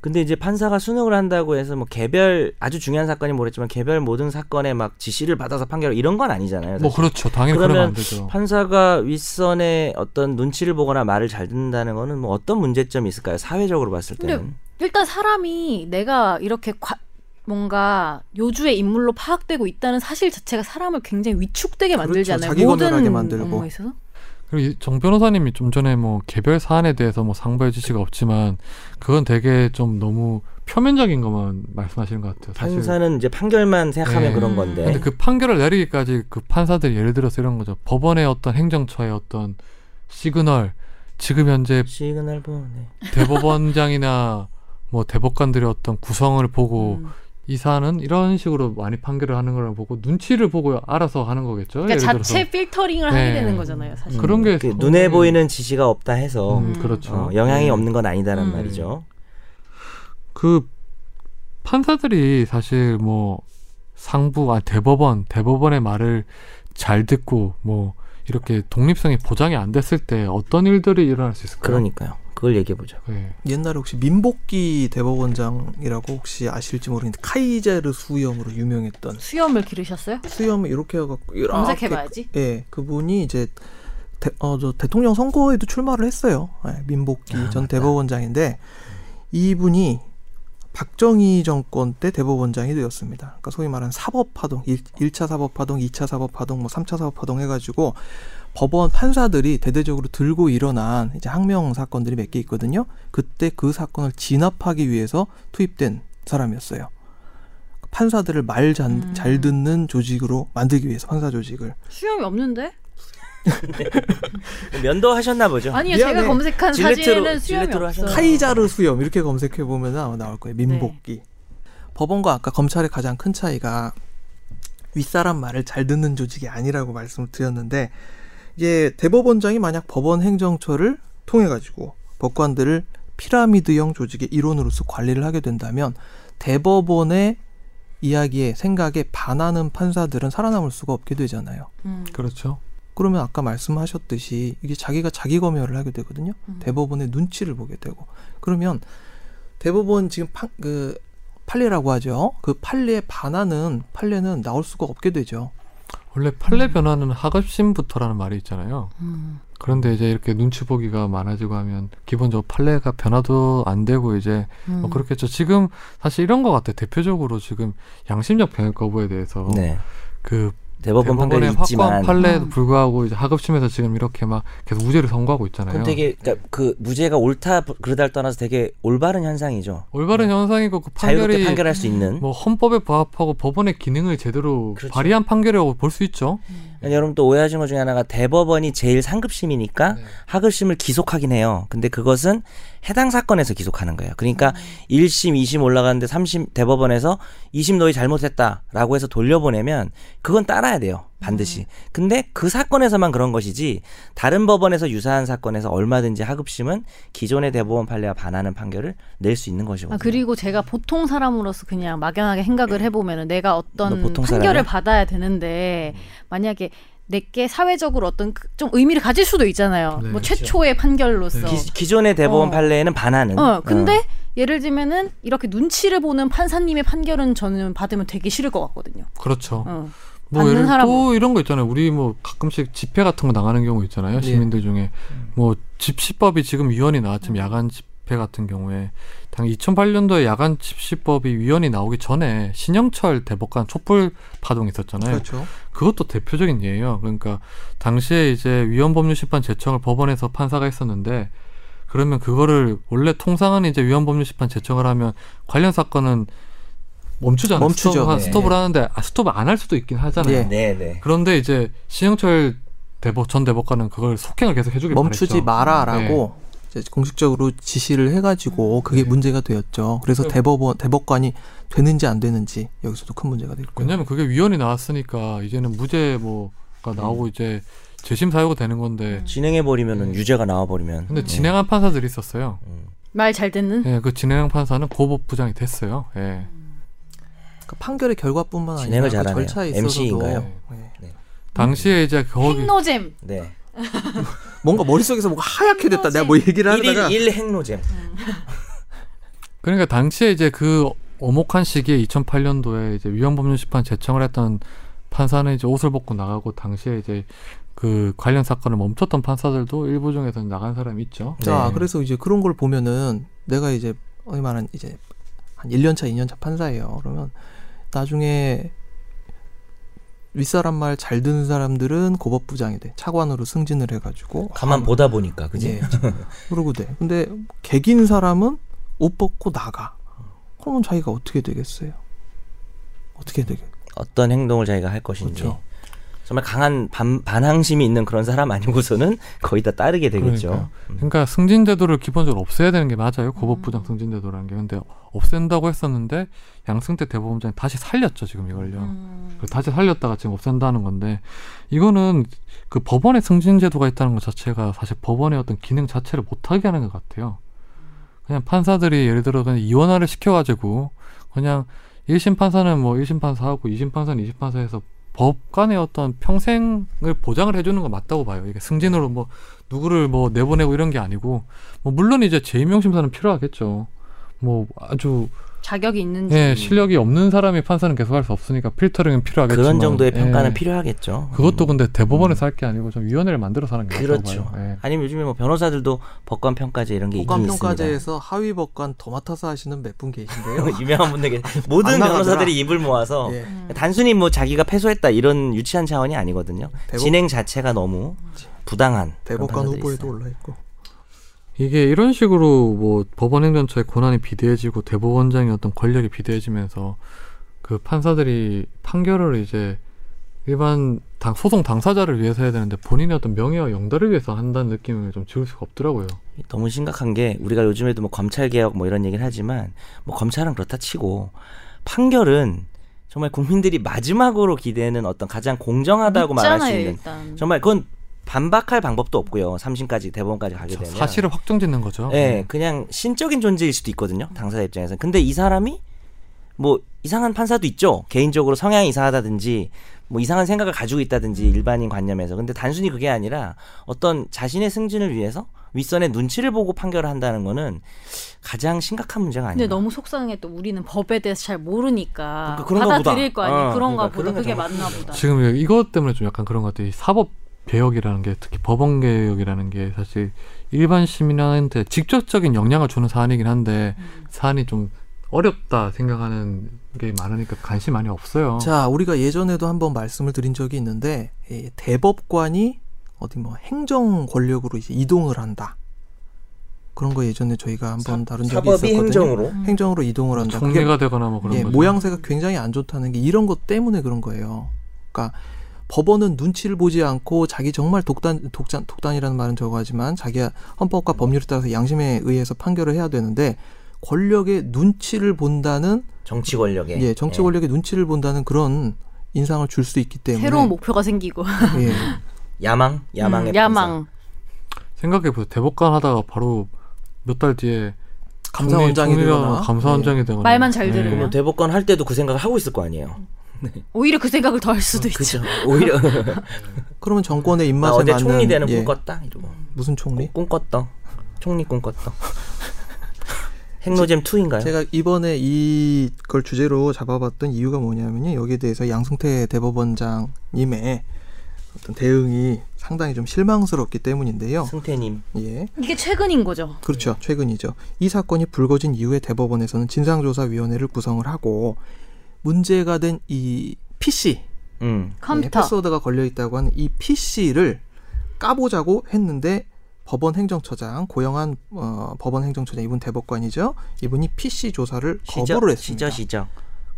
[SPEAKER 2] 근데 이제 판사가 수능을 한다고 해서 뭐 개별 아주 중요한 사건이 모르겠지만 개별 모든 사건에 막 지시를 받아서 판결 이런 건 아니잖아요.
[SPEAKER 1] 뭐
[SPEAKER 2] 사실.
[SPEAKER 1] 그렇죠. 당연히
[SPEAKER 2] 그러면
[SPEAKER 1] 그러면 안 되죠.
[SPEAKER 2] 판사가 윗선의 어떤 눈치를 보거나 말을 잘 듣는다는 거는 뭐 어떤 문제점이 있을까요? 사회적으로 봤을
[SPEAKER 4] 근데
[SPEAKER 2] 때는.
[SPEAKER 4] 일단 사람이 내가 이렇게 과- 뭔가 요주의 인물로 파악되고 있다는 사실 자체가 사람을 굉장히 위축되게 만들잖아요.
[SPEAKER 3] 그렇죠. 자기 검열하게
[SPEAKER 4] 모든
[SPEAKER 3] 만들고.
[SPEAKER 4] 업무에 있어서.
[SPEAKER 1] 그리고 이정 변호사님이 좀 전에 뭐 개별 사안에 대해서 뭐 상부의 지시가 없지만 그건 되게 좀 너무 표면적인 것만 말씀하시는 것 같아요. 사실.
[SPEAKER 2] 판사는 이제 판결만 생각하면
[SPEAKER 1] 네.
[SPEAKER 2] 그런 건데.
[SPEAKER 1] 근데 그 판결을 내리기까지 그 판사들이 예를 들어서 이런 거죠. 법원의 어떤 행정처의 어떤 시그널 지금 현재
[SPEAKER 2] 시그널 뭐, 보네.
[SPEAKER 1] 대법원장이나 *laughs* 뭐 대법관들의 어떤 구성을
[SPEAKER 3] 뭐,
[SPEAKER 1] 보고
[SPEAKER 4] 음.
[SPEAKER 1] 이 사안은 이런 식으로 많이 판결을 하는 걸 보고 눈치를 보고 알아서 하는 거겠죠.
[SPEAKER 4] 그러니까
[SPEAKER 1] 예를 들어서.
[SPEAKER 4] 자체 필터링을 하게
[SPEAKER 1] 네.
[SPEAKER 4] 되는 거잖아요, 사실.
[SPEAKER 1] 그런 게
[SPEAKER 2] 그 눈에
[SPEAKER 1] 성공이-
[SPEAKER 2] 보이는 지시가 없다 해서
[SPEAKER 1] 음,
[SPEAKER 4] 음.
[SPEAKER 1] 그렇죠.
[SPEAKER 2] 어, 영향이
[SPEAKER 1] 네.
[SPEAKER 2] 없는 건 아니다란
[SPEAKER 4] 음.
[SPEAKER 2] 말이죠.
[SPEAKER 1] 그 판사들이 사실 뭐 상부 아 대법원 대법원의 말을 잘 듣고 뭐 이렇게 독립성이 보장이 안 됐을 때 어떤 일들이 일어날 수 있을까요?
[SPEAKER 2] 그러니까요. 그걸 얘기해 보죠.
[SPEAKER 1] 예.
[SPEAKER 3] 옛날에 혹시 민복기 대법원장이라고 혹시 아실지 모르겠는데 카이제르 수염으로 유명했던
[SPEAKER 4] 수염을 기르셨어요?
[SPEAKER 3] 수염을 이렇게 해갖고 이렇게
[SPEAKER 4] 검색해봐야지.
[SPEAKER 3] 예, 그분이 이제 대, 어, 저 대통령 선거에도 출마를 했어요. 예, 민복기
[SPEAKER 2] 아,
[SPEAKER 3] 전
[SPEAKER 2] 맞다.
[SPEAKER 3] 대법원장인데 이분이 박정희 정권 때 대법원장이 되었습니다. 그러니까 소위 말하는 사법파동, 일차 사법파동, 이차 사법파동, 뭐삼차 사법파동 해가지고 법원 판사들이 대대적으로 들고 일어난 이제 항명 사건들이 몇 개 있거든요. 그때 그 사건을 진압하기 위해서 투입된 사람이었어요. 판사들을 말
[SPEAKER 4] 음.
[SPEAKER 3] 잘 듣는 조직으로 만들기 위해서 판사 조직을
[SPEAKER 4] 수염이 없는데?
[SPEAKER 2] 면도하셨나 보죠.
[SPEAKER 4] 아니요
[SPEAKER 3] 미안해.
[SPEAKER 4] 제가 검색한
[SPEAKER 2] 질레트로-
[SPEAKER 4] 사진에는 수염이
[SPEAKER 2] 질레트로
[SPEAKER 4] 없어요.
[SPEAKER 2] 하셨나?
[SPEAKER 3] 카이자르 수염 이렇게 검색해 보면 아마 나올 거예요. 민복기. 법원과 아까 검찰의 가장 큰 차이가 윗사람 말을 잘 듣는 조직이 아니라고 말씀을 드렸는데 이게 대법원장이 만약 법원 행정처를 통해 가지고 법관들을 피라미드형 조직의 일원으로서 관리를 하게 된다면 대법원의 이야기에 생각에 반하는 판사들은 살아남을 수가 없게 되잖아요.
[SPEAKER 4] 음.
[SPEAKER 1] 그렇죠.
[SPEAKER 3] 그러면 아까 말씀하셨듯이 이게 자기가 자기 검열을 하게 되거든요.
[SPEAKER 4] 음.
[SPEAKER 3] 대법원의 눈치를 보게 되고 그러면 대법원 지금 파- 그 판례라고 하죠. 그 판례에 반하는 판례는 나올 수가 없게 되죠.
[SPEAKER 1] 원래 판례 변화는 하급심부터라는 말이 있잖아요.
[SPEAKER 4] 음.
[SPEAKER 3] 어,
[SPEAKER 1] 그런데 이제 이렇게 눈치 보기가 많아지고 하면 기본적으로 판례가 변화도 안 되고 이제
[SPEAKER 4] 음.
[SPEAKER 1] 뭐 그렇겠죠. 지금 사실 이런 것 같아. 요 대표적으로 지금 양심적 병역 거부에 대해서
[SPEAKER 2] 네.
[SPEAKER 1] 그
[SPEAKER 2] 대법원 판결이
[SPEAKER 1] 대법원의 확고한
[SPEAKER 2] 있지만
[SPEAKER 1] 판례에도
[SPEAKER 4] 음.
[SPEAKER 1] 불구하고 이제 하급심에서 지금 이렇게 막 계속 무죄를 선고하고 있잖아요.
[SPEAKER 2] 그럼 되게 그러니까 그 무죄가 옳다 그러다를 떠나서 되게 올바른 현상이죠.
[SPEAKER 1] 올바른 현상이고 그
[SPEAKER 2] 음. 자유롭게
[SPEAKER 1] 판결이
[SPEAKER 2] 판결할 수 있는.
[SPEAKER 1] 뭐 헌법에 부합하고 법원의 기능을 제대로
[SPEAKER 2] 그렇죠.
[SPEAKER 1] 발휘한 판결이라고 볼 수 있죠.
[SPEAKER 2] 그러니까 여러분 또 오해하신 것 중에 하나가 대법원이 제일 상급심이니까
[SPEAKER 1] 네.
[SPEAKER 2] 하급심을 기속하긴 해요. 근데 그것은 해당 사건에서 기속하는 거예요. 그러니까
[SPEAKER 1] 음.
[SPEAKER 2] 1심, 2심 올라가는데 3심 대법원에서 2심 너희 잘못했다라고 해서 돌려보내면 그건 따라야 돼요. 반드시.
[SPEAKER 1] 음.
[SPEAKER 2] 근데 그 사건에서만 그런 것이지 다른 법원에서 유사한 사건에서 얼마든지 하급심은 기존의 대법원 판례와 반하는 판결을 낼 수 있는 것이거든요.
[SPEAKER 4] 아 그리고 제가 보통 사람으로서 그냥 막연하게 생각을 해보면은 내가
[SPEAKER 2] 너
[SPEAKER 4] 어떤
[SPEAKER 2] 보통 사람이야?
[SPEAKER 4] 판결을 받아야 되는데 만약에 내게 사회적으로 어떤 그- 좀 의미를 가질 수도 있잖아요.
[SPEAKER 1] 네,
[SPEAKER 4] 뭐 최초의 판결로서.
[SPEAKER 1] 네.
[SPEAKER 2] 기, 존의 대법원
[SPEAKER 4] 어.
[SPEAKER 2] 판례에는 반하는.
[SPEAKER 4] 어 근데
[SPEAKER 2] 어.
[SPEAKER 4] 예를 들면은 이렇게 눈치를 보는 판사님의 판결은 저는 받으면 되게 싫을 것 같거든요.
[SPEAKER 1] 그렇죠.
[SPEAKER 4] 어.
[SPEAKER 1] 뭐
[SPEAKER 4] 받는
[SPEAKER 1] 예를
[SPEAKER 4] 사람은-
[SPEAKER 1] 또 이런 거 있잖아요. 우리 뭐 가끔씩 집회 같은 거 나가는 경우
[SPEAKER 2] 예.
[SPEAKER 1] 있잖아요. 시민들 중에
[SPEAKER 2] 음.
[SPEAKER 1] 뭐 집시법이 지금 위헌이
[SPEAKER 4] 음.
[SPEAKER 1] 나왔지만 야간 집회 같은 경우에 당 2008년도에 야간 집시법이 위헌이 나오기 전에 신영철 대법관 촛불 파동이 있었잖아요.
[SPEAKER 3] 그렇죠.
[SPEAKER 1] 그것도 대표적인 예예요. 그러니까 당시에 이제 위헌법률심판 제청을 법원에서 판사가 했었는데 그러면 그거를 원래 통상은 이제 위헌법률심판 제청을 하면 관련 사건은 멈추잖아요.
[SPEAKER 3] 멈추죠.
[SPEAKER 1] 스톱을,
[SPEAKER 2] 네.
[SPEAKER 1] 스톱을 하는데 아, 스톱을 안 할 수도 있긴 하잖아요.
[SPEAKER 3] 예.
[SPEAKER 2] 네, 네.
[SPEAKER 1] 그런데 이제 신영철 대법 전 대법관은 그걸 속행을 계속 해주길 바랬죠. 네.
[SPEAKER 3] 멈추지 마라라고 이제 공식적으로 지시를 해가지고 그게 문제가 되었죠. 그래서
[SPEAKER 1] 네.
[SPEAKER 3] 대법원 대법관이 되는지 안 되는지 여기서도 큰 문제가 될 거예요.
[SPEAKER 1] 왜냐면 그게 위헌이 나왔으니까 이제는 무죄 뭐가
[SPEAKER 3] 네.
[SPEAKER 1] 나오고 이제 재심 사유가 되는 건데
[SPEAKER 3] 음.
[SPEAKER 2] 진행해 버리면은 유죄가 나와 버리면. 음,
[SPEAKER 1] 근데 진행한 판사들이 있었어요.
[SPEAKER 4] 말 잘
[SPEAKER 2] 네.
[SPEAKER 4] 듣는.
[SPEAKER 1] 예, 그 진행 판사는 고법 부장이 됐어요. 예.
[SPEAKER 3] 그러니까 판결의 결과뿐만 아니라
[SPEAKER 2] 진행을
[SPEAKER 3] 그
[SPEAKER 2] 잘하네요.
[SPEAKER 3] 절차에 있어서도
[SPEAKER 2] MC인가요?
[SPEAKER 3] 예.
[SPEAKER 1] 당시에 이제 거기
[SPEAKER 4] 핵노잼.
[SPEAKER 2] 네.
[SPEAKER 3] 뭔가 머릿속에서 뭔가 하얗게 됐다. 내가 뭐 얘기를 하다가
[SPEAKER 2] 어, 1일 1 행로잼.
[SPEAKER 1] 그러니까 당시에 이제 그 어목한 시기에 2008년도에 이제 위헌법률 심판 제청을 했던 판사는 이제 옷을 벗고 나가고 당시에 이제 그 관련 사건을 멈췄던 판사들도 일부 중에서는 나간 사람이 있죠. 예.
[SPEAKER 3] 자,
[SPEAKER 2] 네.
[SPEAKER 3] 아, 그래서 이제 그런 걸 보면은 내가 이제 어이 말한 이제 한 1년차, 2년차 판사예요. 그러면 나중에 윗사람 말 잘 듣는 사람들은 고법부장이 돼. 차관으로 승진을 해가지고.
[SPEAKER 2] 가만 보다 보니까 아, 그지.
[SPEAKER 3] 예, 그러고 돼. 근데 개긴 사람은 옷 벗고 나가. 그러면 자기가 어떻게 되겠어요? 어떻게 되겠?
[SPEAKER 2] 어떤 행동을 자기가 할 것인지.
[SPEAKER 3] 그렇죠.
[SPEAKER 2] 정말 강한 반, 반항심이 있는 그런 사람 아니고서는 *laughs* 거의 다 따르게 되겠죠.
[SPEAKER 1] 그러니까요. 그러니까 승진 제도를 기본적으로 없애야 되는 게 맞아요. 고법부장 승진 제도라는 게. 근데 없앤다고 했었는데 양승태 대법원장이 다시 살렸죠, 지금
[SPEAKER 2] 네.
[SPEAKER 1] 이걸요.
[SPEAKER 4] 음.
[SPEAKER 1] 그걸 다시 살렸다가 지금 없앤다는 건데 이거는 그 법원의 승진 제도가 있다는 것 자체가 사실 법원의 어떤 기능 자체를 못하게 하는 것 같아요. 그냥 판사들이 예를 들어 그냥 이원화를 시켜가지고 그냥 1심 판사는 뭐 1심 판사하고 2심 판사는 2심 판사해서 법관의 어떤 평생을 보장을 해주는 건 맞다고 봐요. 이게 승진으로 뭐 누구를 뭐 내보내고 이런 게 아니고 뭐 물론 이제 재임용 심사는 필요하겠죠. 뭐 아주
[SPEAKER 4] 자격이 있는지.
[SPEAKER 2] 네.
[SPEAKER 1] 예, 실력이 없는 사람이 판사는 계속 할 수 없으니까 필터링은 필요하겠지만
[SPEAKER 2] 그런 정도의
[SPEAKER 1] 예.
[SPEAKER 2] 평가는 필요하겠죠.
[SPEAKER 1] 그것도
[SPEAKER 2] 음.
[SPEAKER 1] 근데 대법원에서 할 게 아니고 좀 위원회를 만들어서 하는 게 낫다고
[SPEAKER 2] 그렇죠.
[SPEAKER 1] 봐요. 예.
[SPEAKER 2] 아니면 요즘에 뭐 변호사들도 법관 평가제 예, 이런 게 있긴 있습니다.
[SPEAKER 3] 법관평가제에서 하위 법관 더 맡아서 하시는 몇 분 계신데요.
[SPEAKER 2] *laughs* 유명한 분들 계세 모든
[SPEAKER 3] 안 나가더라.
[SPEAKER 2] 변호사들이 입을 모아서
[SPEAKER 3] 예.
[SPEAKER 4] 음.
[SPEAKER 2] 단순히 뭐 자기가 패소했다 이런 유치한 차원이 아니거든요.
[SPEAKER 3] 대법-
[SPEAKER 2] 진행 자체가 너무 부당한 그런
[SPEAKER 3] 대법관
[SPEAKER 2] 판사들이
[SPEAKER 3] 후보에도
[SPEAKER 2] 있어요.
[SPEAKER 3] 올라 있고.
[SPEAKER 1] 이게 이런 식으로 뭐 법원 행정처의 권한이 비대해지고 대법원장의 어떤 권력이 비대해지면서 그 판사들이 판결을 이제 일반 당- 소송 당사자를 위해서 해야 되는데 본인의 어떤 명예와 영달을 위해서 한다는 느낌을 좀 지울 수가 없더라고요.
[SPEAKER 2] 너무 심각한 게 우리가 요즘에도 뭐 검찰 개혁 뭐 이런 얘기를 하지만 뭐 검찰은 그렇다 치고 판결은 정말 국민들이 마지막으로 기대는 어떤 가장 공정하다고 말할 수 있는
[SPEAKER 4] 일단.
[SPEAKER 2] 정말 그건 반박할 방법도 없고요. 삼심까지 대법원까지 가게 되면
[SPEAKER 1] 사실을 확정짓는
[SPEAKER 3] 어?
[SPEAKER 1] 거죠.
[SPEAKER 2] 예,
[SPEAKER 3] 음.
[SPEAKER 2] 그냥 신적인 존재일 수도 있거든요. 당사자 입장에서는. 근데 이 사람이 뭐 이상한 판사도 있죠. 개인적으로 성향이 이상하다든지 뭐 이상한 생각을 가지고 있다든지 일반인 관념에서. 근데 단순히 그게 아니라 어떤 자신의 승진을 위해서 윗선의 눈치를 보고 판결을 한다는 거는 가장 심각한 문제가 아니에요.
[SPEAKER 4] 근데 너무 속상해 또 우리는 법에 대해서 잘 모르니까
[SPEAKER 2] 그- 그런가
[SPEAKER 4] 받아들일
[SPEAKER 2] 보다.
[SPEAKER 4] 거 아니에요.
[SPEAKER 2] 어,
[SPEAKER 4] 그런가
[SPEAKER 2] 그러니까
[SPEAKER 4] 보다.
[SPEAKER 2] 그런
[SPEAKER 4] 그게
[SPEAKER 2] 거
[SPEAKER 4] 맞나 보다.
[SPEAKER 1] 지금 이것 때문에 좀 약간 그런 것 같아요. 이 사법 개혁이라는 게 특히 법원 개혁이라는 게 사실 일반 시민한테 직접적인 영향을 주는 사안이긴 한데
[SPEAKER 4] 음.
[SPEAKER 1] 사안이 좀 어렵다 생각하는 게 많으니까 관심 많이 없어요.
[SPEAKER 3] 자, 우리가 예전에도 한번 말씀을 드린 적이 있는데 예, 대법관이 어디 뭐 행정 권력으로 이제 이동을 한다. 그런 거 예전에 저희가 한번 다룬 적이 있었거든요. 행정으로 이동을 한다. 그게
[SPEAKER 1] 총리가 되거나 뭐 그런
[SPEAKER 3] 예,
[SPEAKER 1] 거죠.
[SPEAKER 3] 모양새가 굉장히 안 좋다는 게 이런 것 때문에 그런 거예요. 그러니까 법원은 눈치를 보지 않고 자기 정말 독단 독단 독단이라는 말은 저거하지만 자기 가 헌법과 법률에 따라서 양심에 의해서 판결을 해야 되는데 권력의 눈치를 본다는
[SPEAKER 2] 정치 권력에.
[SPEAKER 3] 예, 정치 권력의 눈치를 본다는 그런 인상을 줄 수 있기 때문에
[SPEAKER 4] 새로운 목표가 생기고
[SPEAKER 3] 예.
[SPEAKER 2] 예. *laughs* 야망, 야망의
[SPEAKER 4] 음,
[SPEAKER 2] 판사.
[SPEAKER 4] 야망.
[SPEAKER 1] 생각해보세요. 대법관 하다가 바로 몇 달 뒤에
[SPEAKER 3] 감사원장이
[SPEAKER 1] 총리- 총리가
[SPEAKER 3] 되거나. 네.
[SPEAKER 1] 감사원장이 되거나
[SPEAKER 4] 말만 잘
[SPEAKER 1] 예.
[SPEAKER 4] 들으면.
[SPEAKER 3] 음.
[SPEAKER 2] 그러면 뭐 대법관 할 때도 그 생각을 하고 있을 거 아니에요.
[SPEAKER 4] 오히려 그 생각을 더 할 수도 있죠.
[SPEAKER 2] 음, 그죠. 오히려
[SPEAKER 3] 그러면
[SPEAKER 2] *laughs*
[SPEAKER 3] 정권의
[SPEAKER 2] 나
[SPEAKER 3] 입맛에
[SPEAKER 2] 어제
[SPEAKER 3] 맞는
[SPEAKER 2] 총리 되는
[SPEAKER 3] 예,
[SPEAKER 2] 꿈꿨다 이러고.
[SPEAKER 3] 무슨 총리?
[SPEAKER 2] 뭐, 꿈꿨다. 총리 꿈꿨다. 핵노잼 2인가요?
[SPEAKER 3] 제가 이번에 이걸 주제로 잡아봤던 이유가 뭐냐면요. 여기에 대해서 양승태 대법원장님의 어떤 대응이 상당히 좀 실망스럽기 때문인데요.
[SPEAKER 2] 승태님.
[SPEAKER 3] 예.
[SPEAKER 4] 이게 최근인 거죠.
[SPEAKER 2] 네.
[SPEAKER 3] 그렇죠. 최근이죠. 이 사건이 불거진 이후에 대법원에서는 진상조사위원회를 구성을 하고 문제가 된 이 PC,
[SPEAKER 2] 음.
[SPEAKER 4] 컴퓨터.
[SPEAKER 3] 예, 패스워드가 걸려 있다고 하는 이 PC를 까보자고 했는데 법원 행정처장 고영한 어, 법원 행정처장 이분 대법관이죠. 이분이 PC 조사를 거부를 했습니다.
[SPEAKER 2] 시저 시저.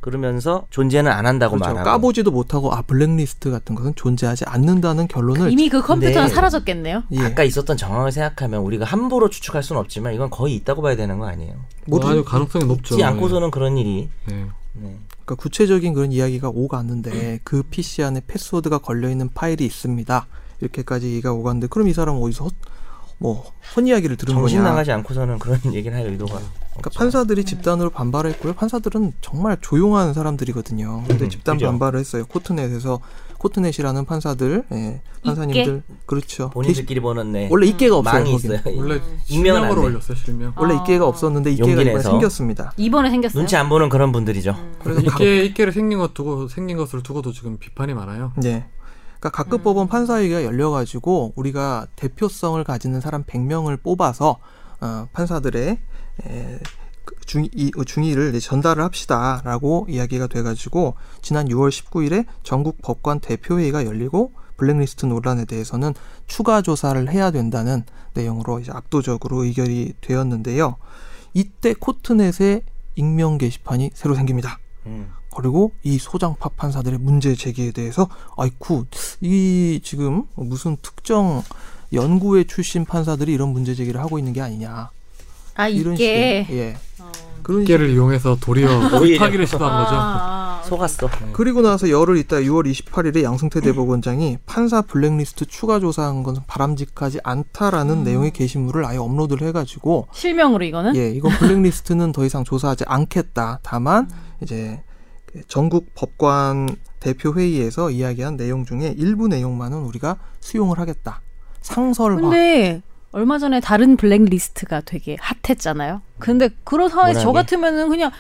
[SPEAKER 2] 그러면서 존재는 안 한다고
[SPEAKER 3] 그렇죠.
[SPEAKER 2] 말하고.
[SPEAKER 3] 까보지도 못하고 아 블랙리스트 같은 것은 존재하지 않는다는 결론을
[SPEAKER 4] 이미
[SPEAKER 2] 네.
[SPEAKER 4] 그 컴퓨터는
[SPEAKER 2] 근데-
[SPEAKER 4] 사라졌겠네요.
[SPEAKER 3] 예,
[SPEAKER 2] 아까 있었던 정황을 생각하면 우리가 함부로 추측할 수는 없지만 이건 거의 있다고 봐야 되는 거 아니에요.
[SPEAKER 1] 뭐
[SPEAKER 3] 모두
[SPEAKER 1] 아주 가능성이 높죠.
[SPEAKER 3] 그렇죠.
[SPEAKER 2] 있지 않고서는 그런 일이.
[SPEAKER 1] 예.
[SPEAKER 2] 네.
[SPEAKER 3] 그러니까 구체적인 그런 이야기가 오가는데 그 PC 안에 패스워드가 걸려 있는 파일이 있습니다. 이렇게까지 얘기가 오가는데 그럼 이 사람은 어디서 헛- 뭐 헌이야기를 들은
[SPEAKER 2] 정신
[SPEAKER 3] 거냐?
[SPEAKER 2] 나가지 않고서는 그런 *laughs* 얘기를 할 의도가.
[SPEAKER 3] 그러니까
[SPEAKER 2] 없죠.
[SPEAKER 3] 판사들이 집단으로 반발을 했고요. 판사들은 정말 조용한 사람들이거든요. 근데
[SPEAKER 2] 음,
[SPEAKER 3] 집단
[SPEAKER 2] 그죠.
[SPEAKER 3] 반발을 했어요. 코트넷에서 코트넷이라는 판사들, 예, 판사님들 그렇죠. 게시-
[SPEAKER 2] 본인들끼리 보는 네.
[SPEAKER 3] 원래 이깨가 없어요.
[SPEAKER 2] 망이
[SPEAKER 3] 거기는.
[SPEAKER 2] 있어요.
[SPEAKER 1] 원래
[SPEAKER 2] 익명은 안
[SPEAKER 1] 실명으로
[SPEAKER 2] 돼.
[SPEAKER 1] 올렸어요. 실명.
[SPEAKER 3] 원래
[SPEAKER 4] 아.
[SPEAKER 3] 이깨가 없었는데 이깨가 이번에
[SPEAKER 2] 용기내서.
[SPEAKER 3] 생겼습니다.
[SPEAKER 4] 이번에 생겼어요.
[SPEAKER 2] *laughs* 눈치 안 보는 그런 분들이죠.
[SPEAKER 3] 그래서 각-
[SPEAKER 1] 이게 이게를 생긴 것 두고 생긴 것을 두고도 지금 비판이 많아요. 음.
[SPEAKER 3] 예. 그러니까 각급 법원 판사회의가 열려가지고 우리가 대표성을 가지는 사람 100명을 뽑아서 어, 판사들의 에, 그 중, 이, 어, 중의를 이제 전달을 합시다라고 이야기가 돼가지고 지난 6월 19일에 전국 법관 대표회의가 열리고 블랙리스트 논란에 대해서는 추가 조사를 해야 된다는 내용으로 이제 압도적으로 의결이 되었는데요. 이때 코트넷의 익명 게시판이 새로 생깁니다.
[SPEAKER 2] 음.
[SPEAKER 3] 그리고 이 소장파 판사들의 문제 제기에 대해서 아이쿠 이 지금 무슨 특정 연구회 출신 판사들이 이런 문제 제기를 하고 있는 게 아니냐
[SPEAKER 4] 아
[SPEAKER 3] 이런
[SPEAKER 4] 이게.
[SPEAKER 3] 식의 예
[SPEAKER 4] 어.
[SPEAKER 3] 그런 식의
[SPEAKER 1] 이게를 이용해서 도리어
[SPEAKER 2] *laughs* 오히려.
[SPEAKER 1] 타기를 시도한 거죠.
[SPEAKER 4] 아, 아.
[SPEAKER 2] 속았어.
[SPEAKER 3] 그리고 나서 열흘 있다 6월 28일에 양승태 대법원장이 판사 블랙리스트 추가 조사한 건 바람직하지
[SPEAKER 4] 음.
[SPEAKER 3] 않다라는 내용의 게시물을 아예 업로드를 해가지고
[SPEAKER 4] 실명으로 이거는
[SPEAKER 3] 예,
[SPEAKER 4] *laughs*
[SPEAKER 3] 이건 블랙리스트는 더 이상 조사하지 않겠다. 다만
[SPEAKER 4] 음.
[SPEAKER 3] 이제 그 전국 법관 대표 회의에서 이야기한 내용 중에 일부 내용만은 우리가 수용을 하겠다. 상설화.
[SPEAKER 4] 근데 얼마 전에 다른 블랙리스트가 되게 핫했잖아요. 근데 그런 상황에서 저
[SPEAKER 2] 뭐라게?
[SPEAKER 4] 같으면은 그냥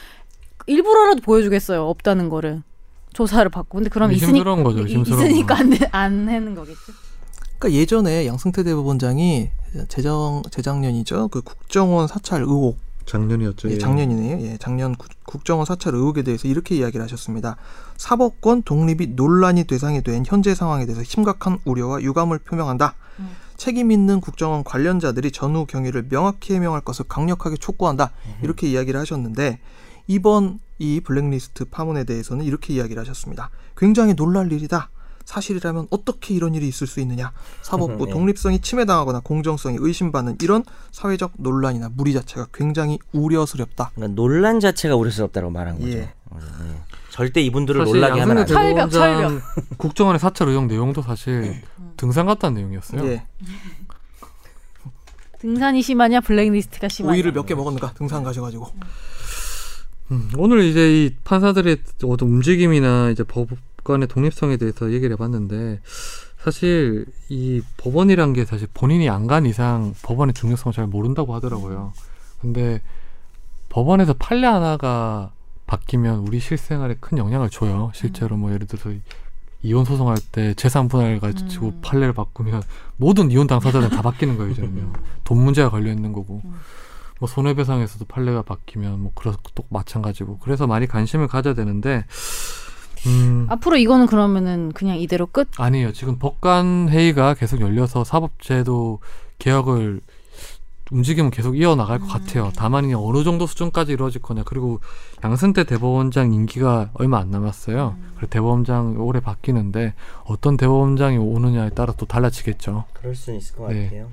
[SPEAKER 4] 일부러라도 보여주겠어요. 없다는 거를 조사를 받고. 근데 그럼 있으니,
[SPEAKER 1] 의심스러운 거죠. 의심스러운
[SPEAKER 4] 있으니까 *laughs*
[SPEAKER 1] 거.
[SPEAKER 4] 안, 내- 안 해는 거겠죠.
[SPEAKER 3] 그러니까 예전에 양승태 대법원장이 재정 재작년이죠. 그 국정원 사찰 의혹.
[SPEAKER 1] 작년이었죠.
[SPEAKER 3] 예,
[SPEAKER 1] 예.
[SPEAKER 3] 작년이네요. 예, 작년 구- 국정원 사찰 의혹에 대해서 이렇게 이야기를 하셨습니다. 사법권 독립이 논란이 대상이 된 현재 상황에 대해서 심각한 우려와 유감을 표명한다.
[SPEAKER 4] 음.
[SPEAKER 3] 책임 있는 국정원 관련자들이 전후 경위를 명확히 해명할 것을 강력하게 촉구한다. 이렇게 이야기를 하셨는데 이번 이 블랙리스트 파문에 대해서는 이렇게 이야기를 하셨습니다. 굉장히 놀랄 일이다. 사실이라면 어떻게 이런 일이 있을 수 있느냐? 사법부
[SPEAKER 2] 네.
[SPEAKER 3] 독립성이 침해당하거나 공정성이 의심받는 이런 사회적 논란이나 무리 자체가 굉장히 우려스럽다.
[SPEAKER 2] 그러니까 논란 자체가 우려스럽다고 말한 거죠.
[SPEAKER 3] 예.
[SPEAKER 2] 어, 예. 절대 이분들을
[SPEAKER 1] 사실
[SPEAKER 2] 놀라게 하면 안
[SPEAKER 1] 양승태
[SPEAKER 2] 돼.
[SPEAKER 4] 철벽, 네.
[SPEAKER 1] 대법원장 국정원의 사찰 의혹 내용도 사실 등산 같다는 내용이었어요.
[SPEAKER 2] 네.
[SPEAKER 3] 예.
[SPEAKER 4] 등산이 심하냐 블랙리스트가 심하냐.
[SPEAKER 3] 오이를 몇 개 먹었는가? 등산 가셔가지고.
[SPEAKER 1] 음, 오늘 이제 이 판사들의 어떤 움직임이나 이제 법관의 독립성에 대해서 얘기를 해봤는데 사실 이 법원이란 게 사실 본인이 안 간 이상 법원의 중요성을 잘 모른다고 하더라고요. 근데 법원에서 판례 하나가 바뀌면 우리 실생활에 큰 영향을 줘요. 실제로 뭐 예를 들어서 이- 이혼 소송할 때 재산 분할 가지고
[SPEAKER 4] 음.
[SPEAKER 1] 판례를 바꾸면 모든 이혼 당사자는 다 바뀌는 거예요. 이제는요. 돈 문제가 걸려 있는 거고
[SPEAKER 4] 음.
[SPEAKER 1] 뭐 손해배상에서도 판례가 바뀌면 뭐 그렇고 또 마찬가지고 그래서 많이 관심을 가져야 되는데 음
[SPEAKER 4] 앞으로 이거는 그러면은 그냥 이대로 끝?
[SPEAKER 1] 아니에요 지금 법관 회의가 계속 열려서 사법제도 개혁을 움직임은 계속 이어나갈 것 같아요. 다만 이게 어느 정도 수준까지 이루어질 거냐. 그리고 양승태 대법원장 임기가 얼마 안 남았어요. 그래서 대법원장 올해 바뀌는데 어떤 대법원장이 오느냐에 따라 또 달라지겠죠.
[SPEAKER 2] 그럴 수는 있을 것
[SPEAKER 1] 네.
[SPEAKER 2] 같아요.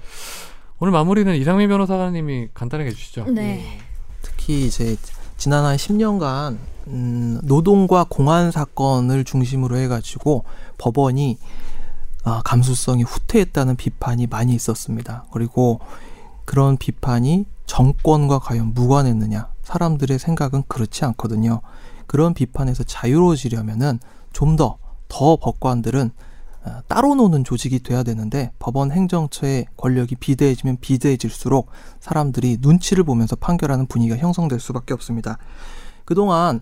[SPEAKER 1] 오늘 마무리는 이상민 변호사님이 간단하게 해주시죠.
[SPEAKER 4] 네.
[SPEAKER 3] 특히 이제 지난 한 10년간 음, 노동과 공안 사건을 중심으로 해가지고 법원이 아, 감수성이 후퇴했다는 비판이 많이 있었습니다. 그리고 그런 비판이 정권과 과연 무관했느냐? 사람들의 생각은 그렇지 않거든요. 그런 비판에서 자유로워지려면은 좀 더 더 법관들은 어, 따로 노는 조직이 돼야 되는데 법원 행정처의 권력이 비대해지면 비대해질수록 사람들이 눈치를 보면서 판결하는 분위기가 형성될 수밖에 없습니다. 그동안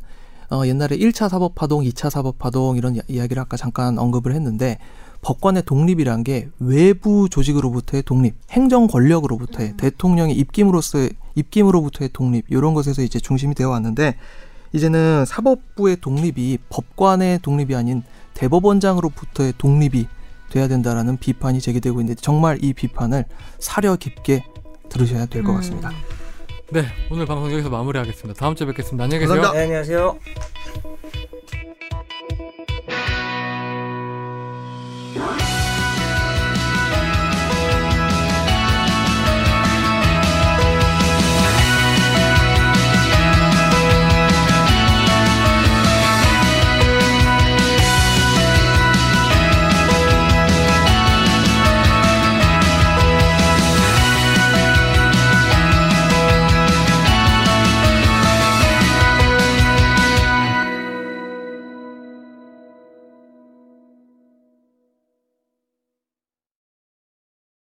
[SPEAKER 3] 어, 옛날에 1차 사법파동, 2차 사법파동 이런 야- 이야기를 아까 잠깐 언급을 했는데 법관의 독립이란 게 외부 조직으로부터의 독립, 행정 권력으로부터의 대통령의 입김으로서의 입김으로부터의 독립 이런 것에서 이제 중심이 되어 왔는데 이제는 사법부의 독립이 법관의 독립이 아닌 대법원장으로부터의 독립이 돼야 된다라는 비판이 제기되고 있는데 정말 이 비판을 사려 깊게 들으셔야 될
[SPEAKER 4] 음.
[SPEAKER 3] 것 같습니다.
[SPEAKER 1] 네, 오늘 방송 여기서 마무리하겠습니다. 다음 주에 뵙겠습니다. 안녕히 계세요.
[SPEAKER 3] 감사합니다.
[SPEAKER 2] 네, 안녕하세요.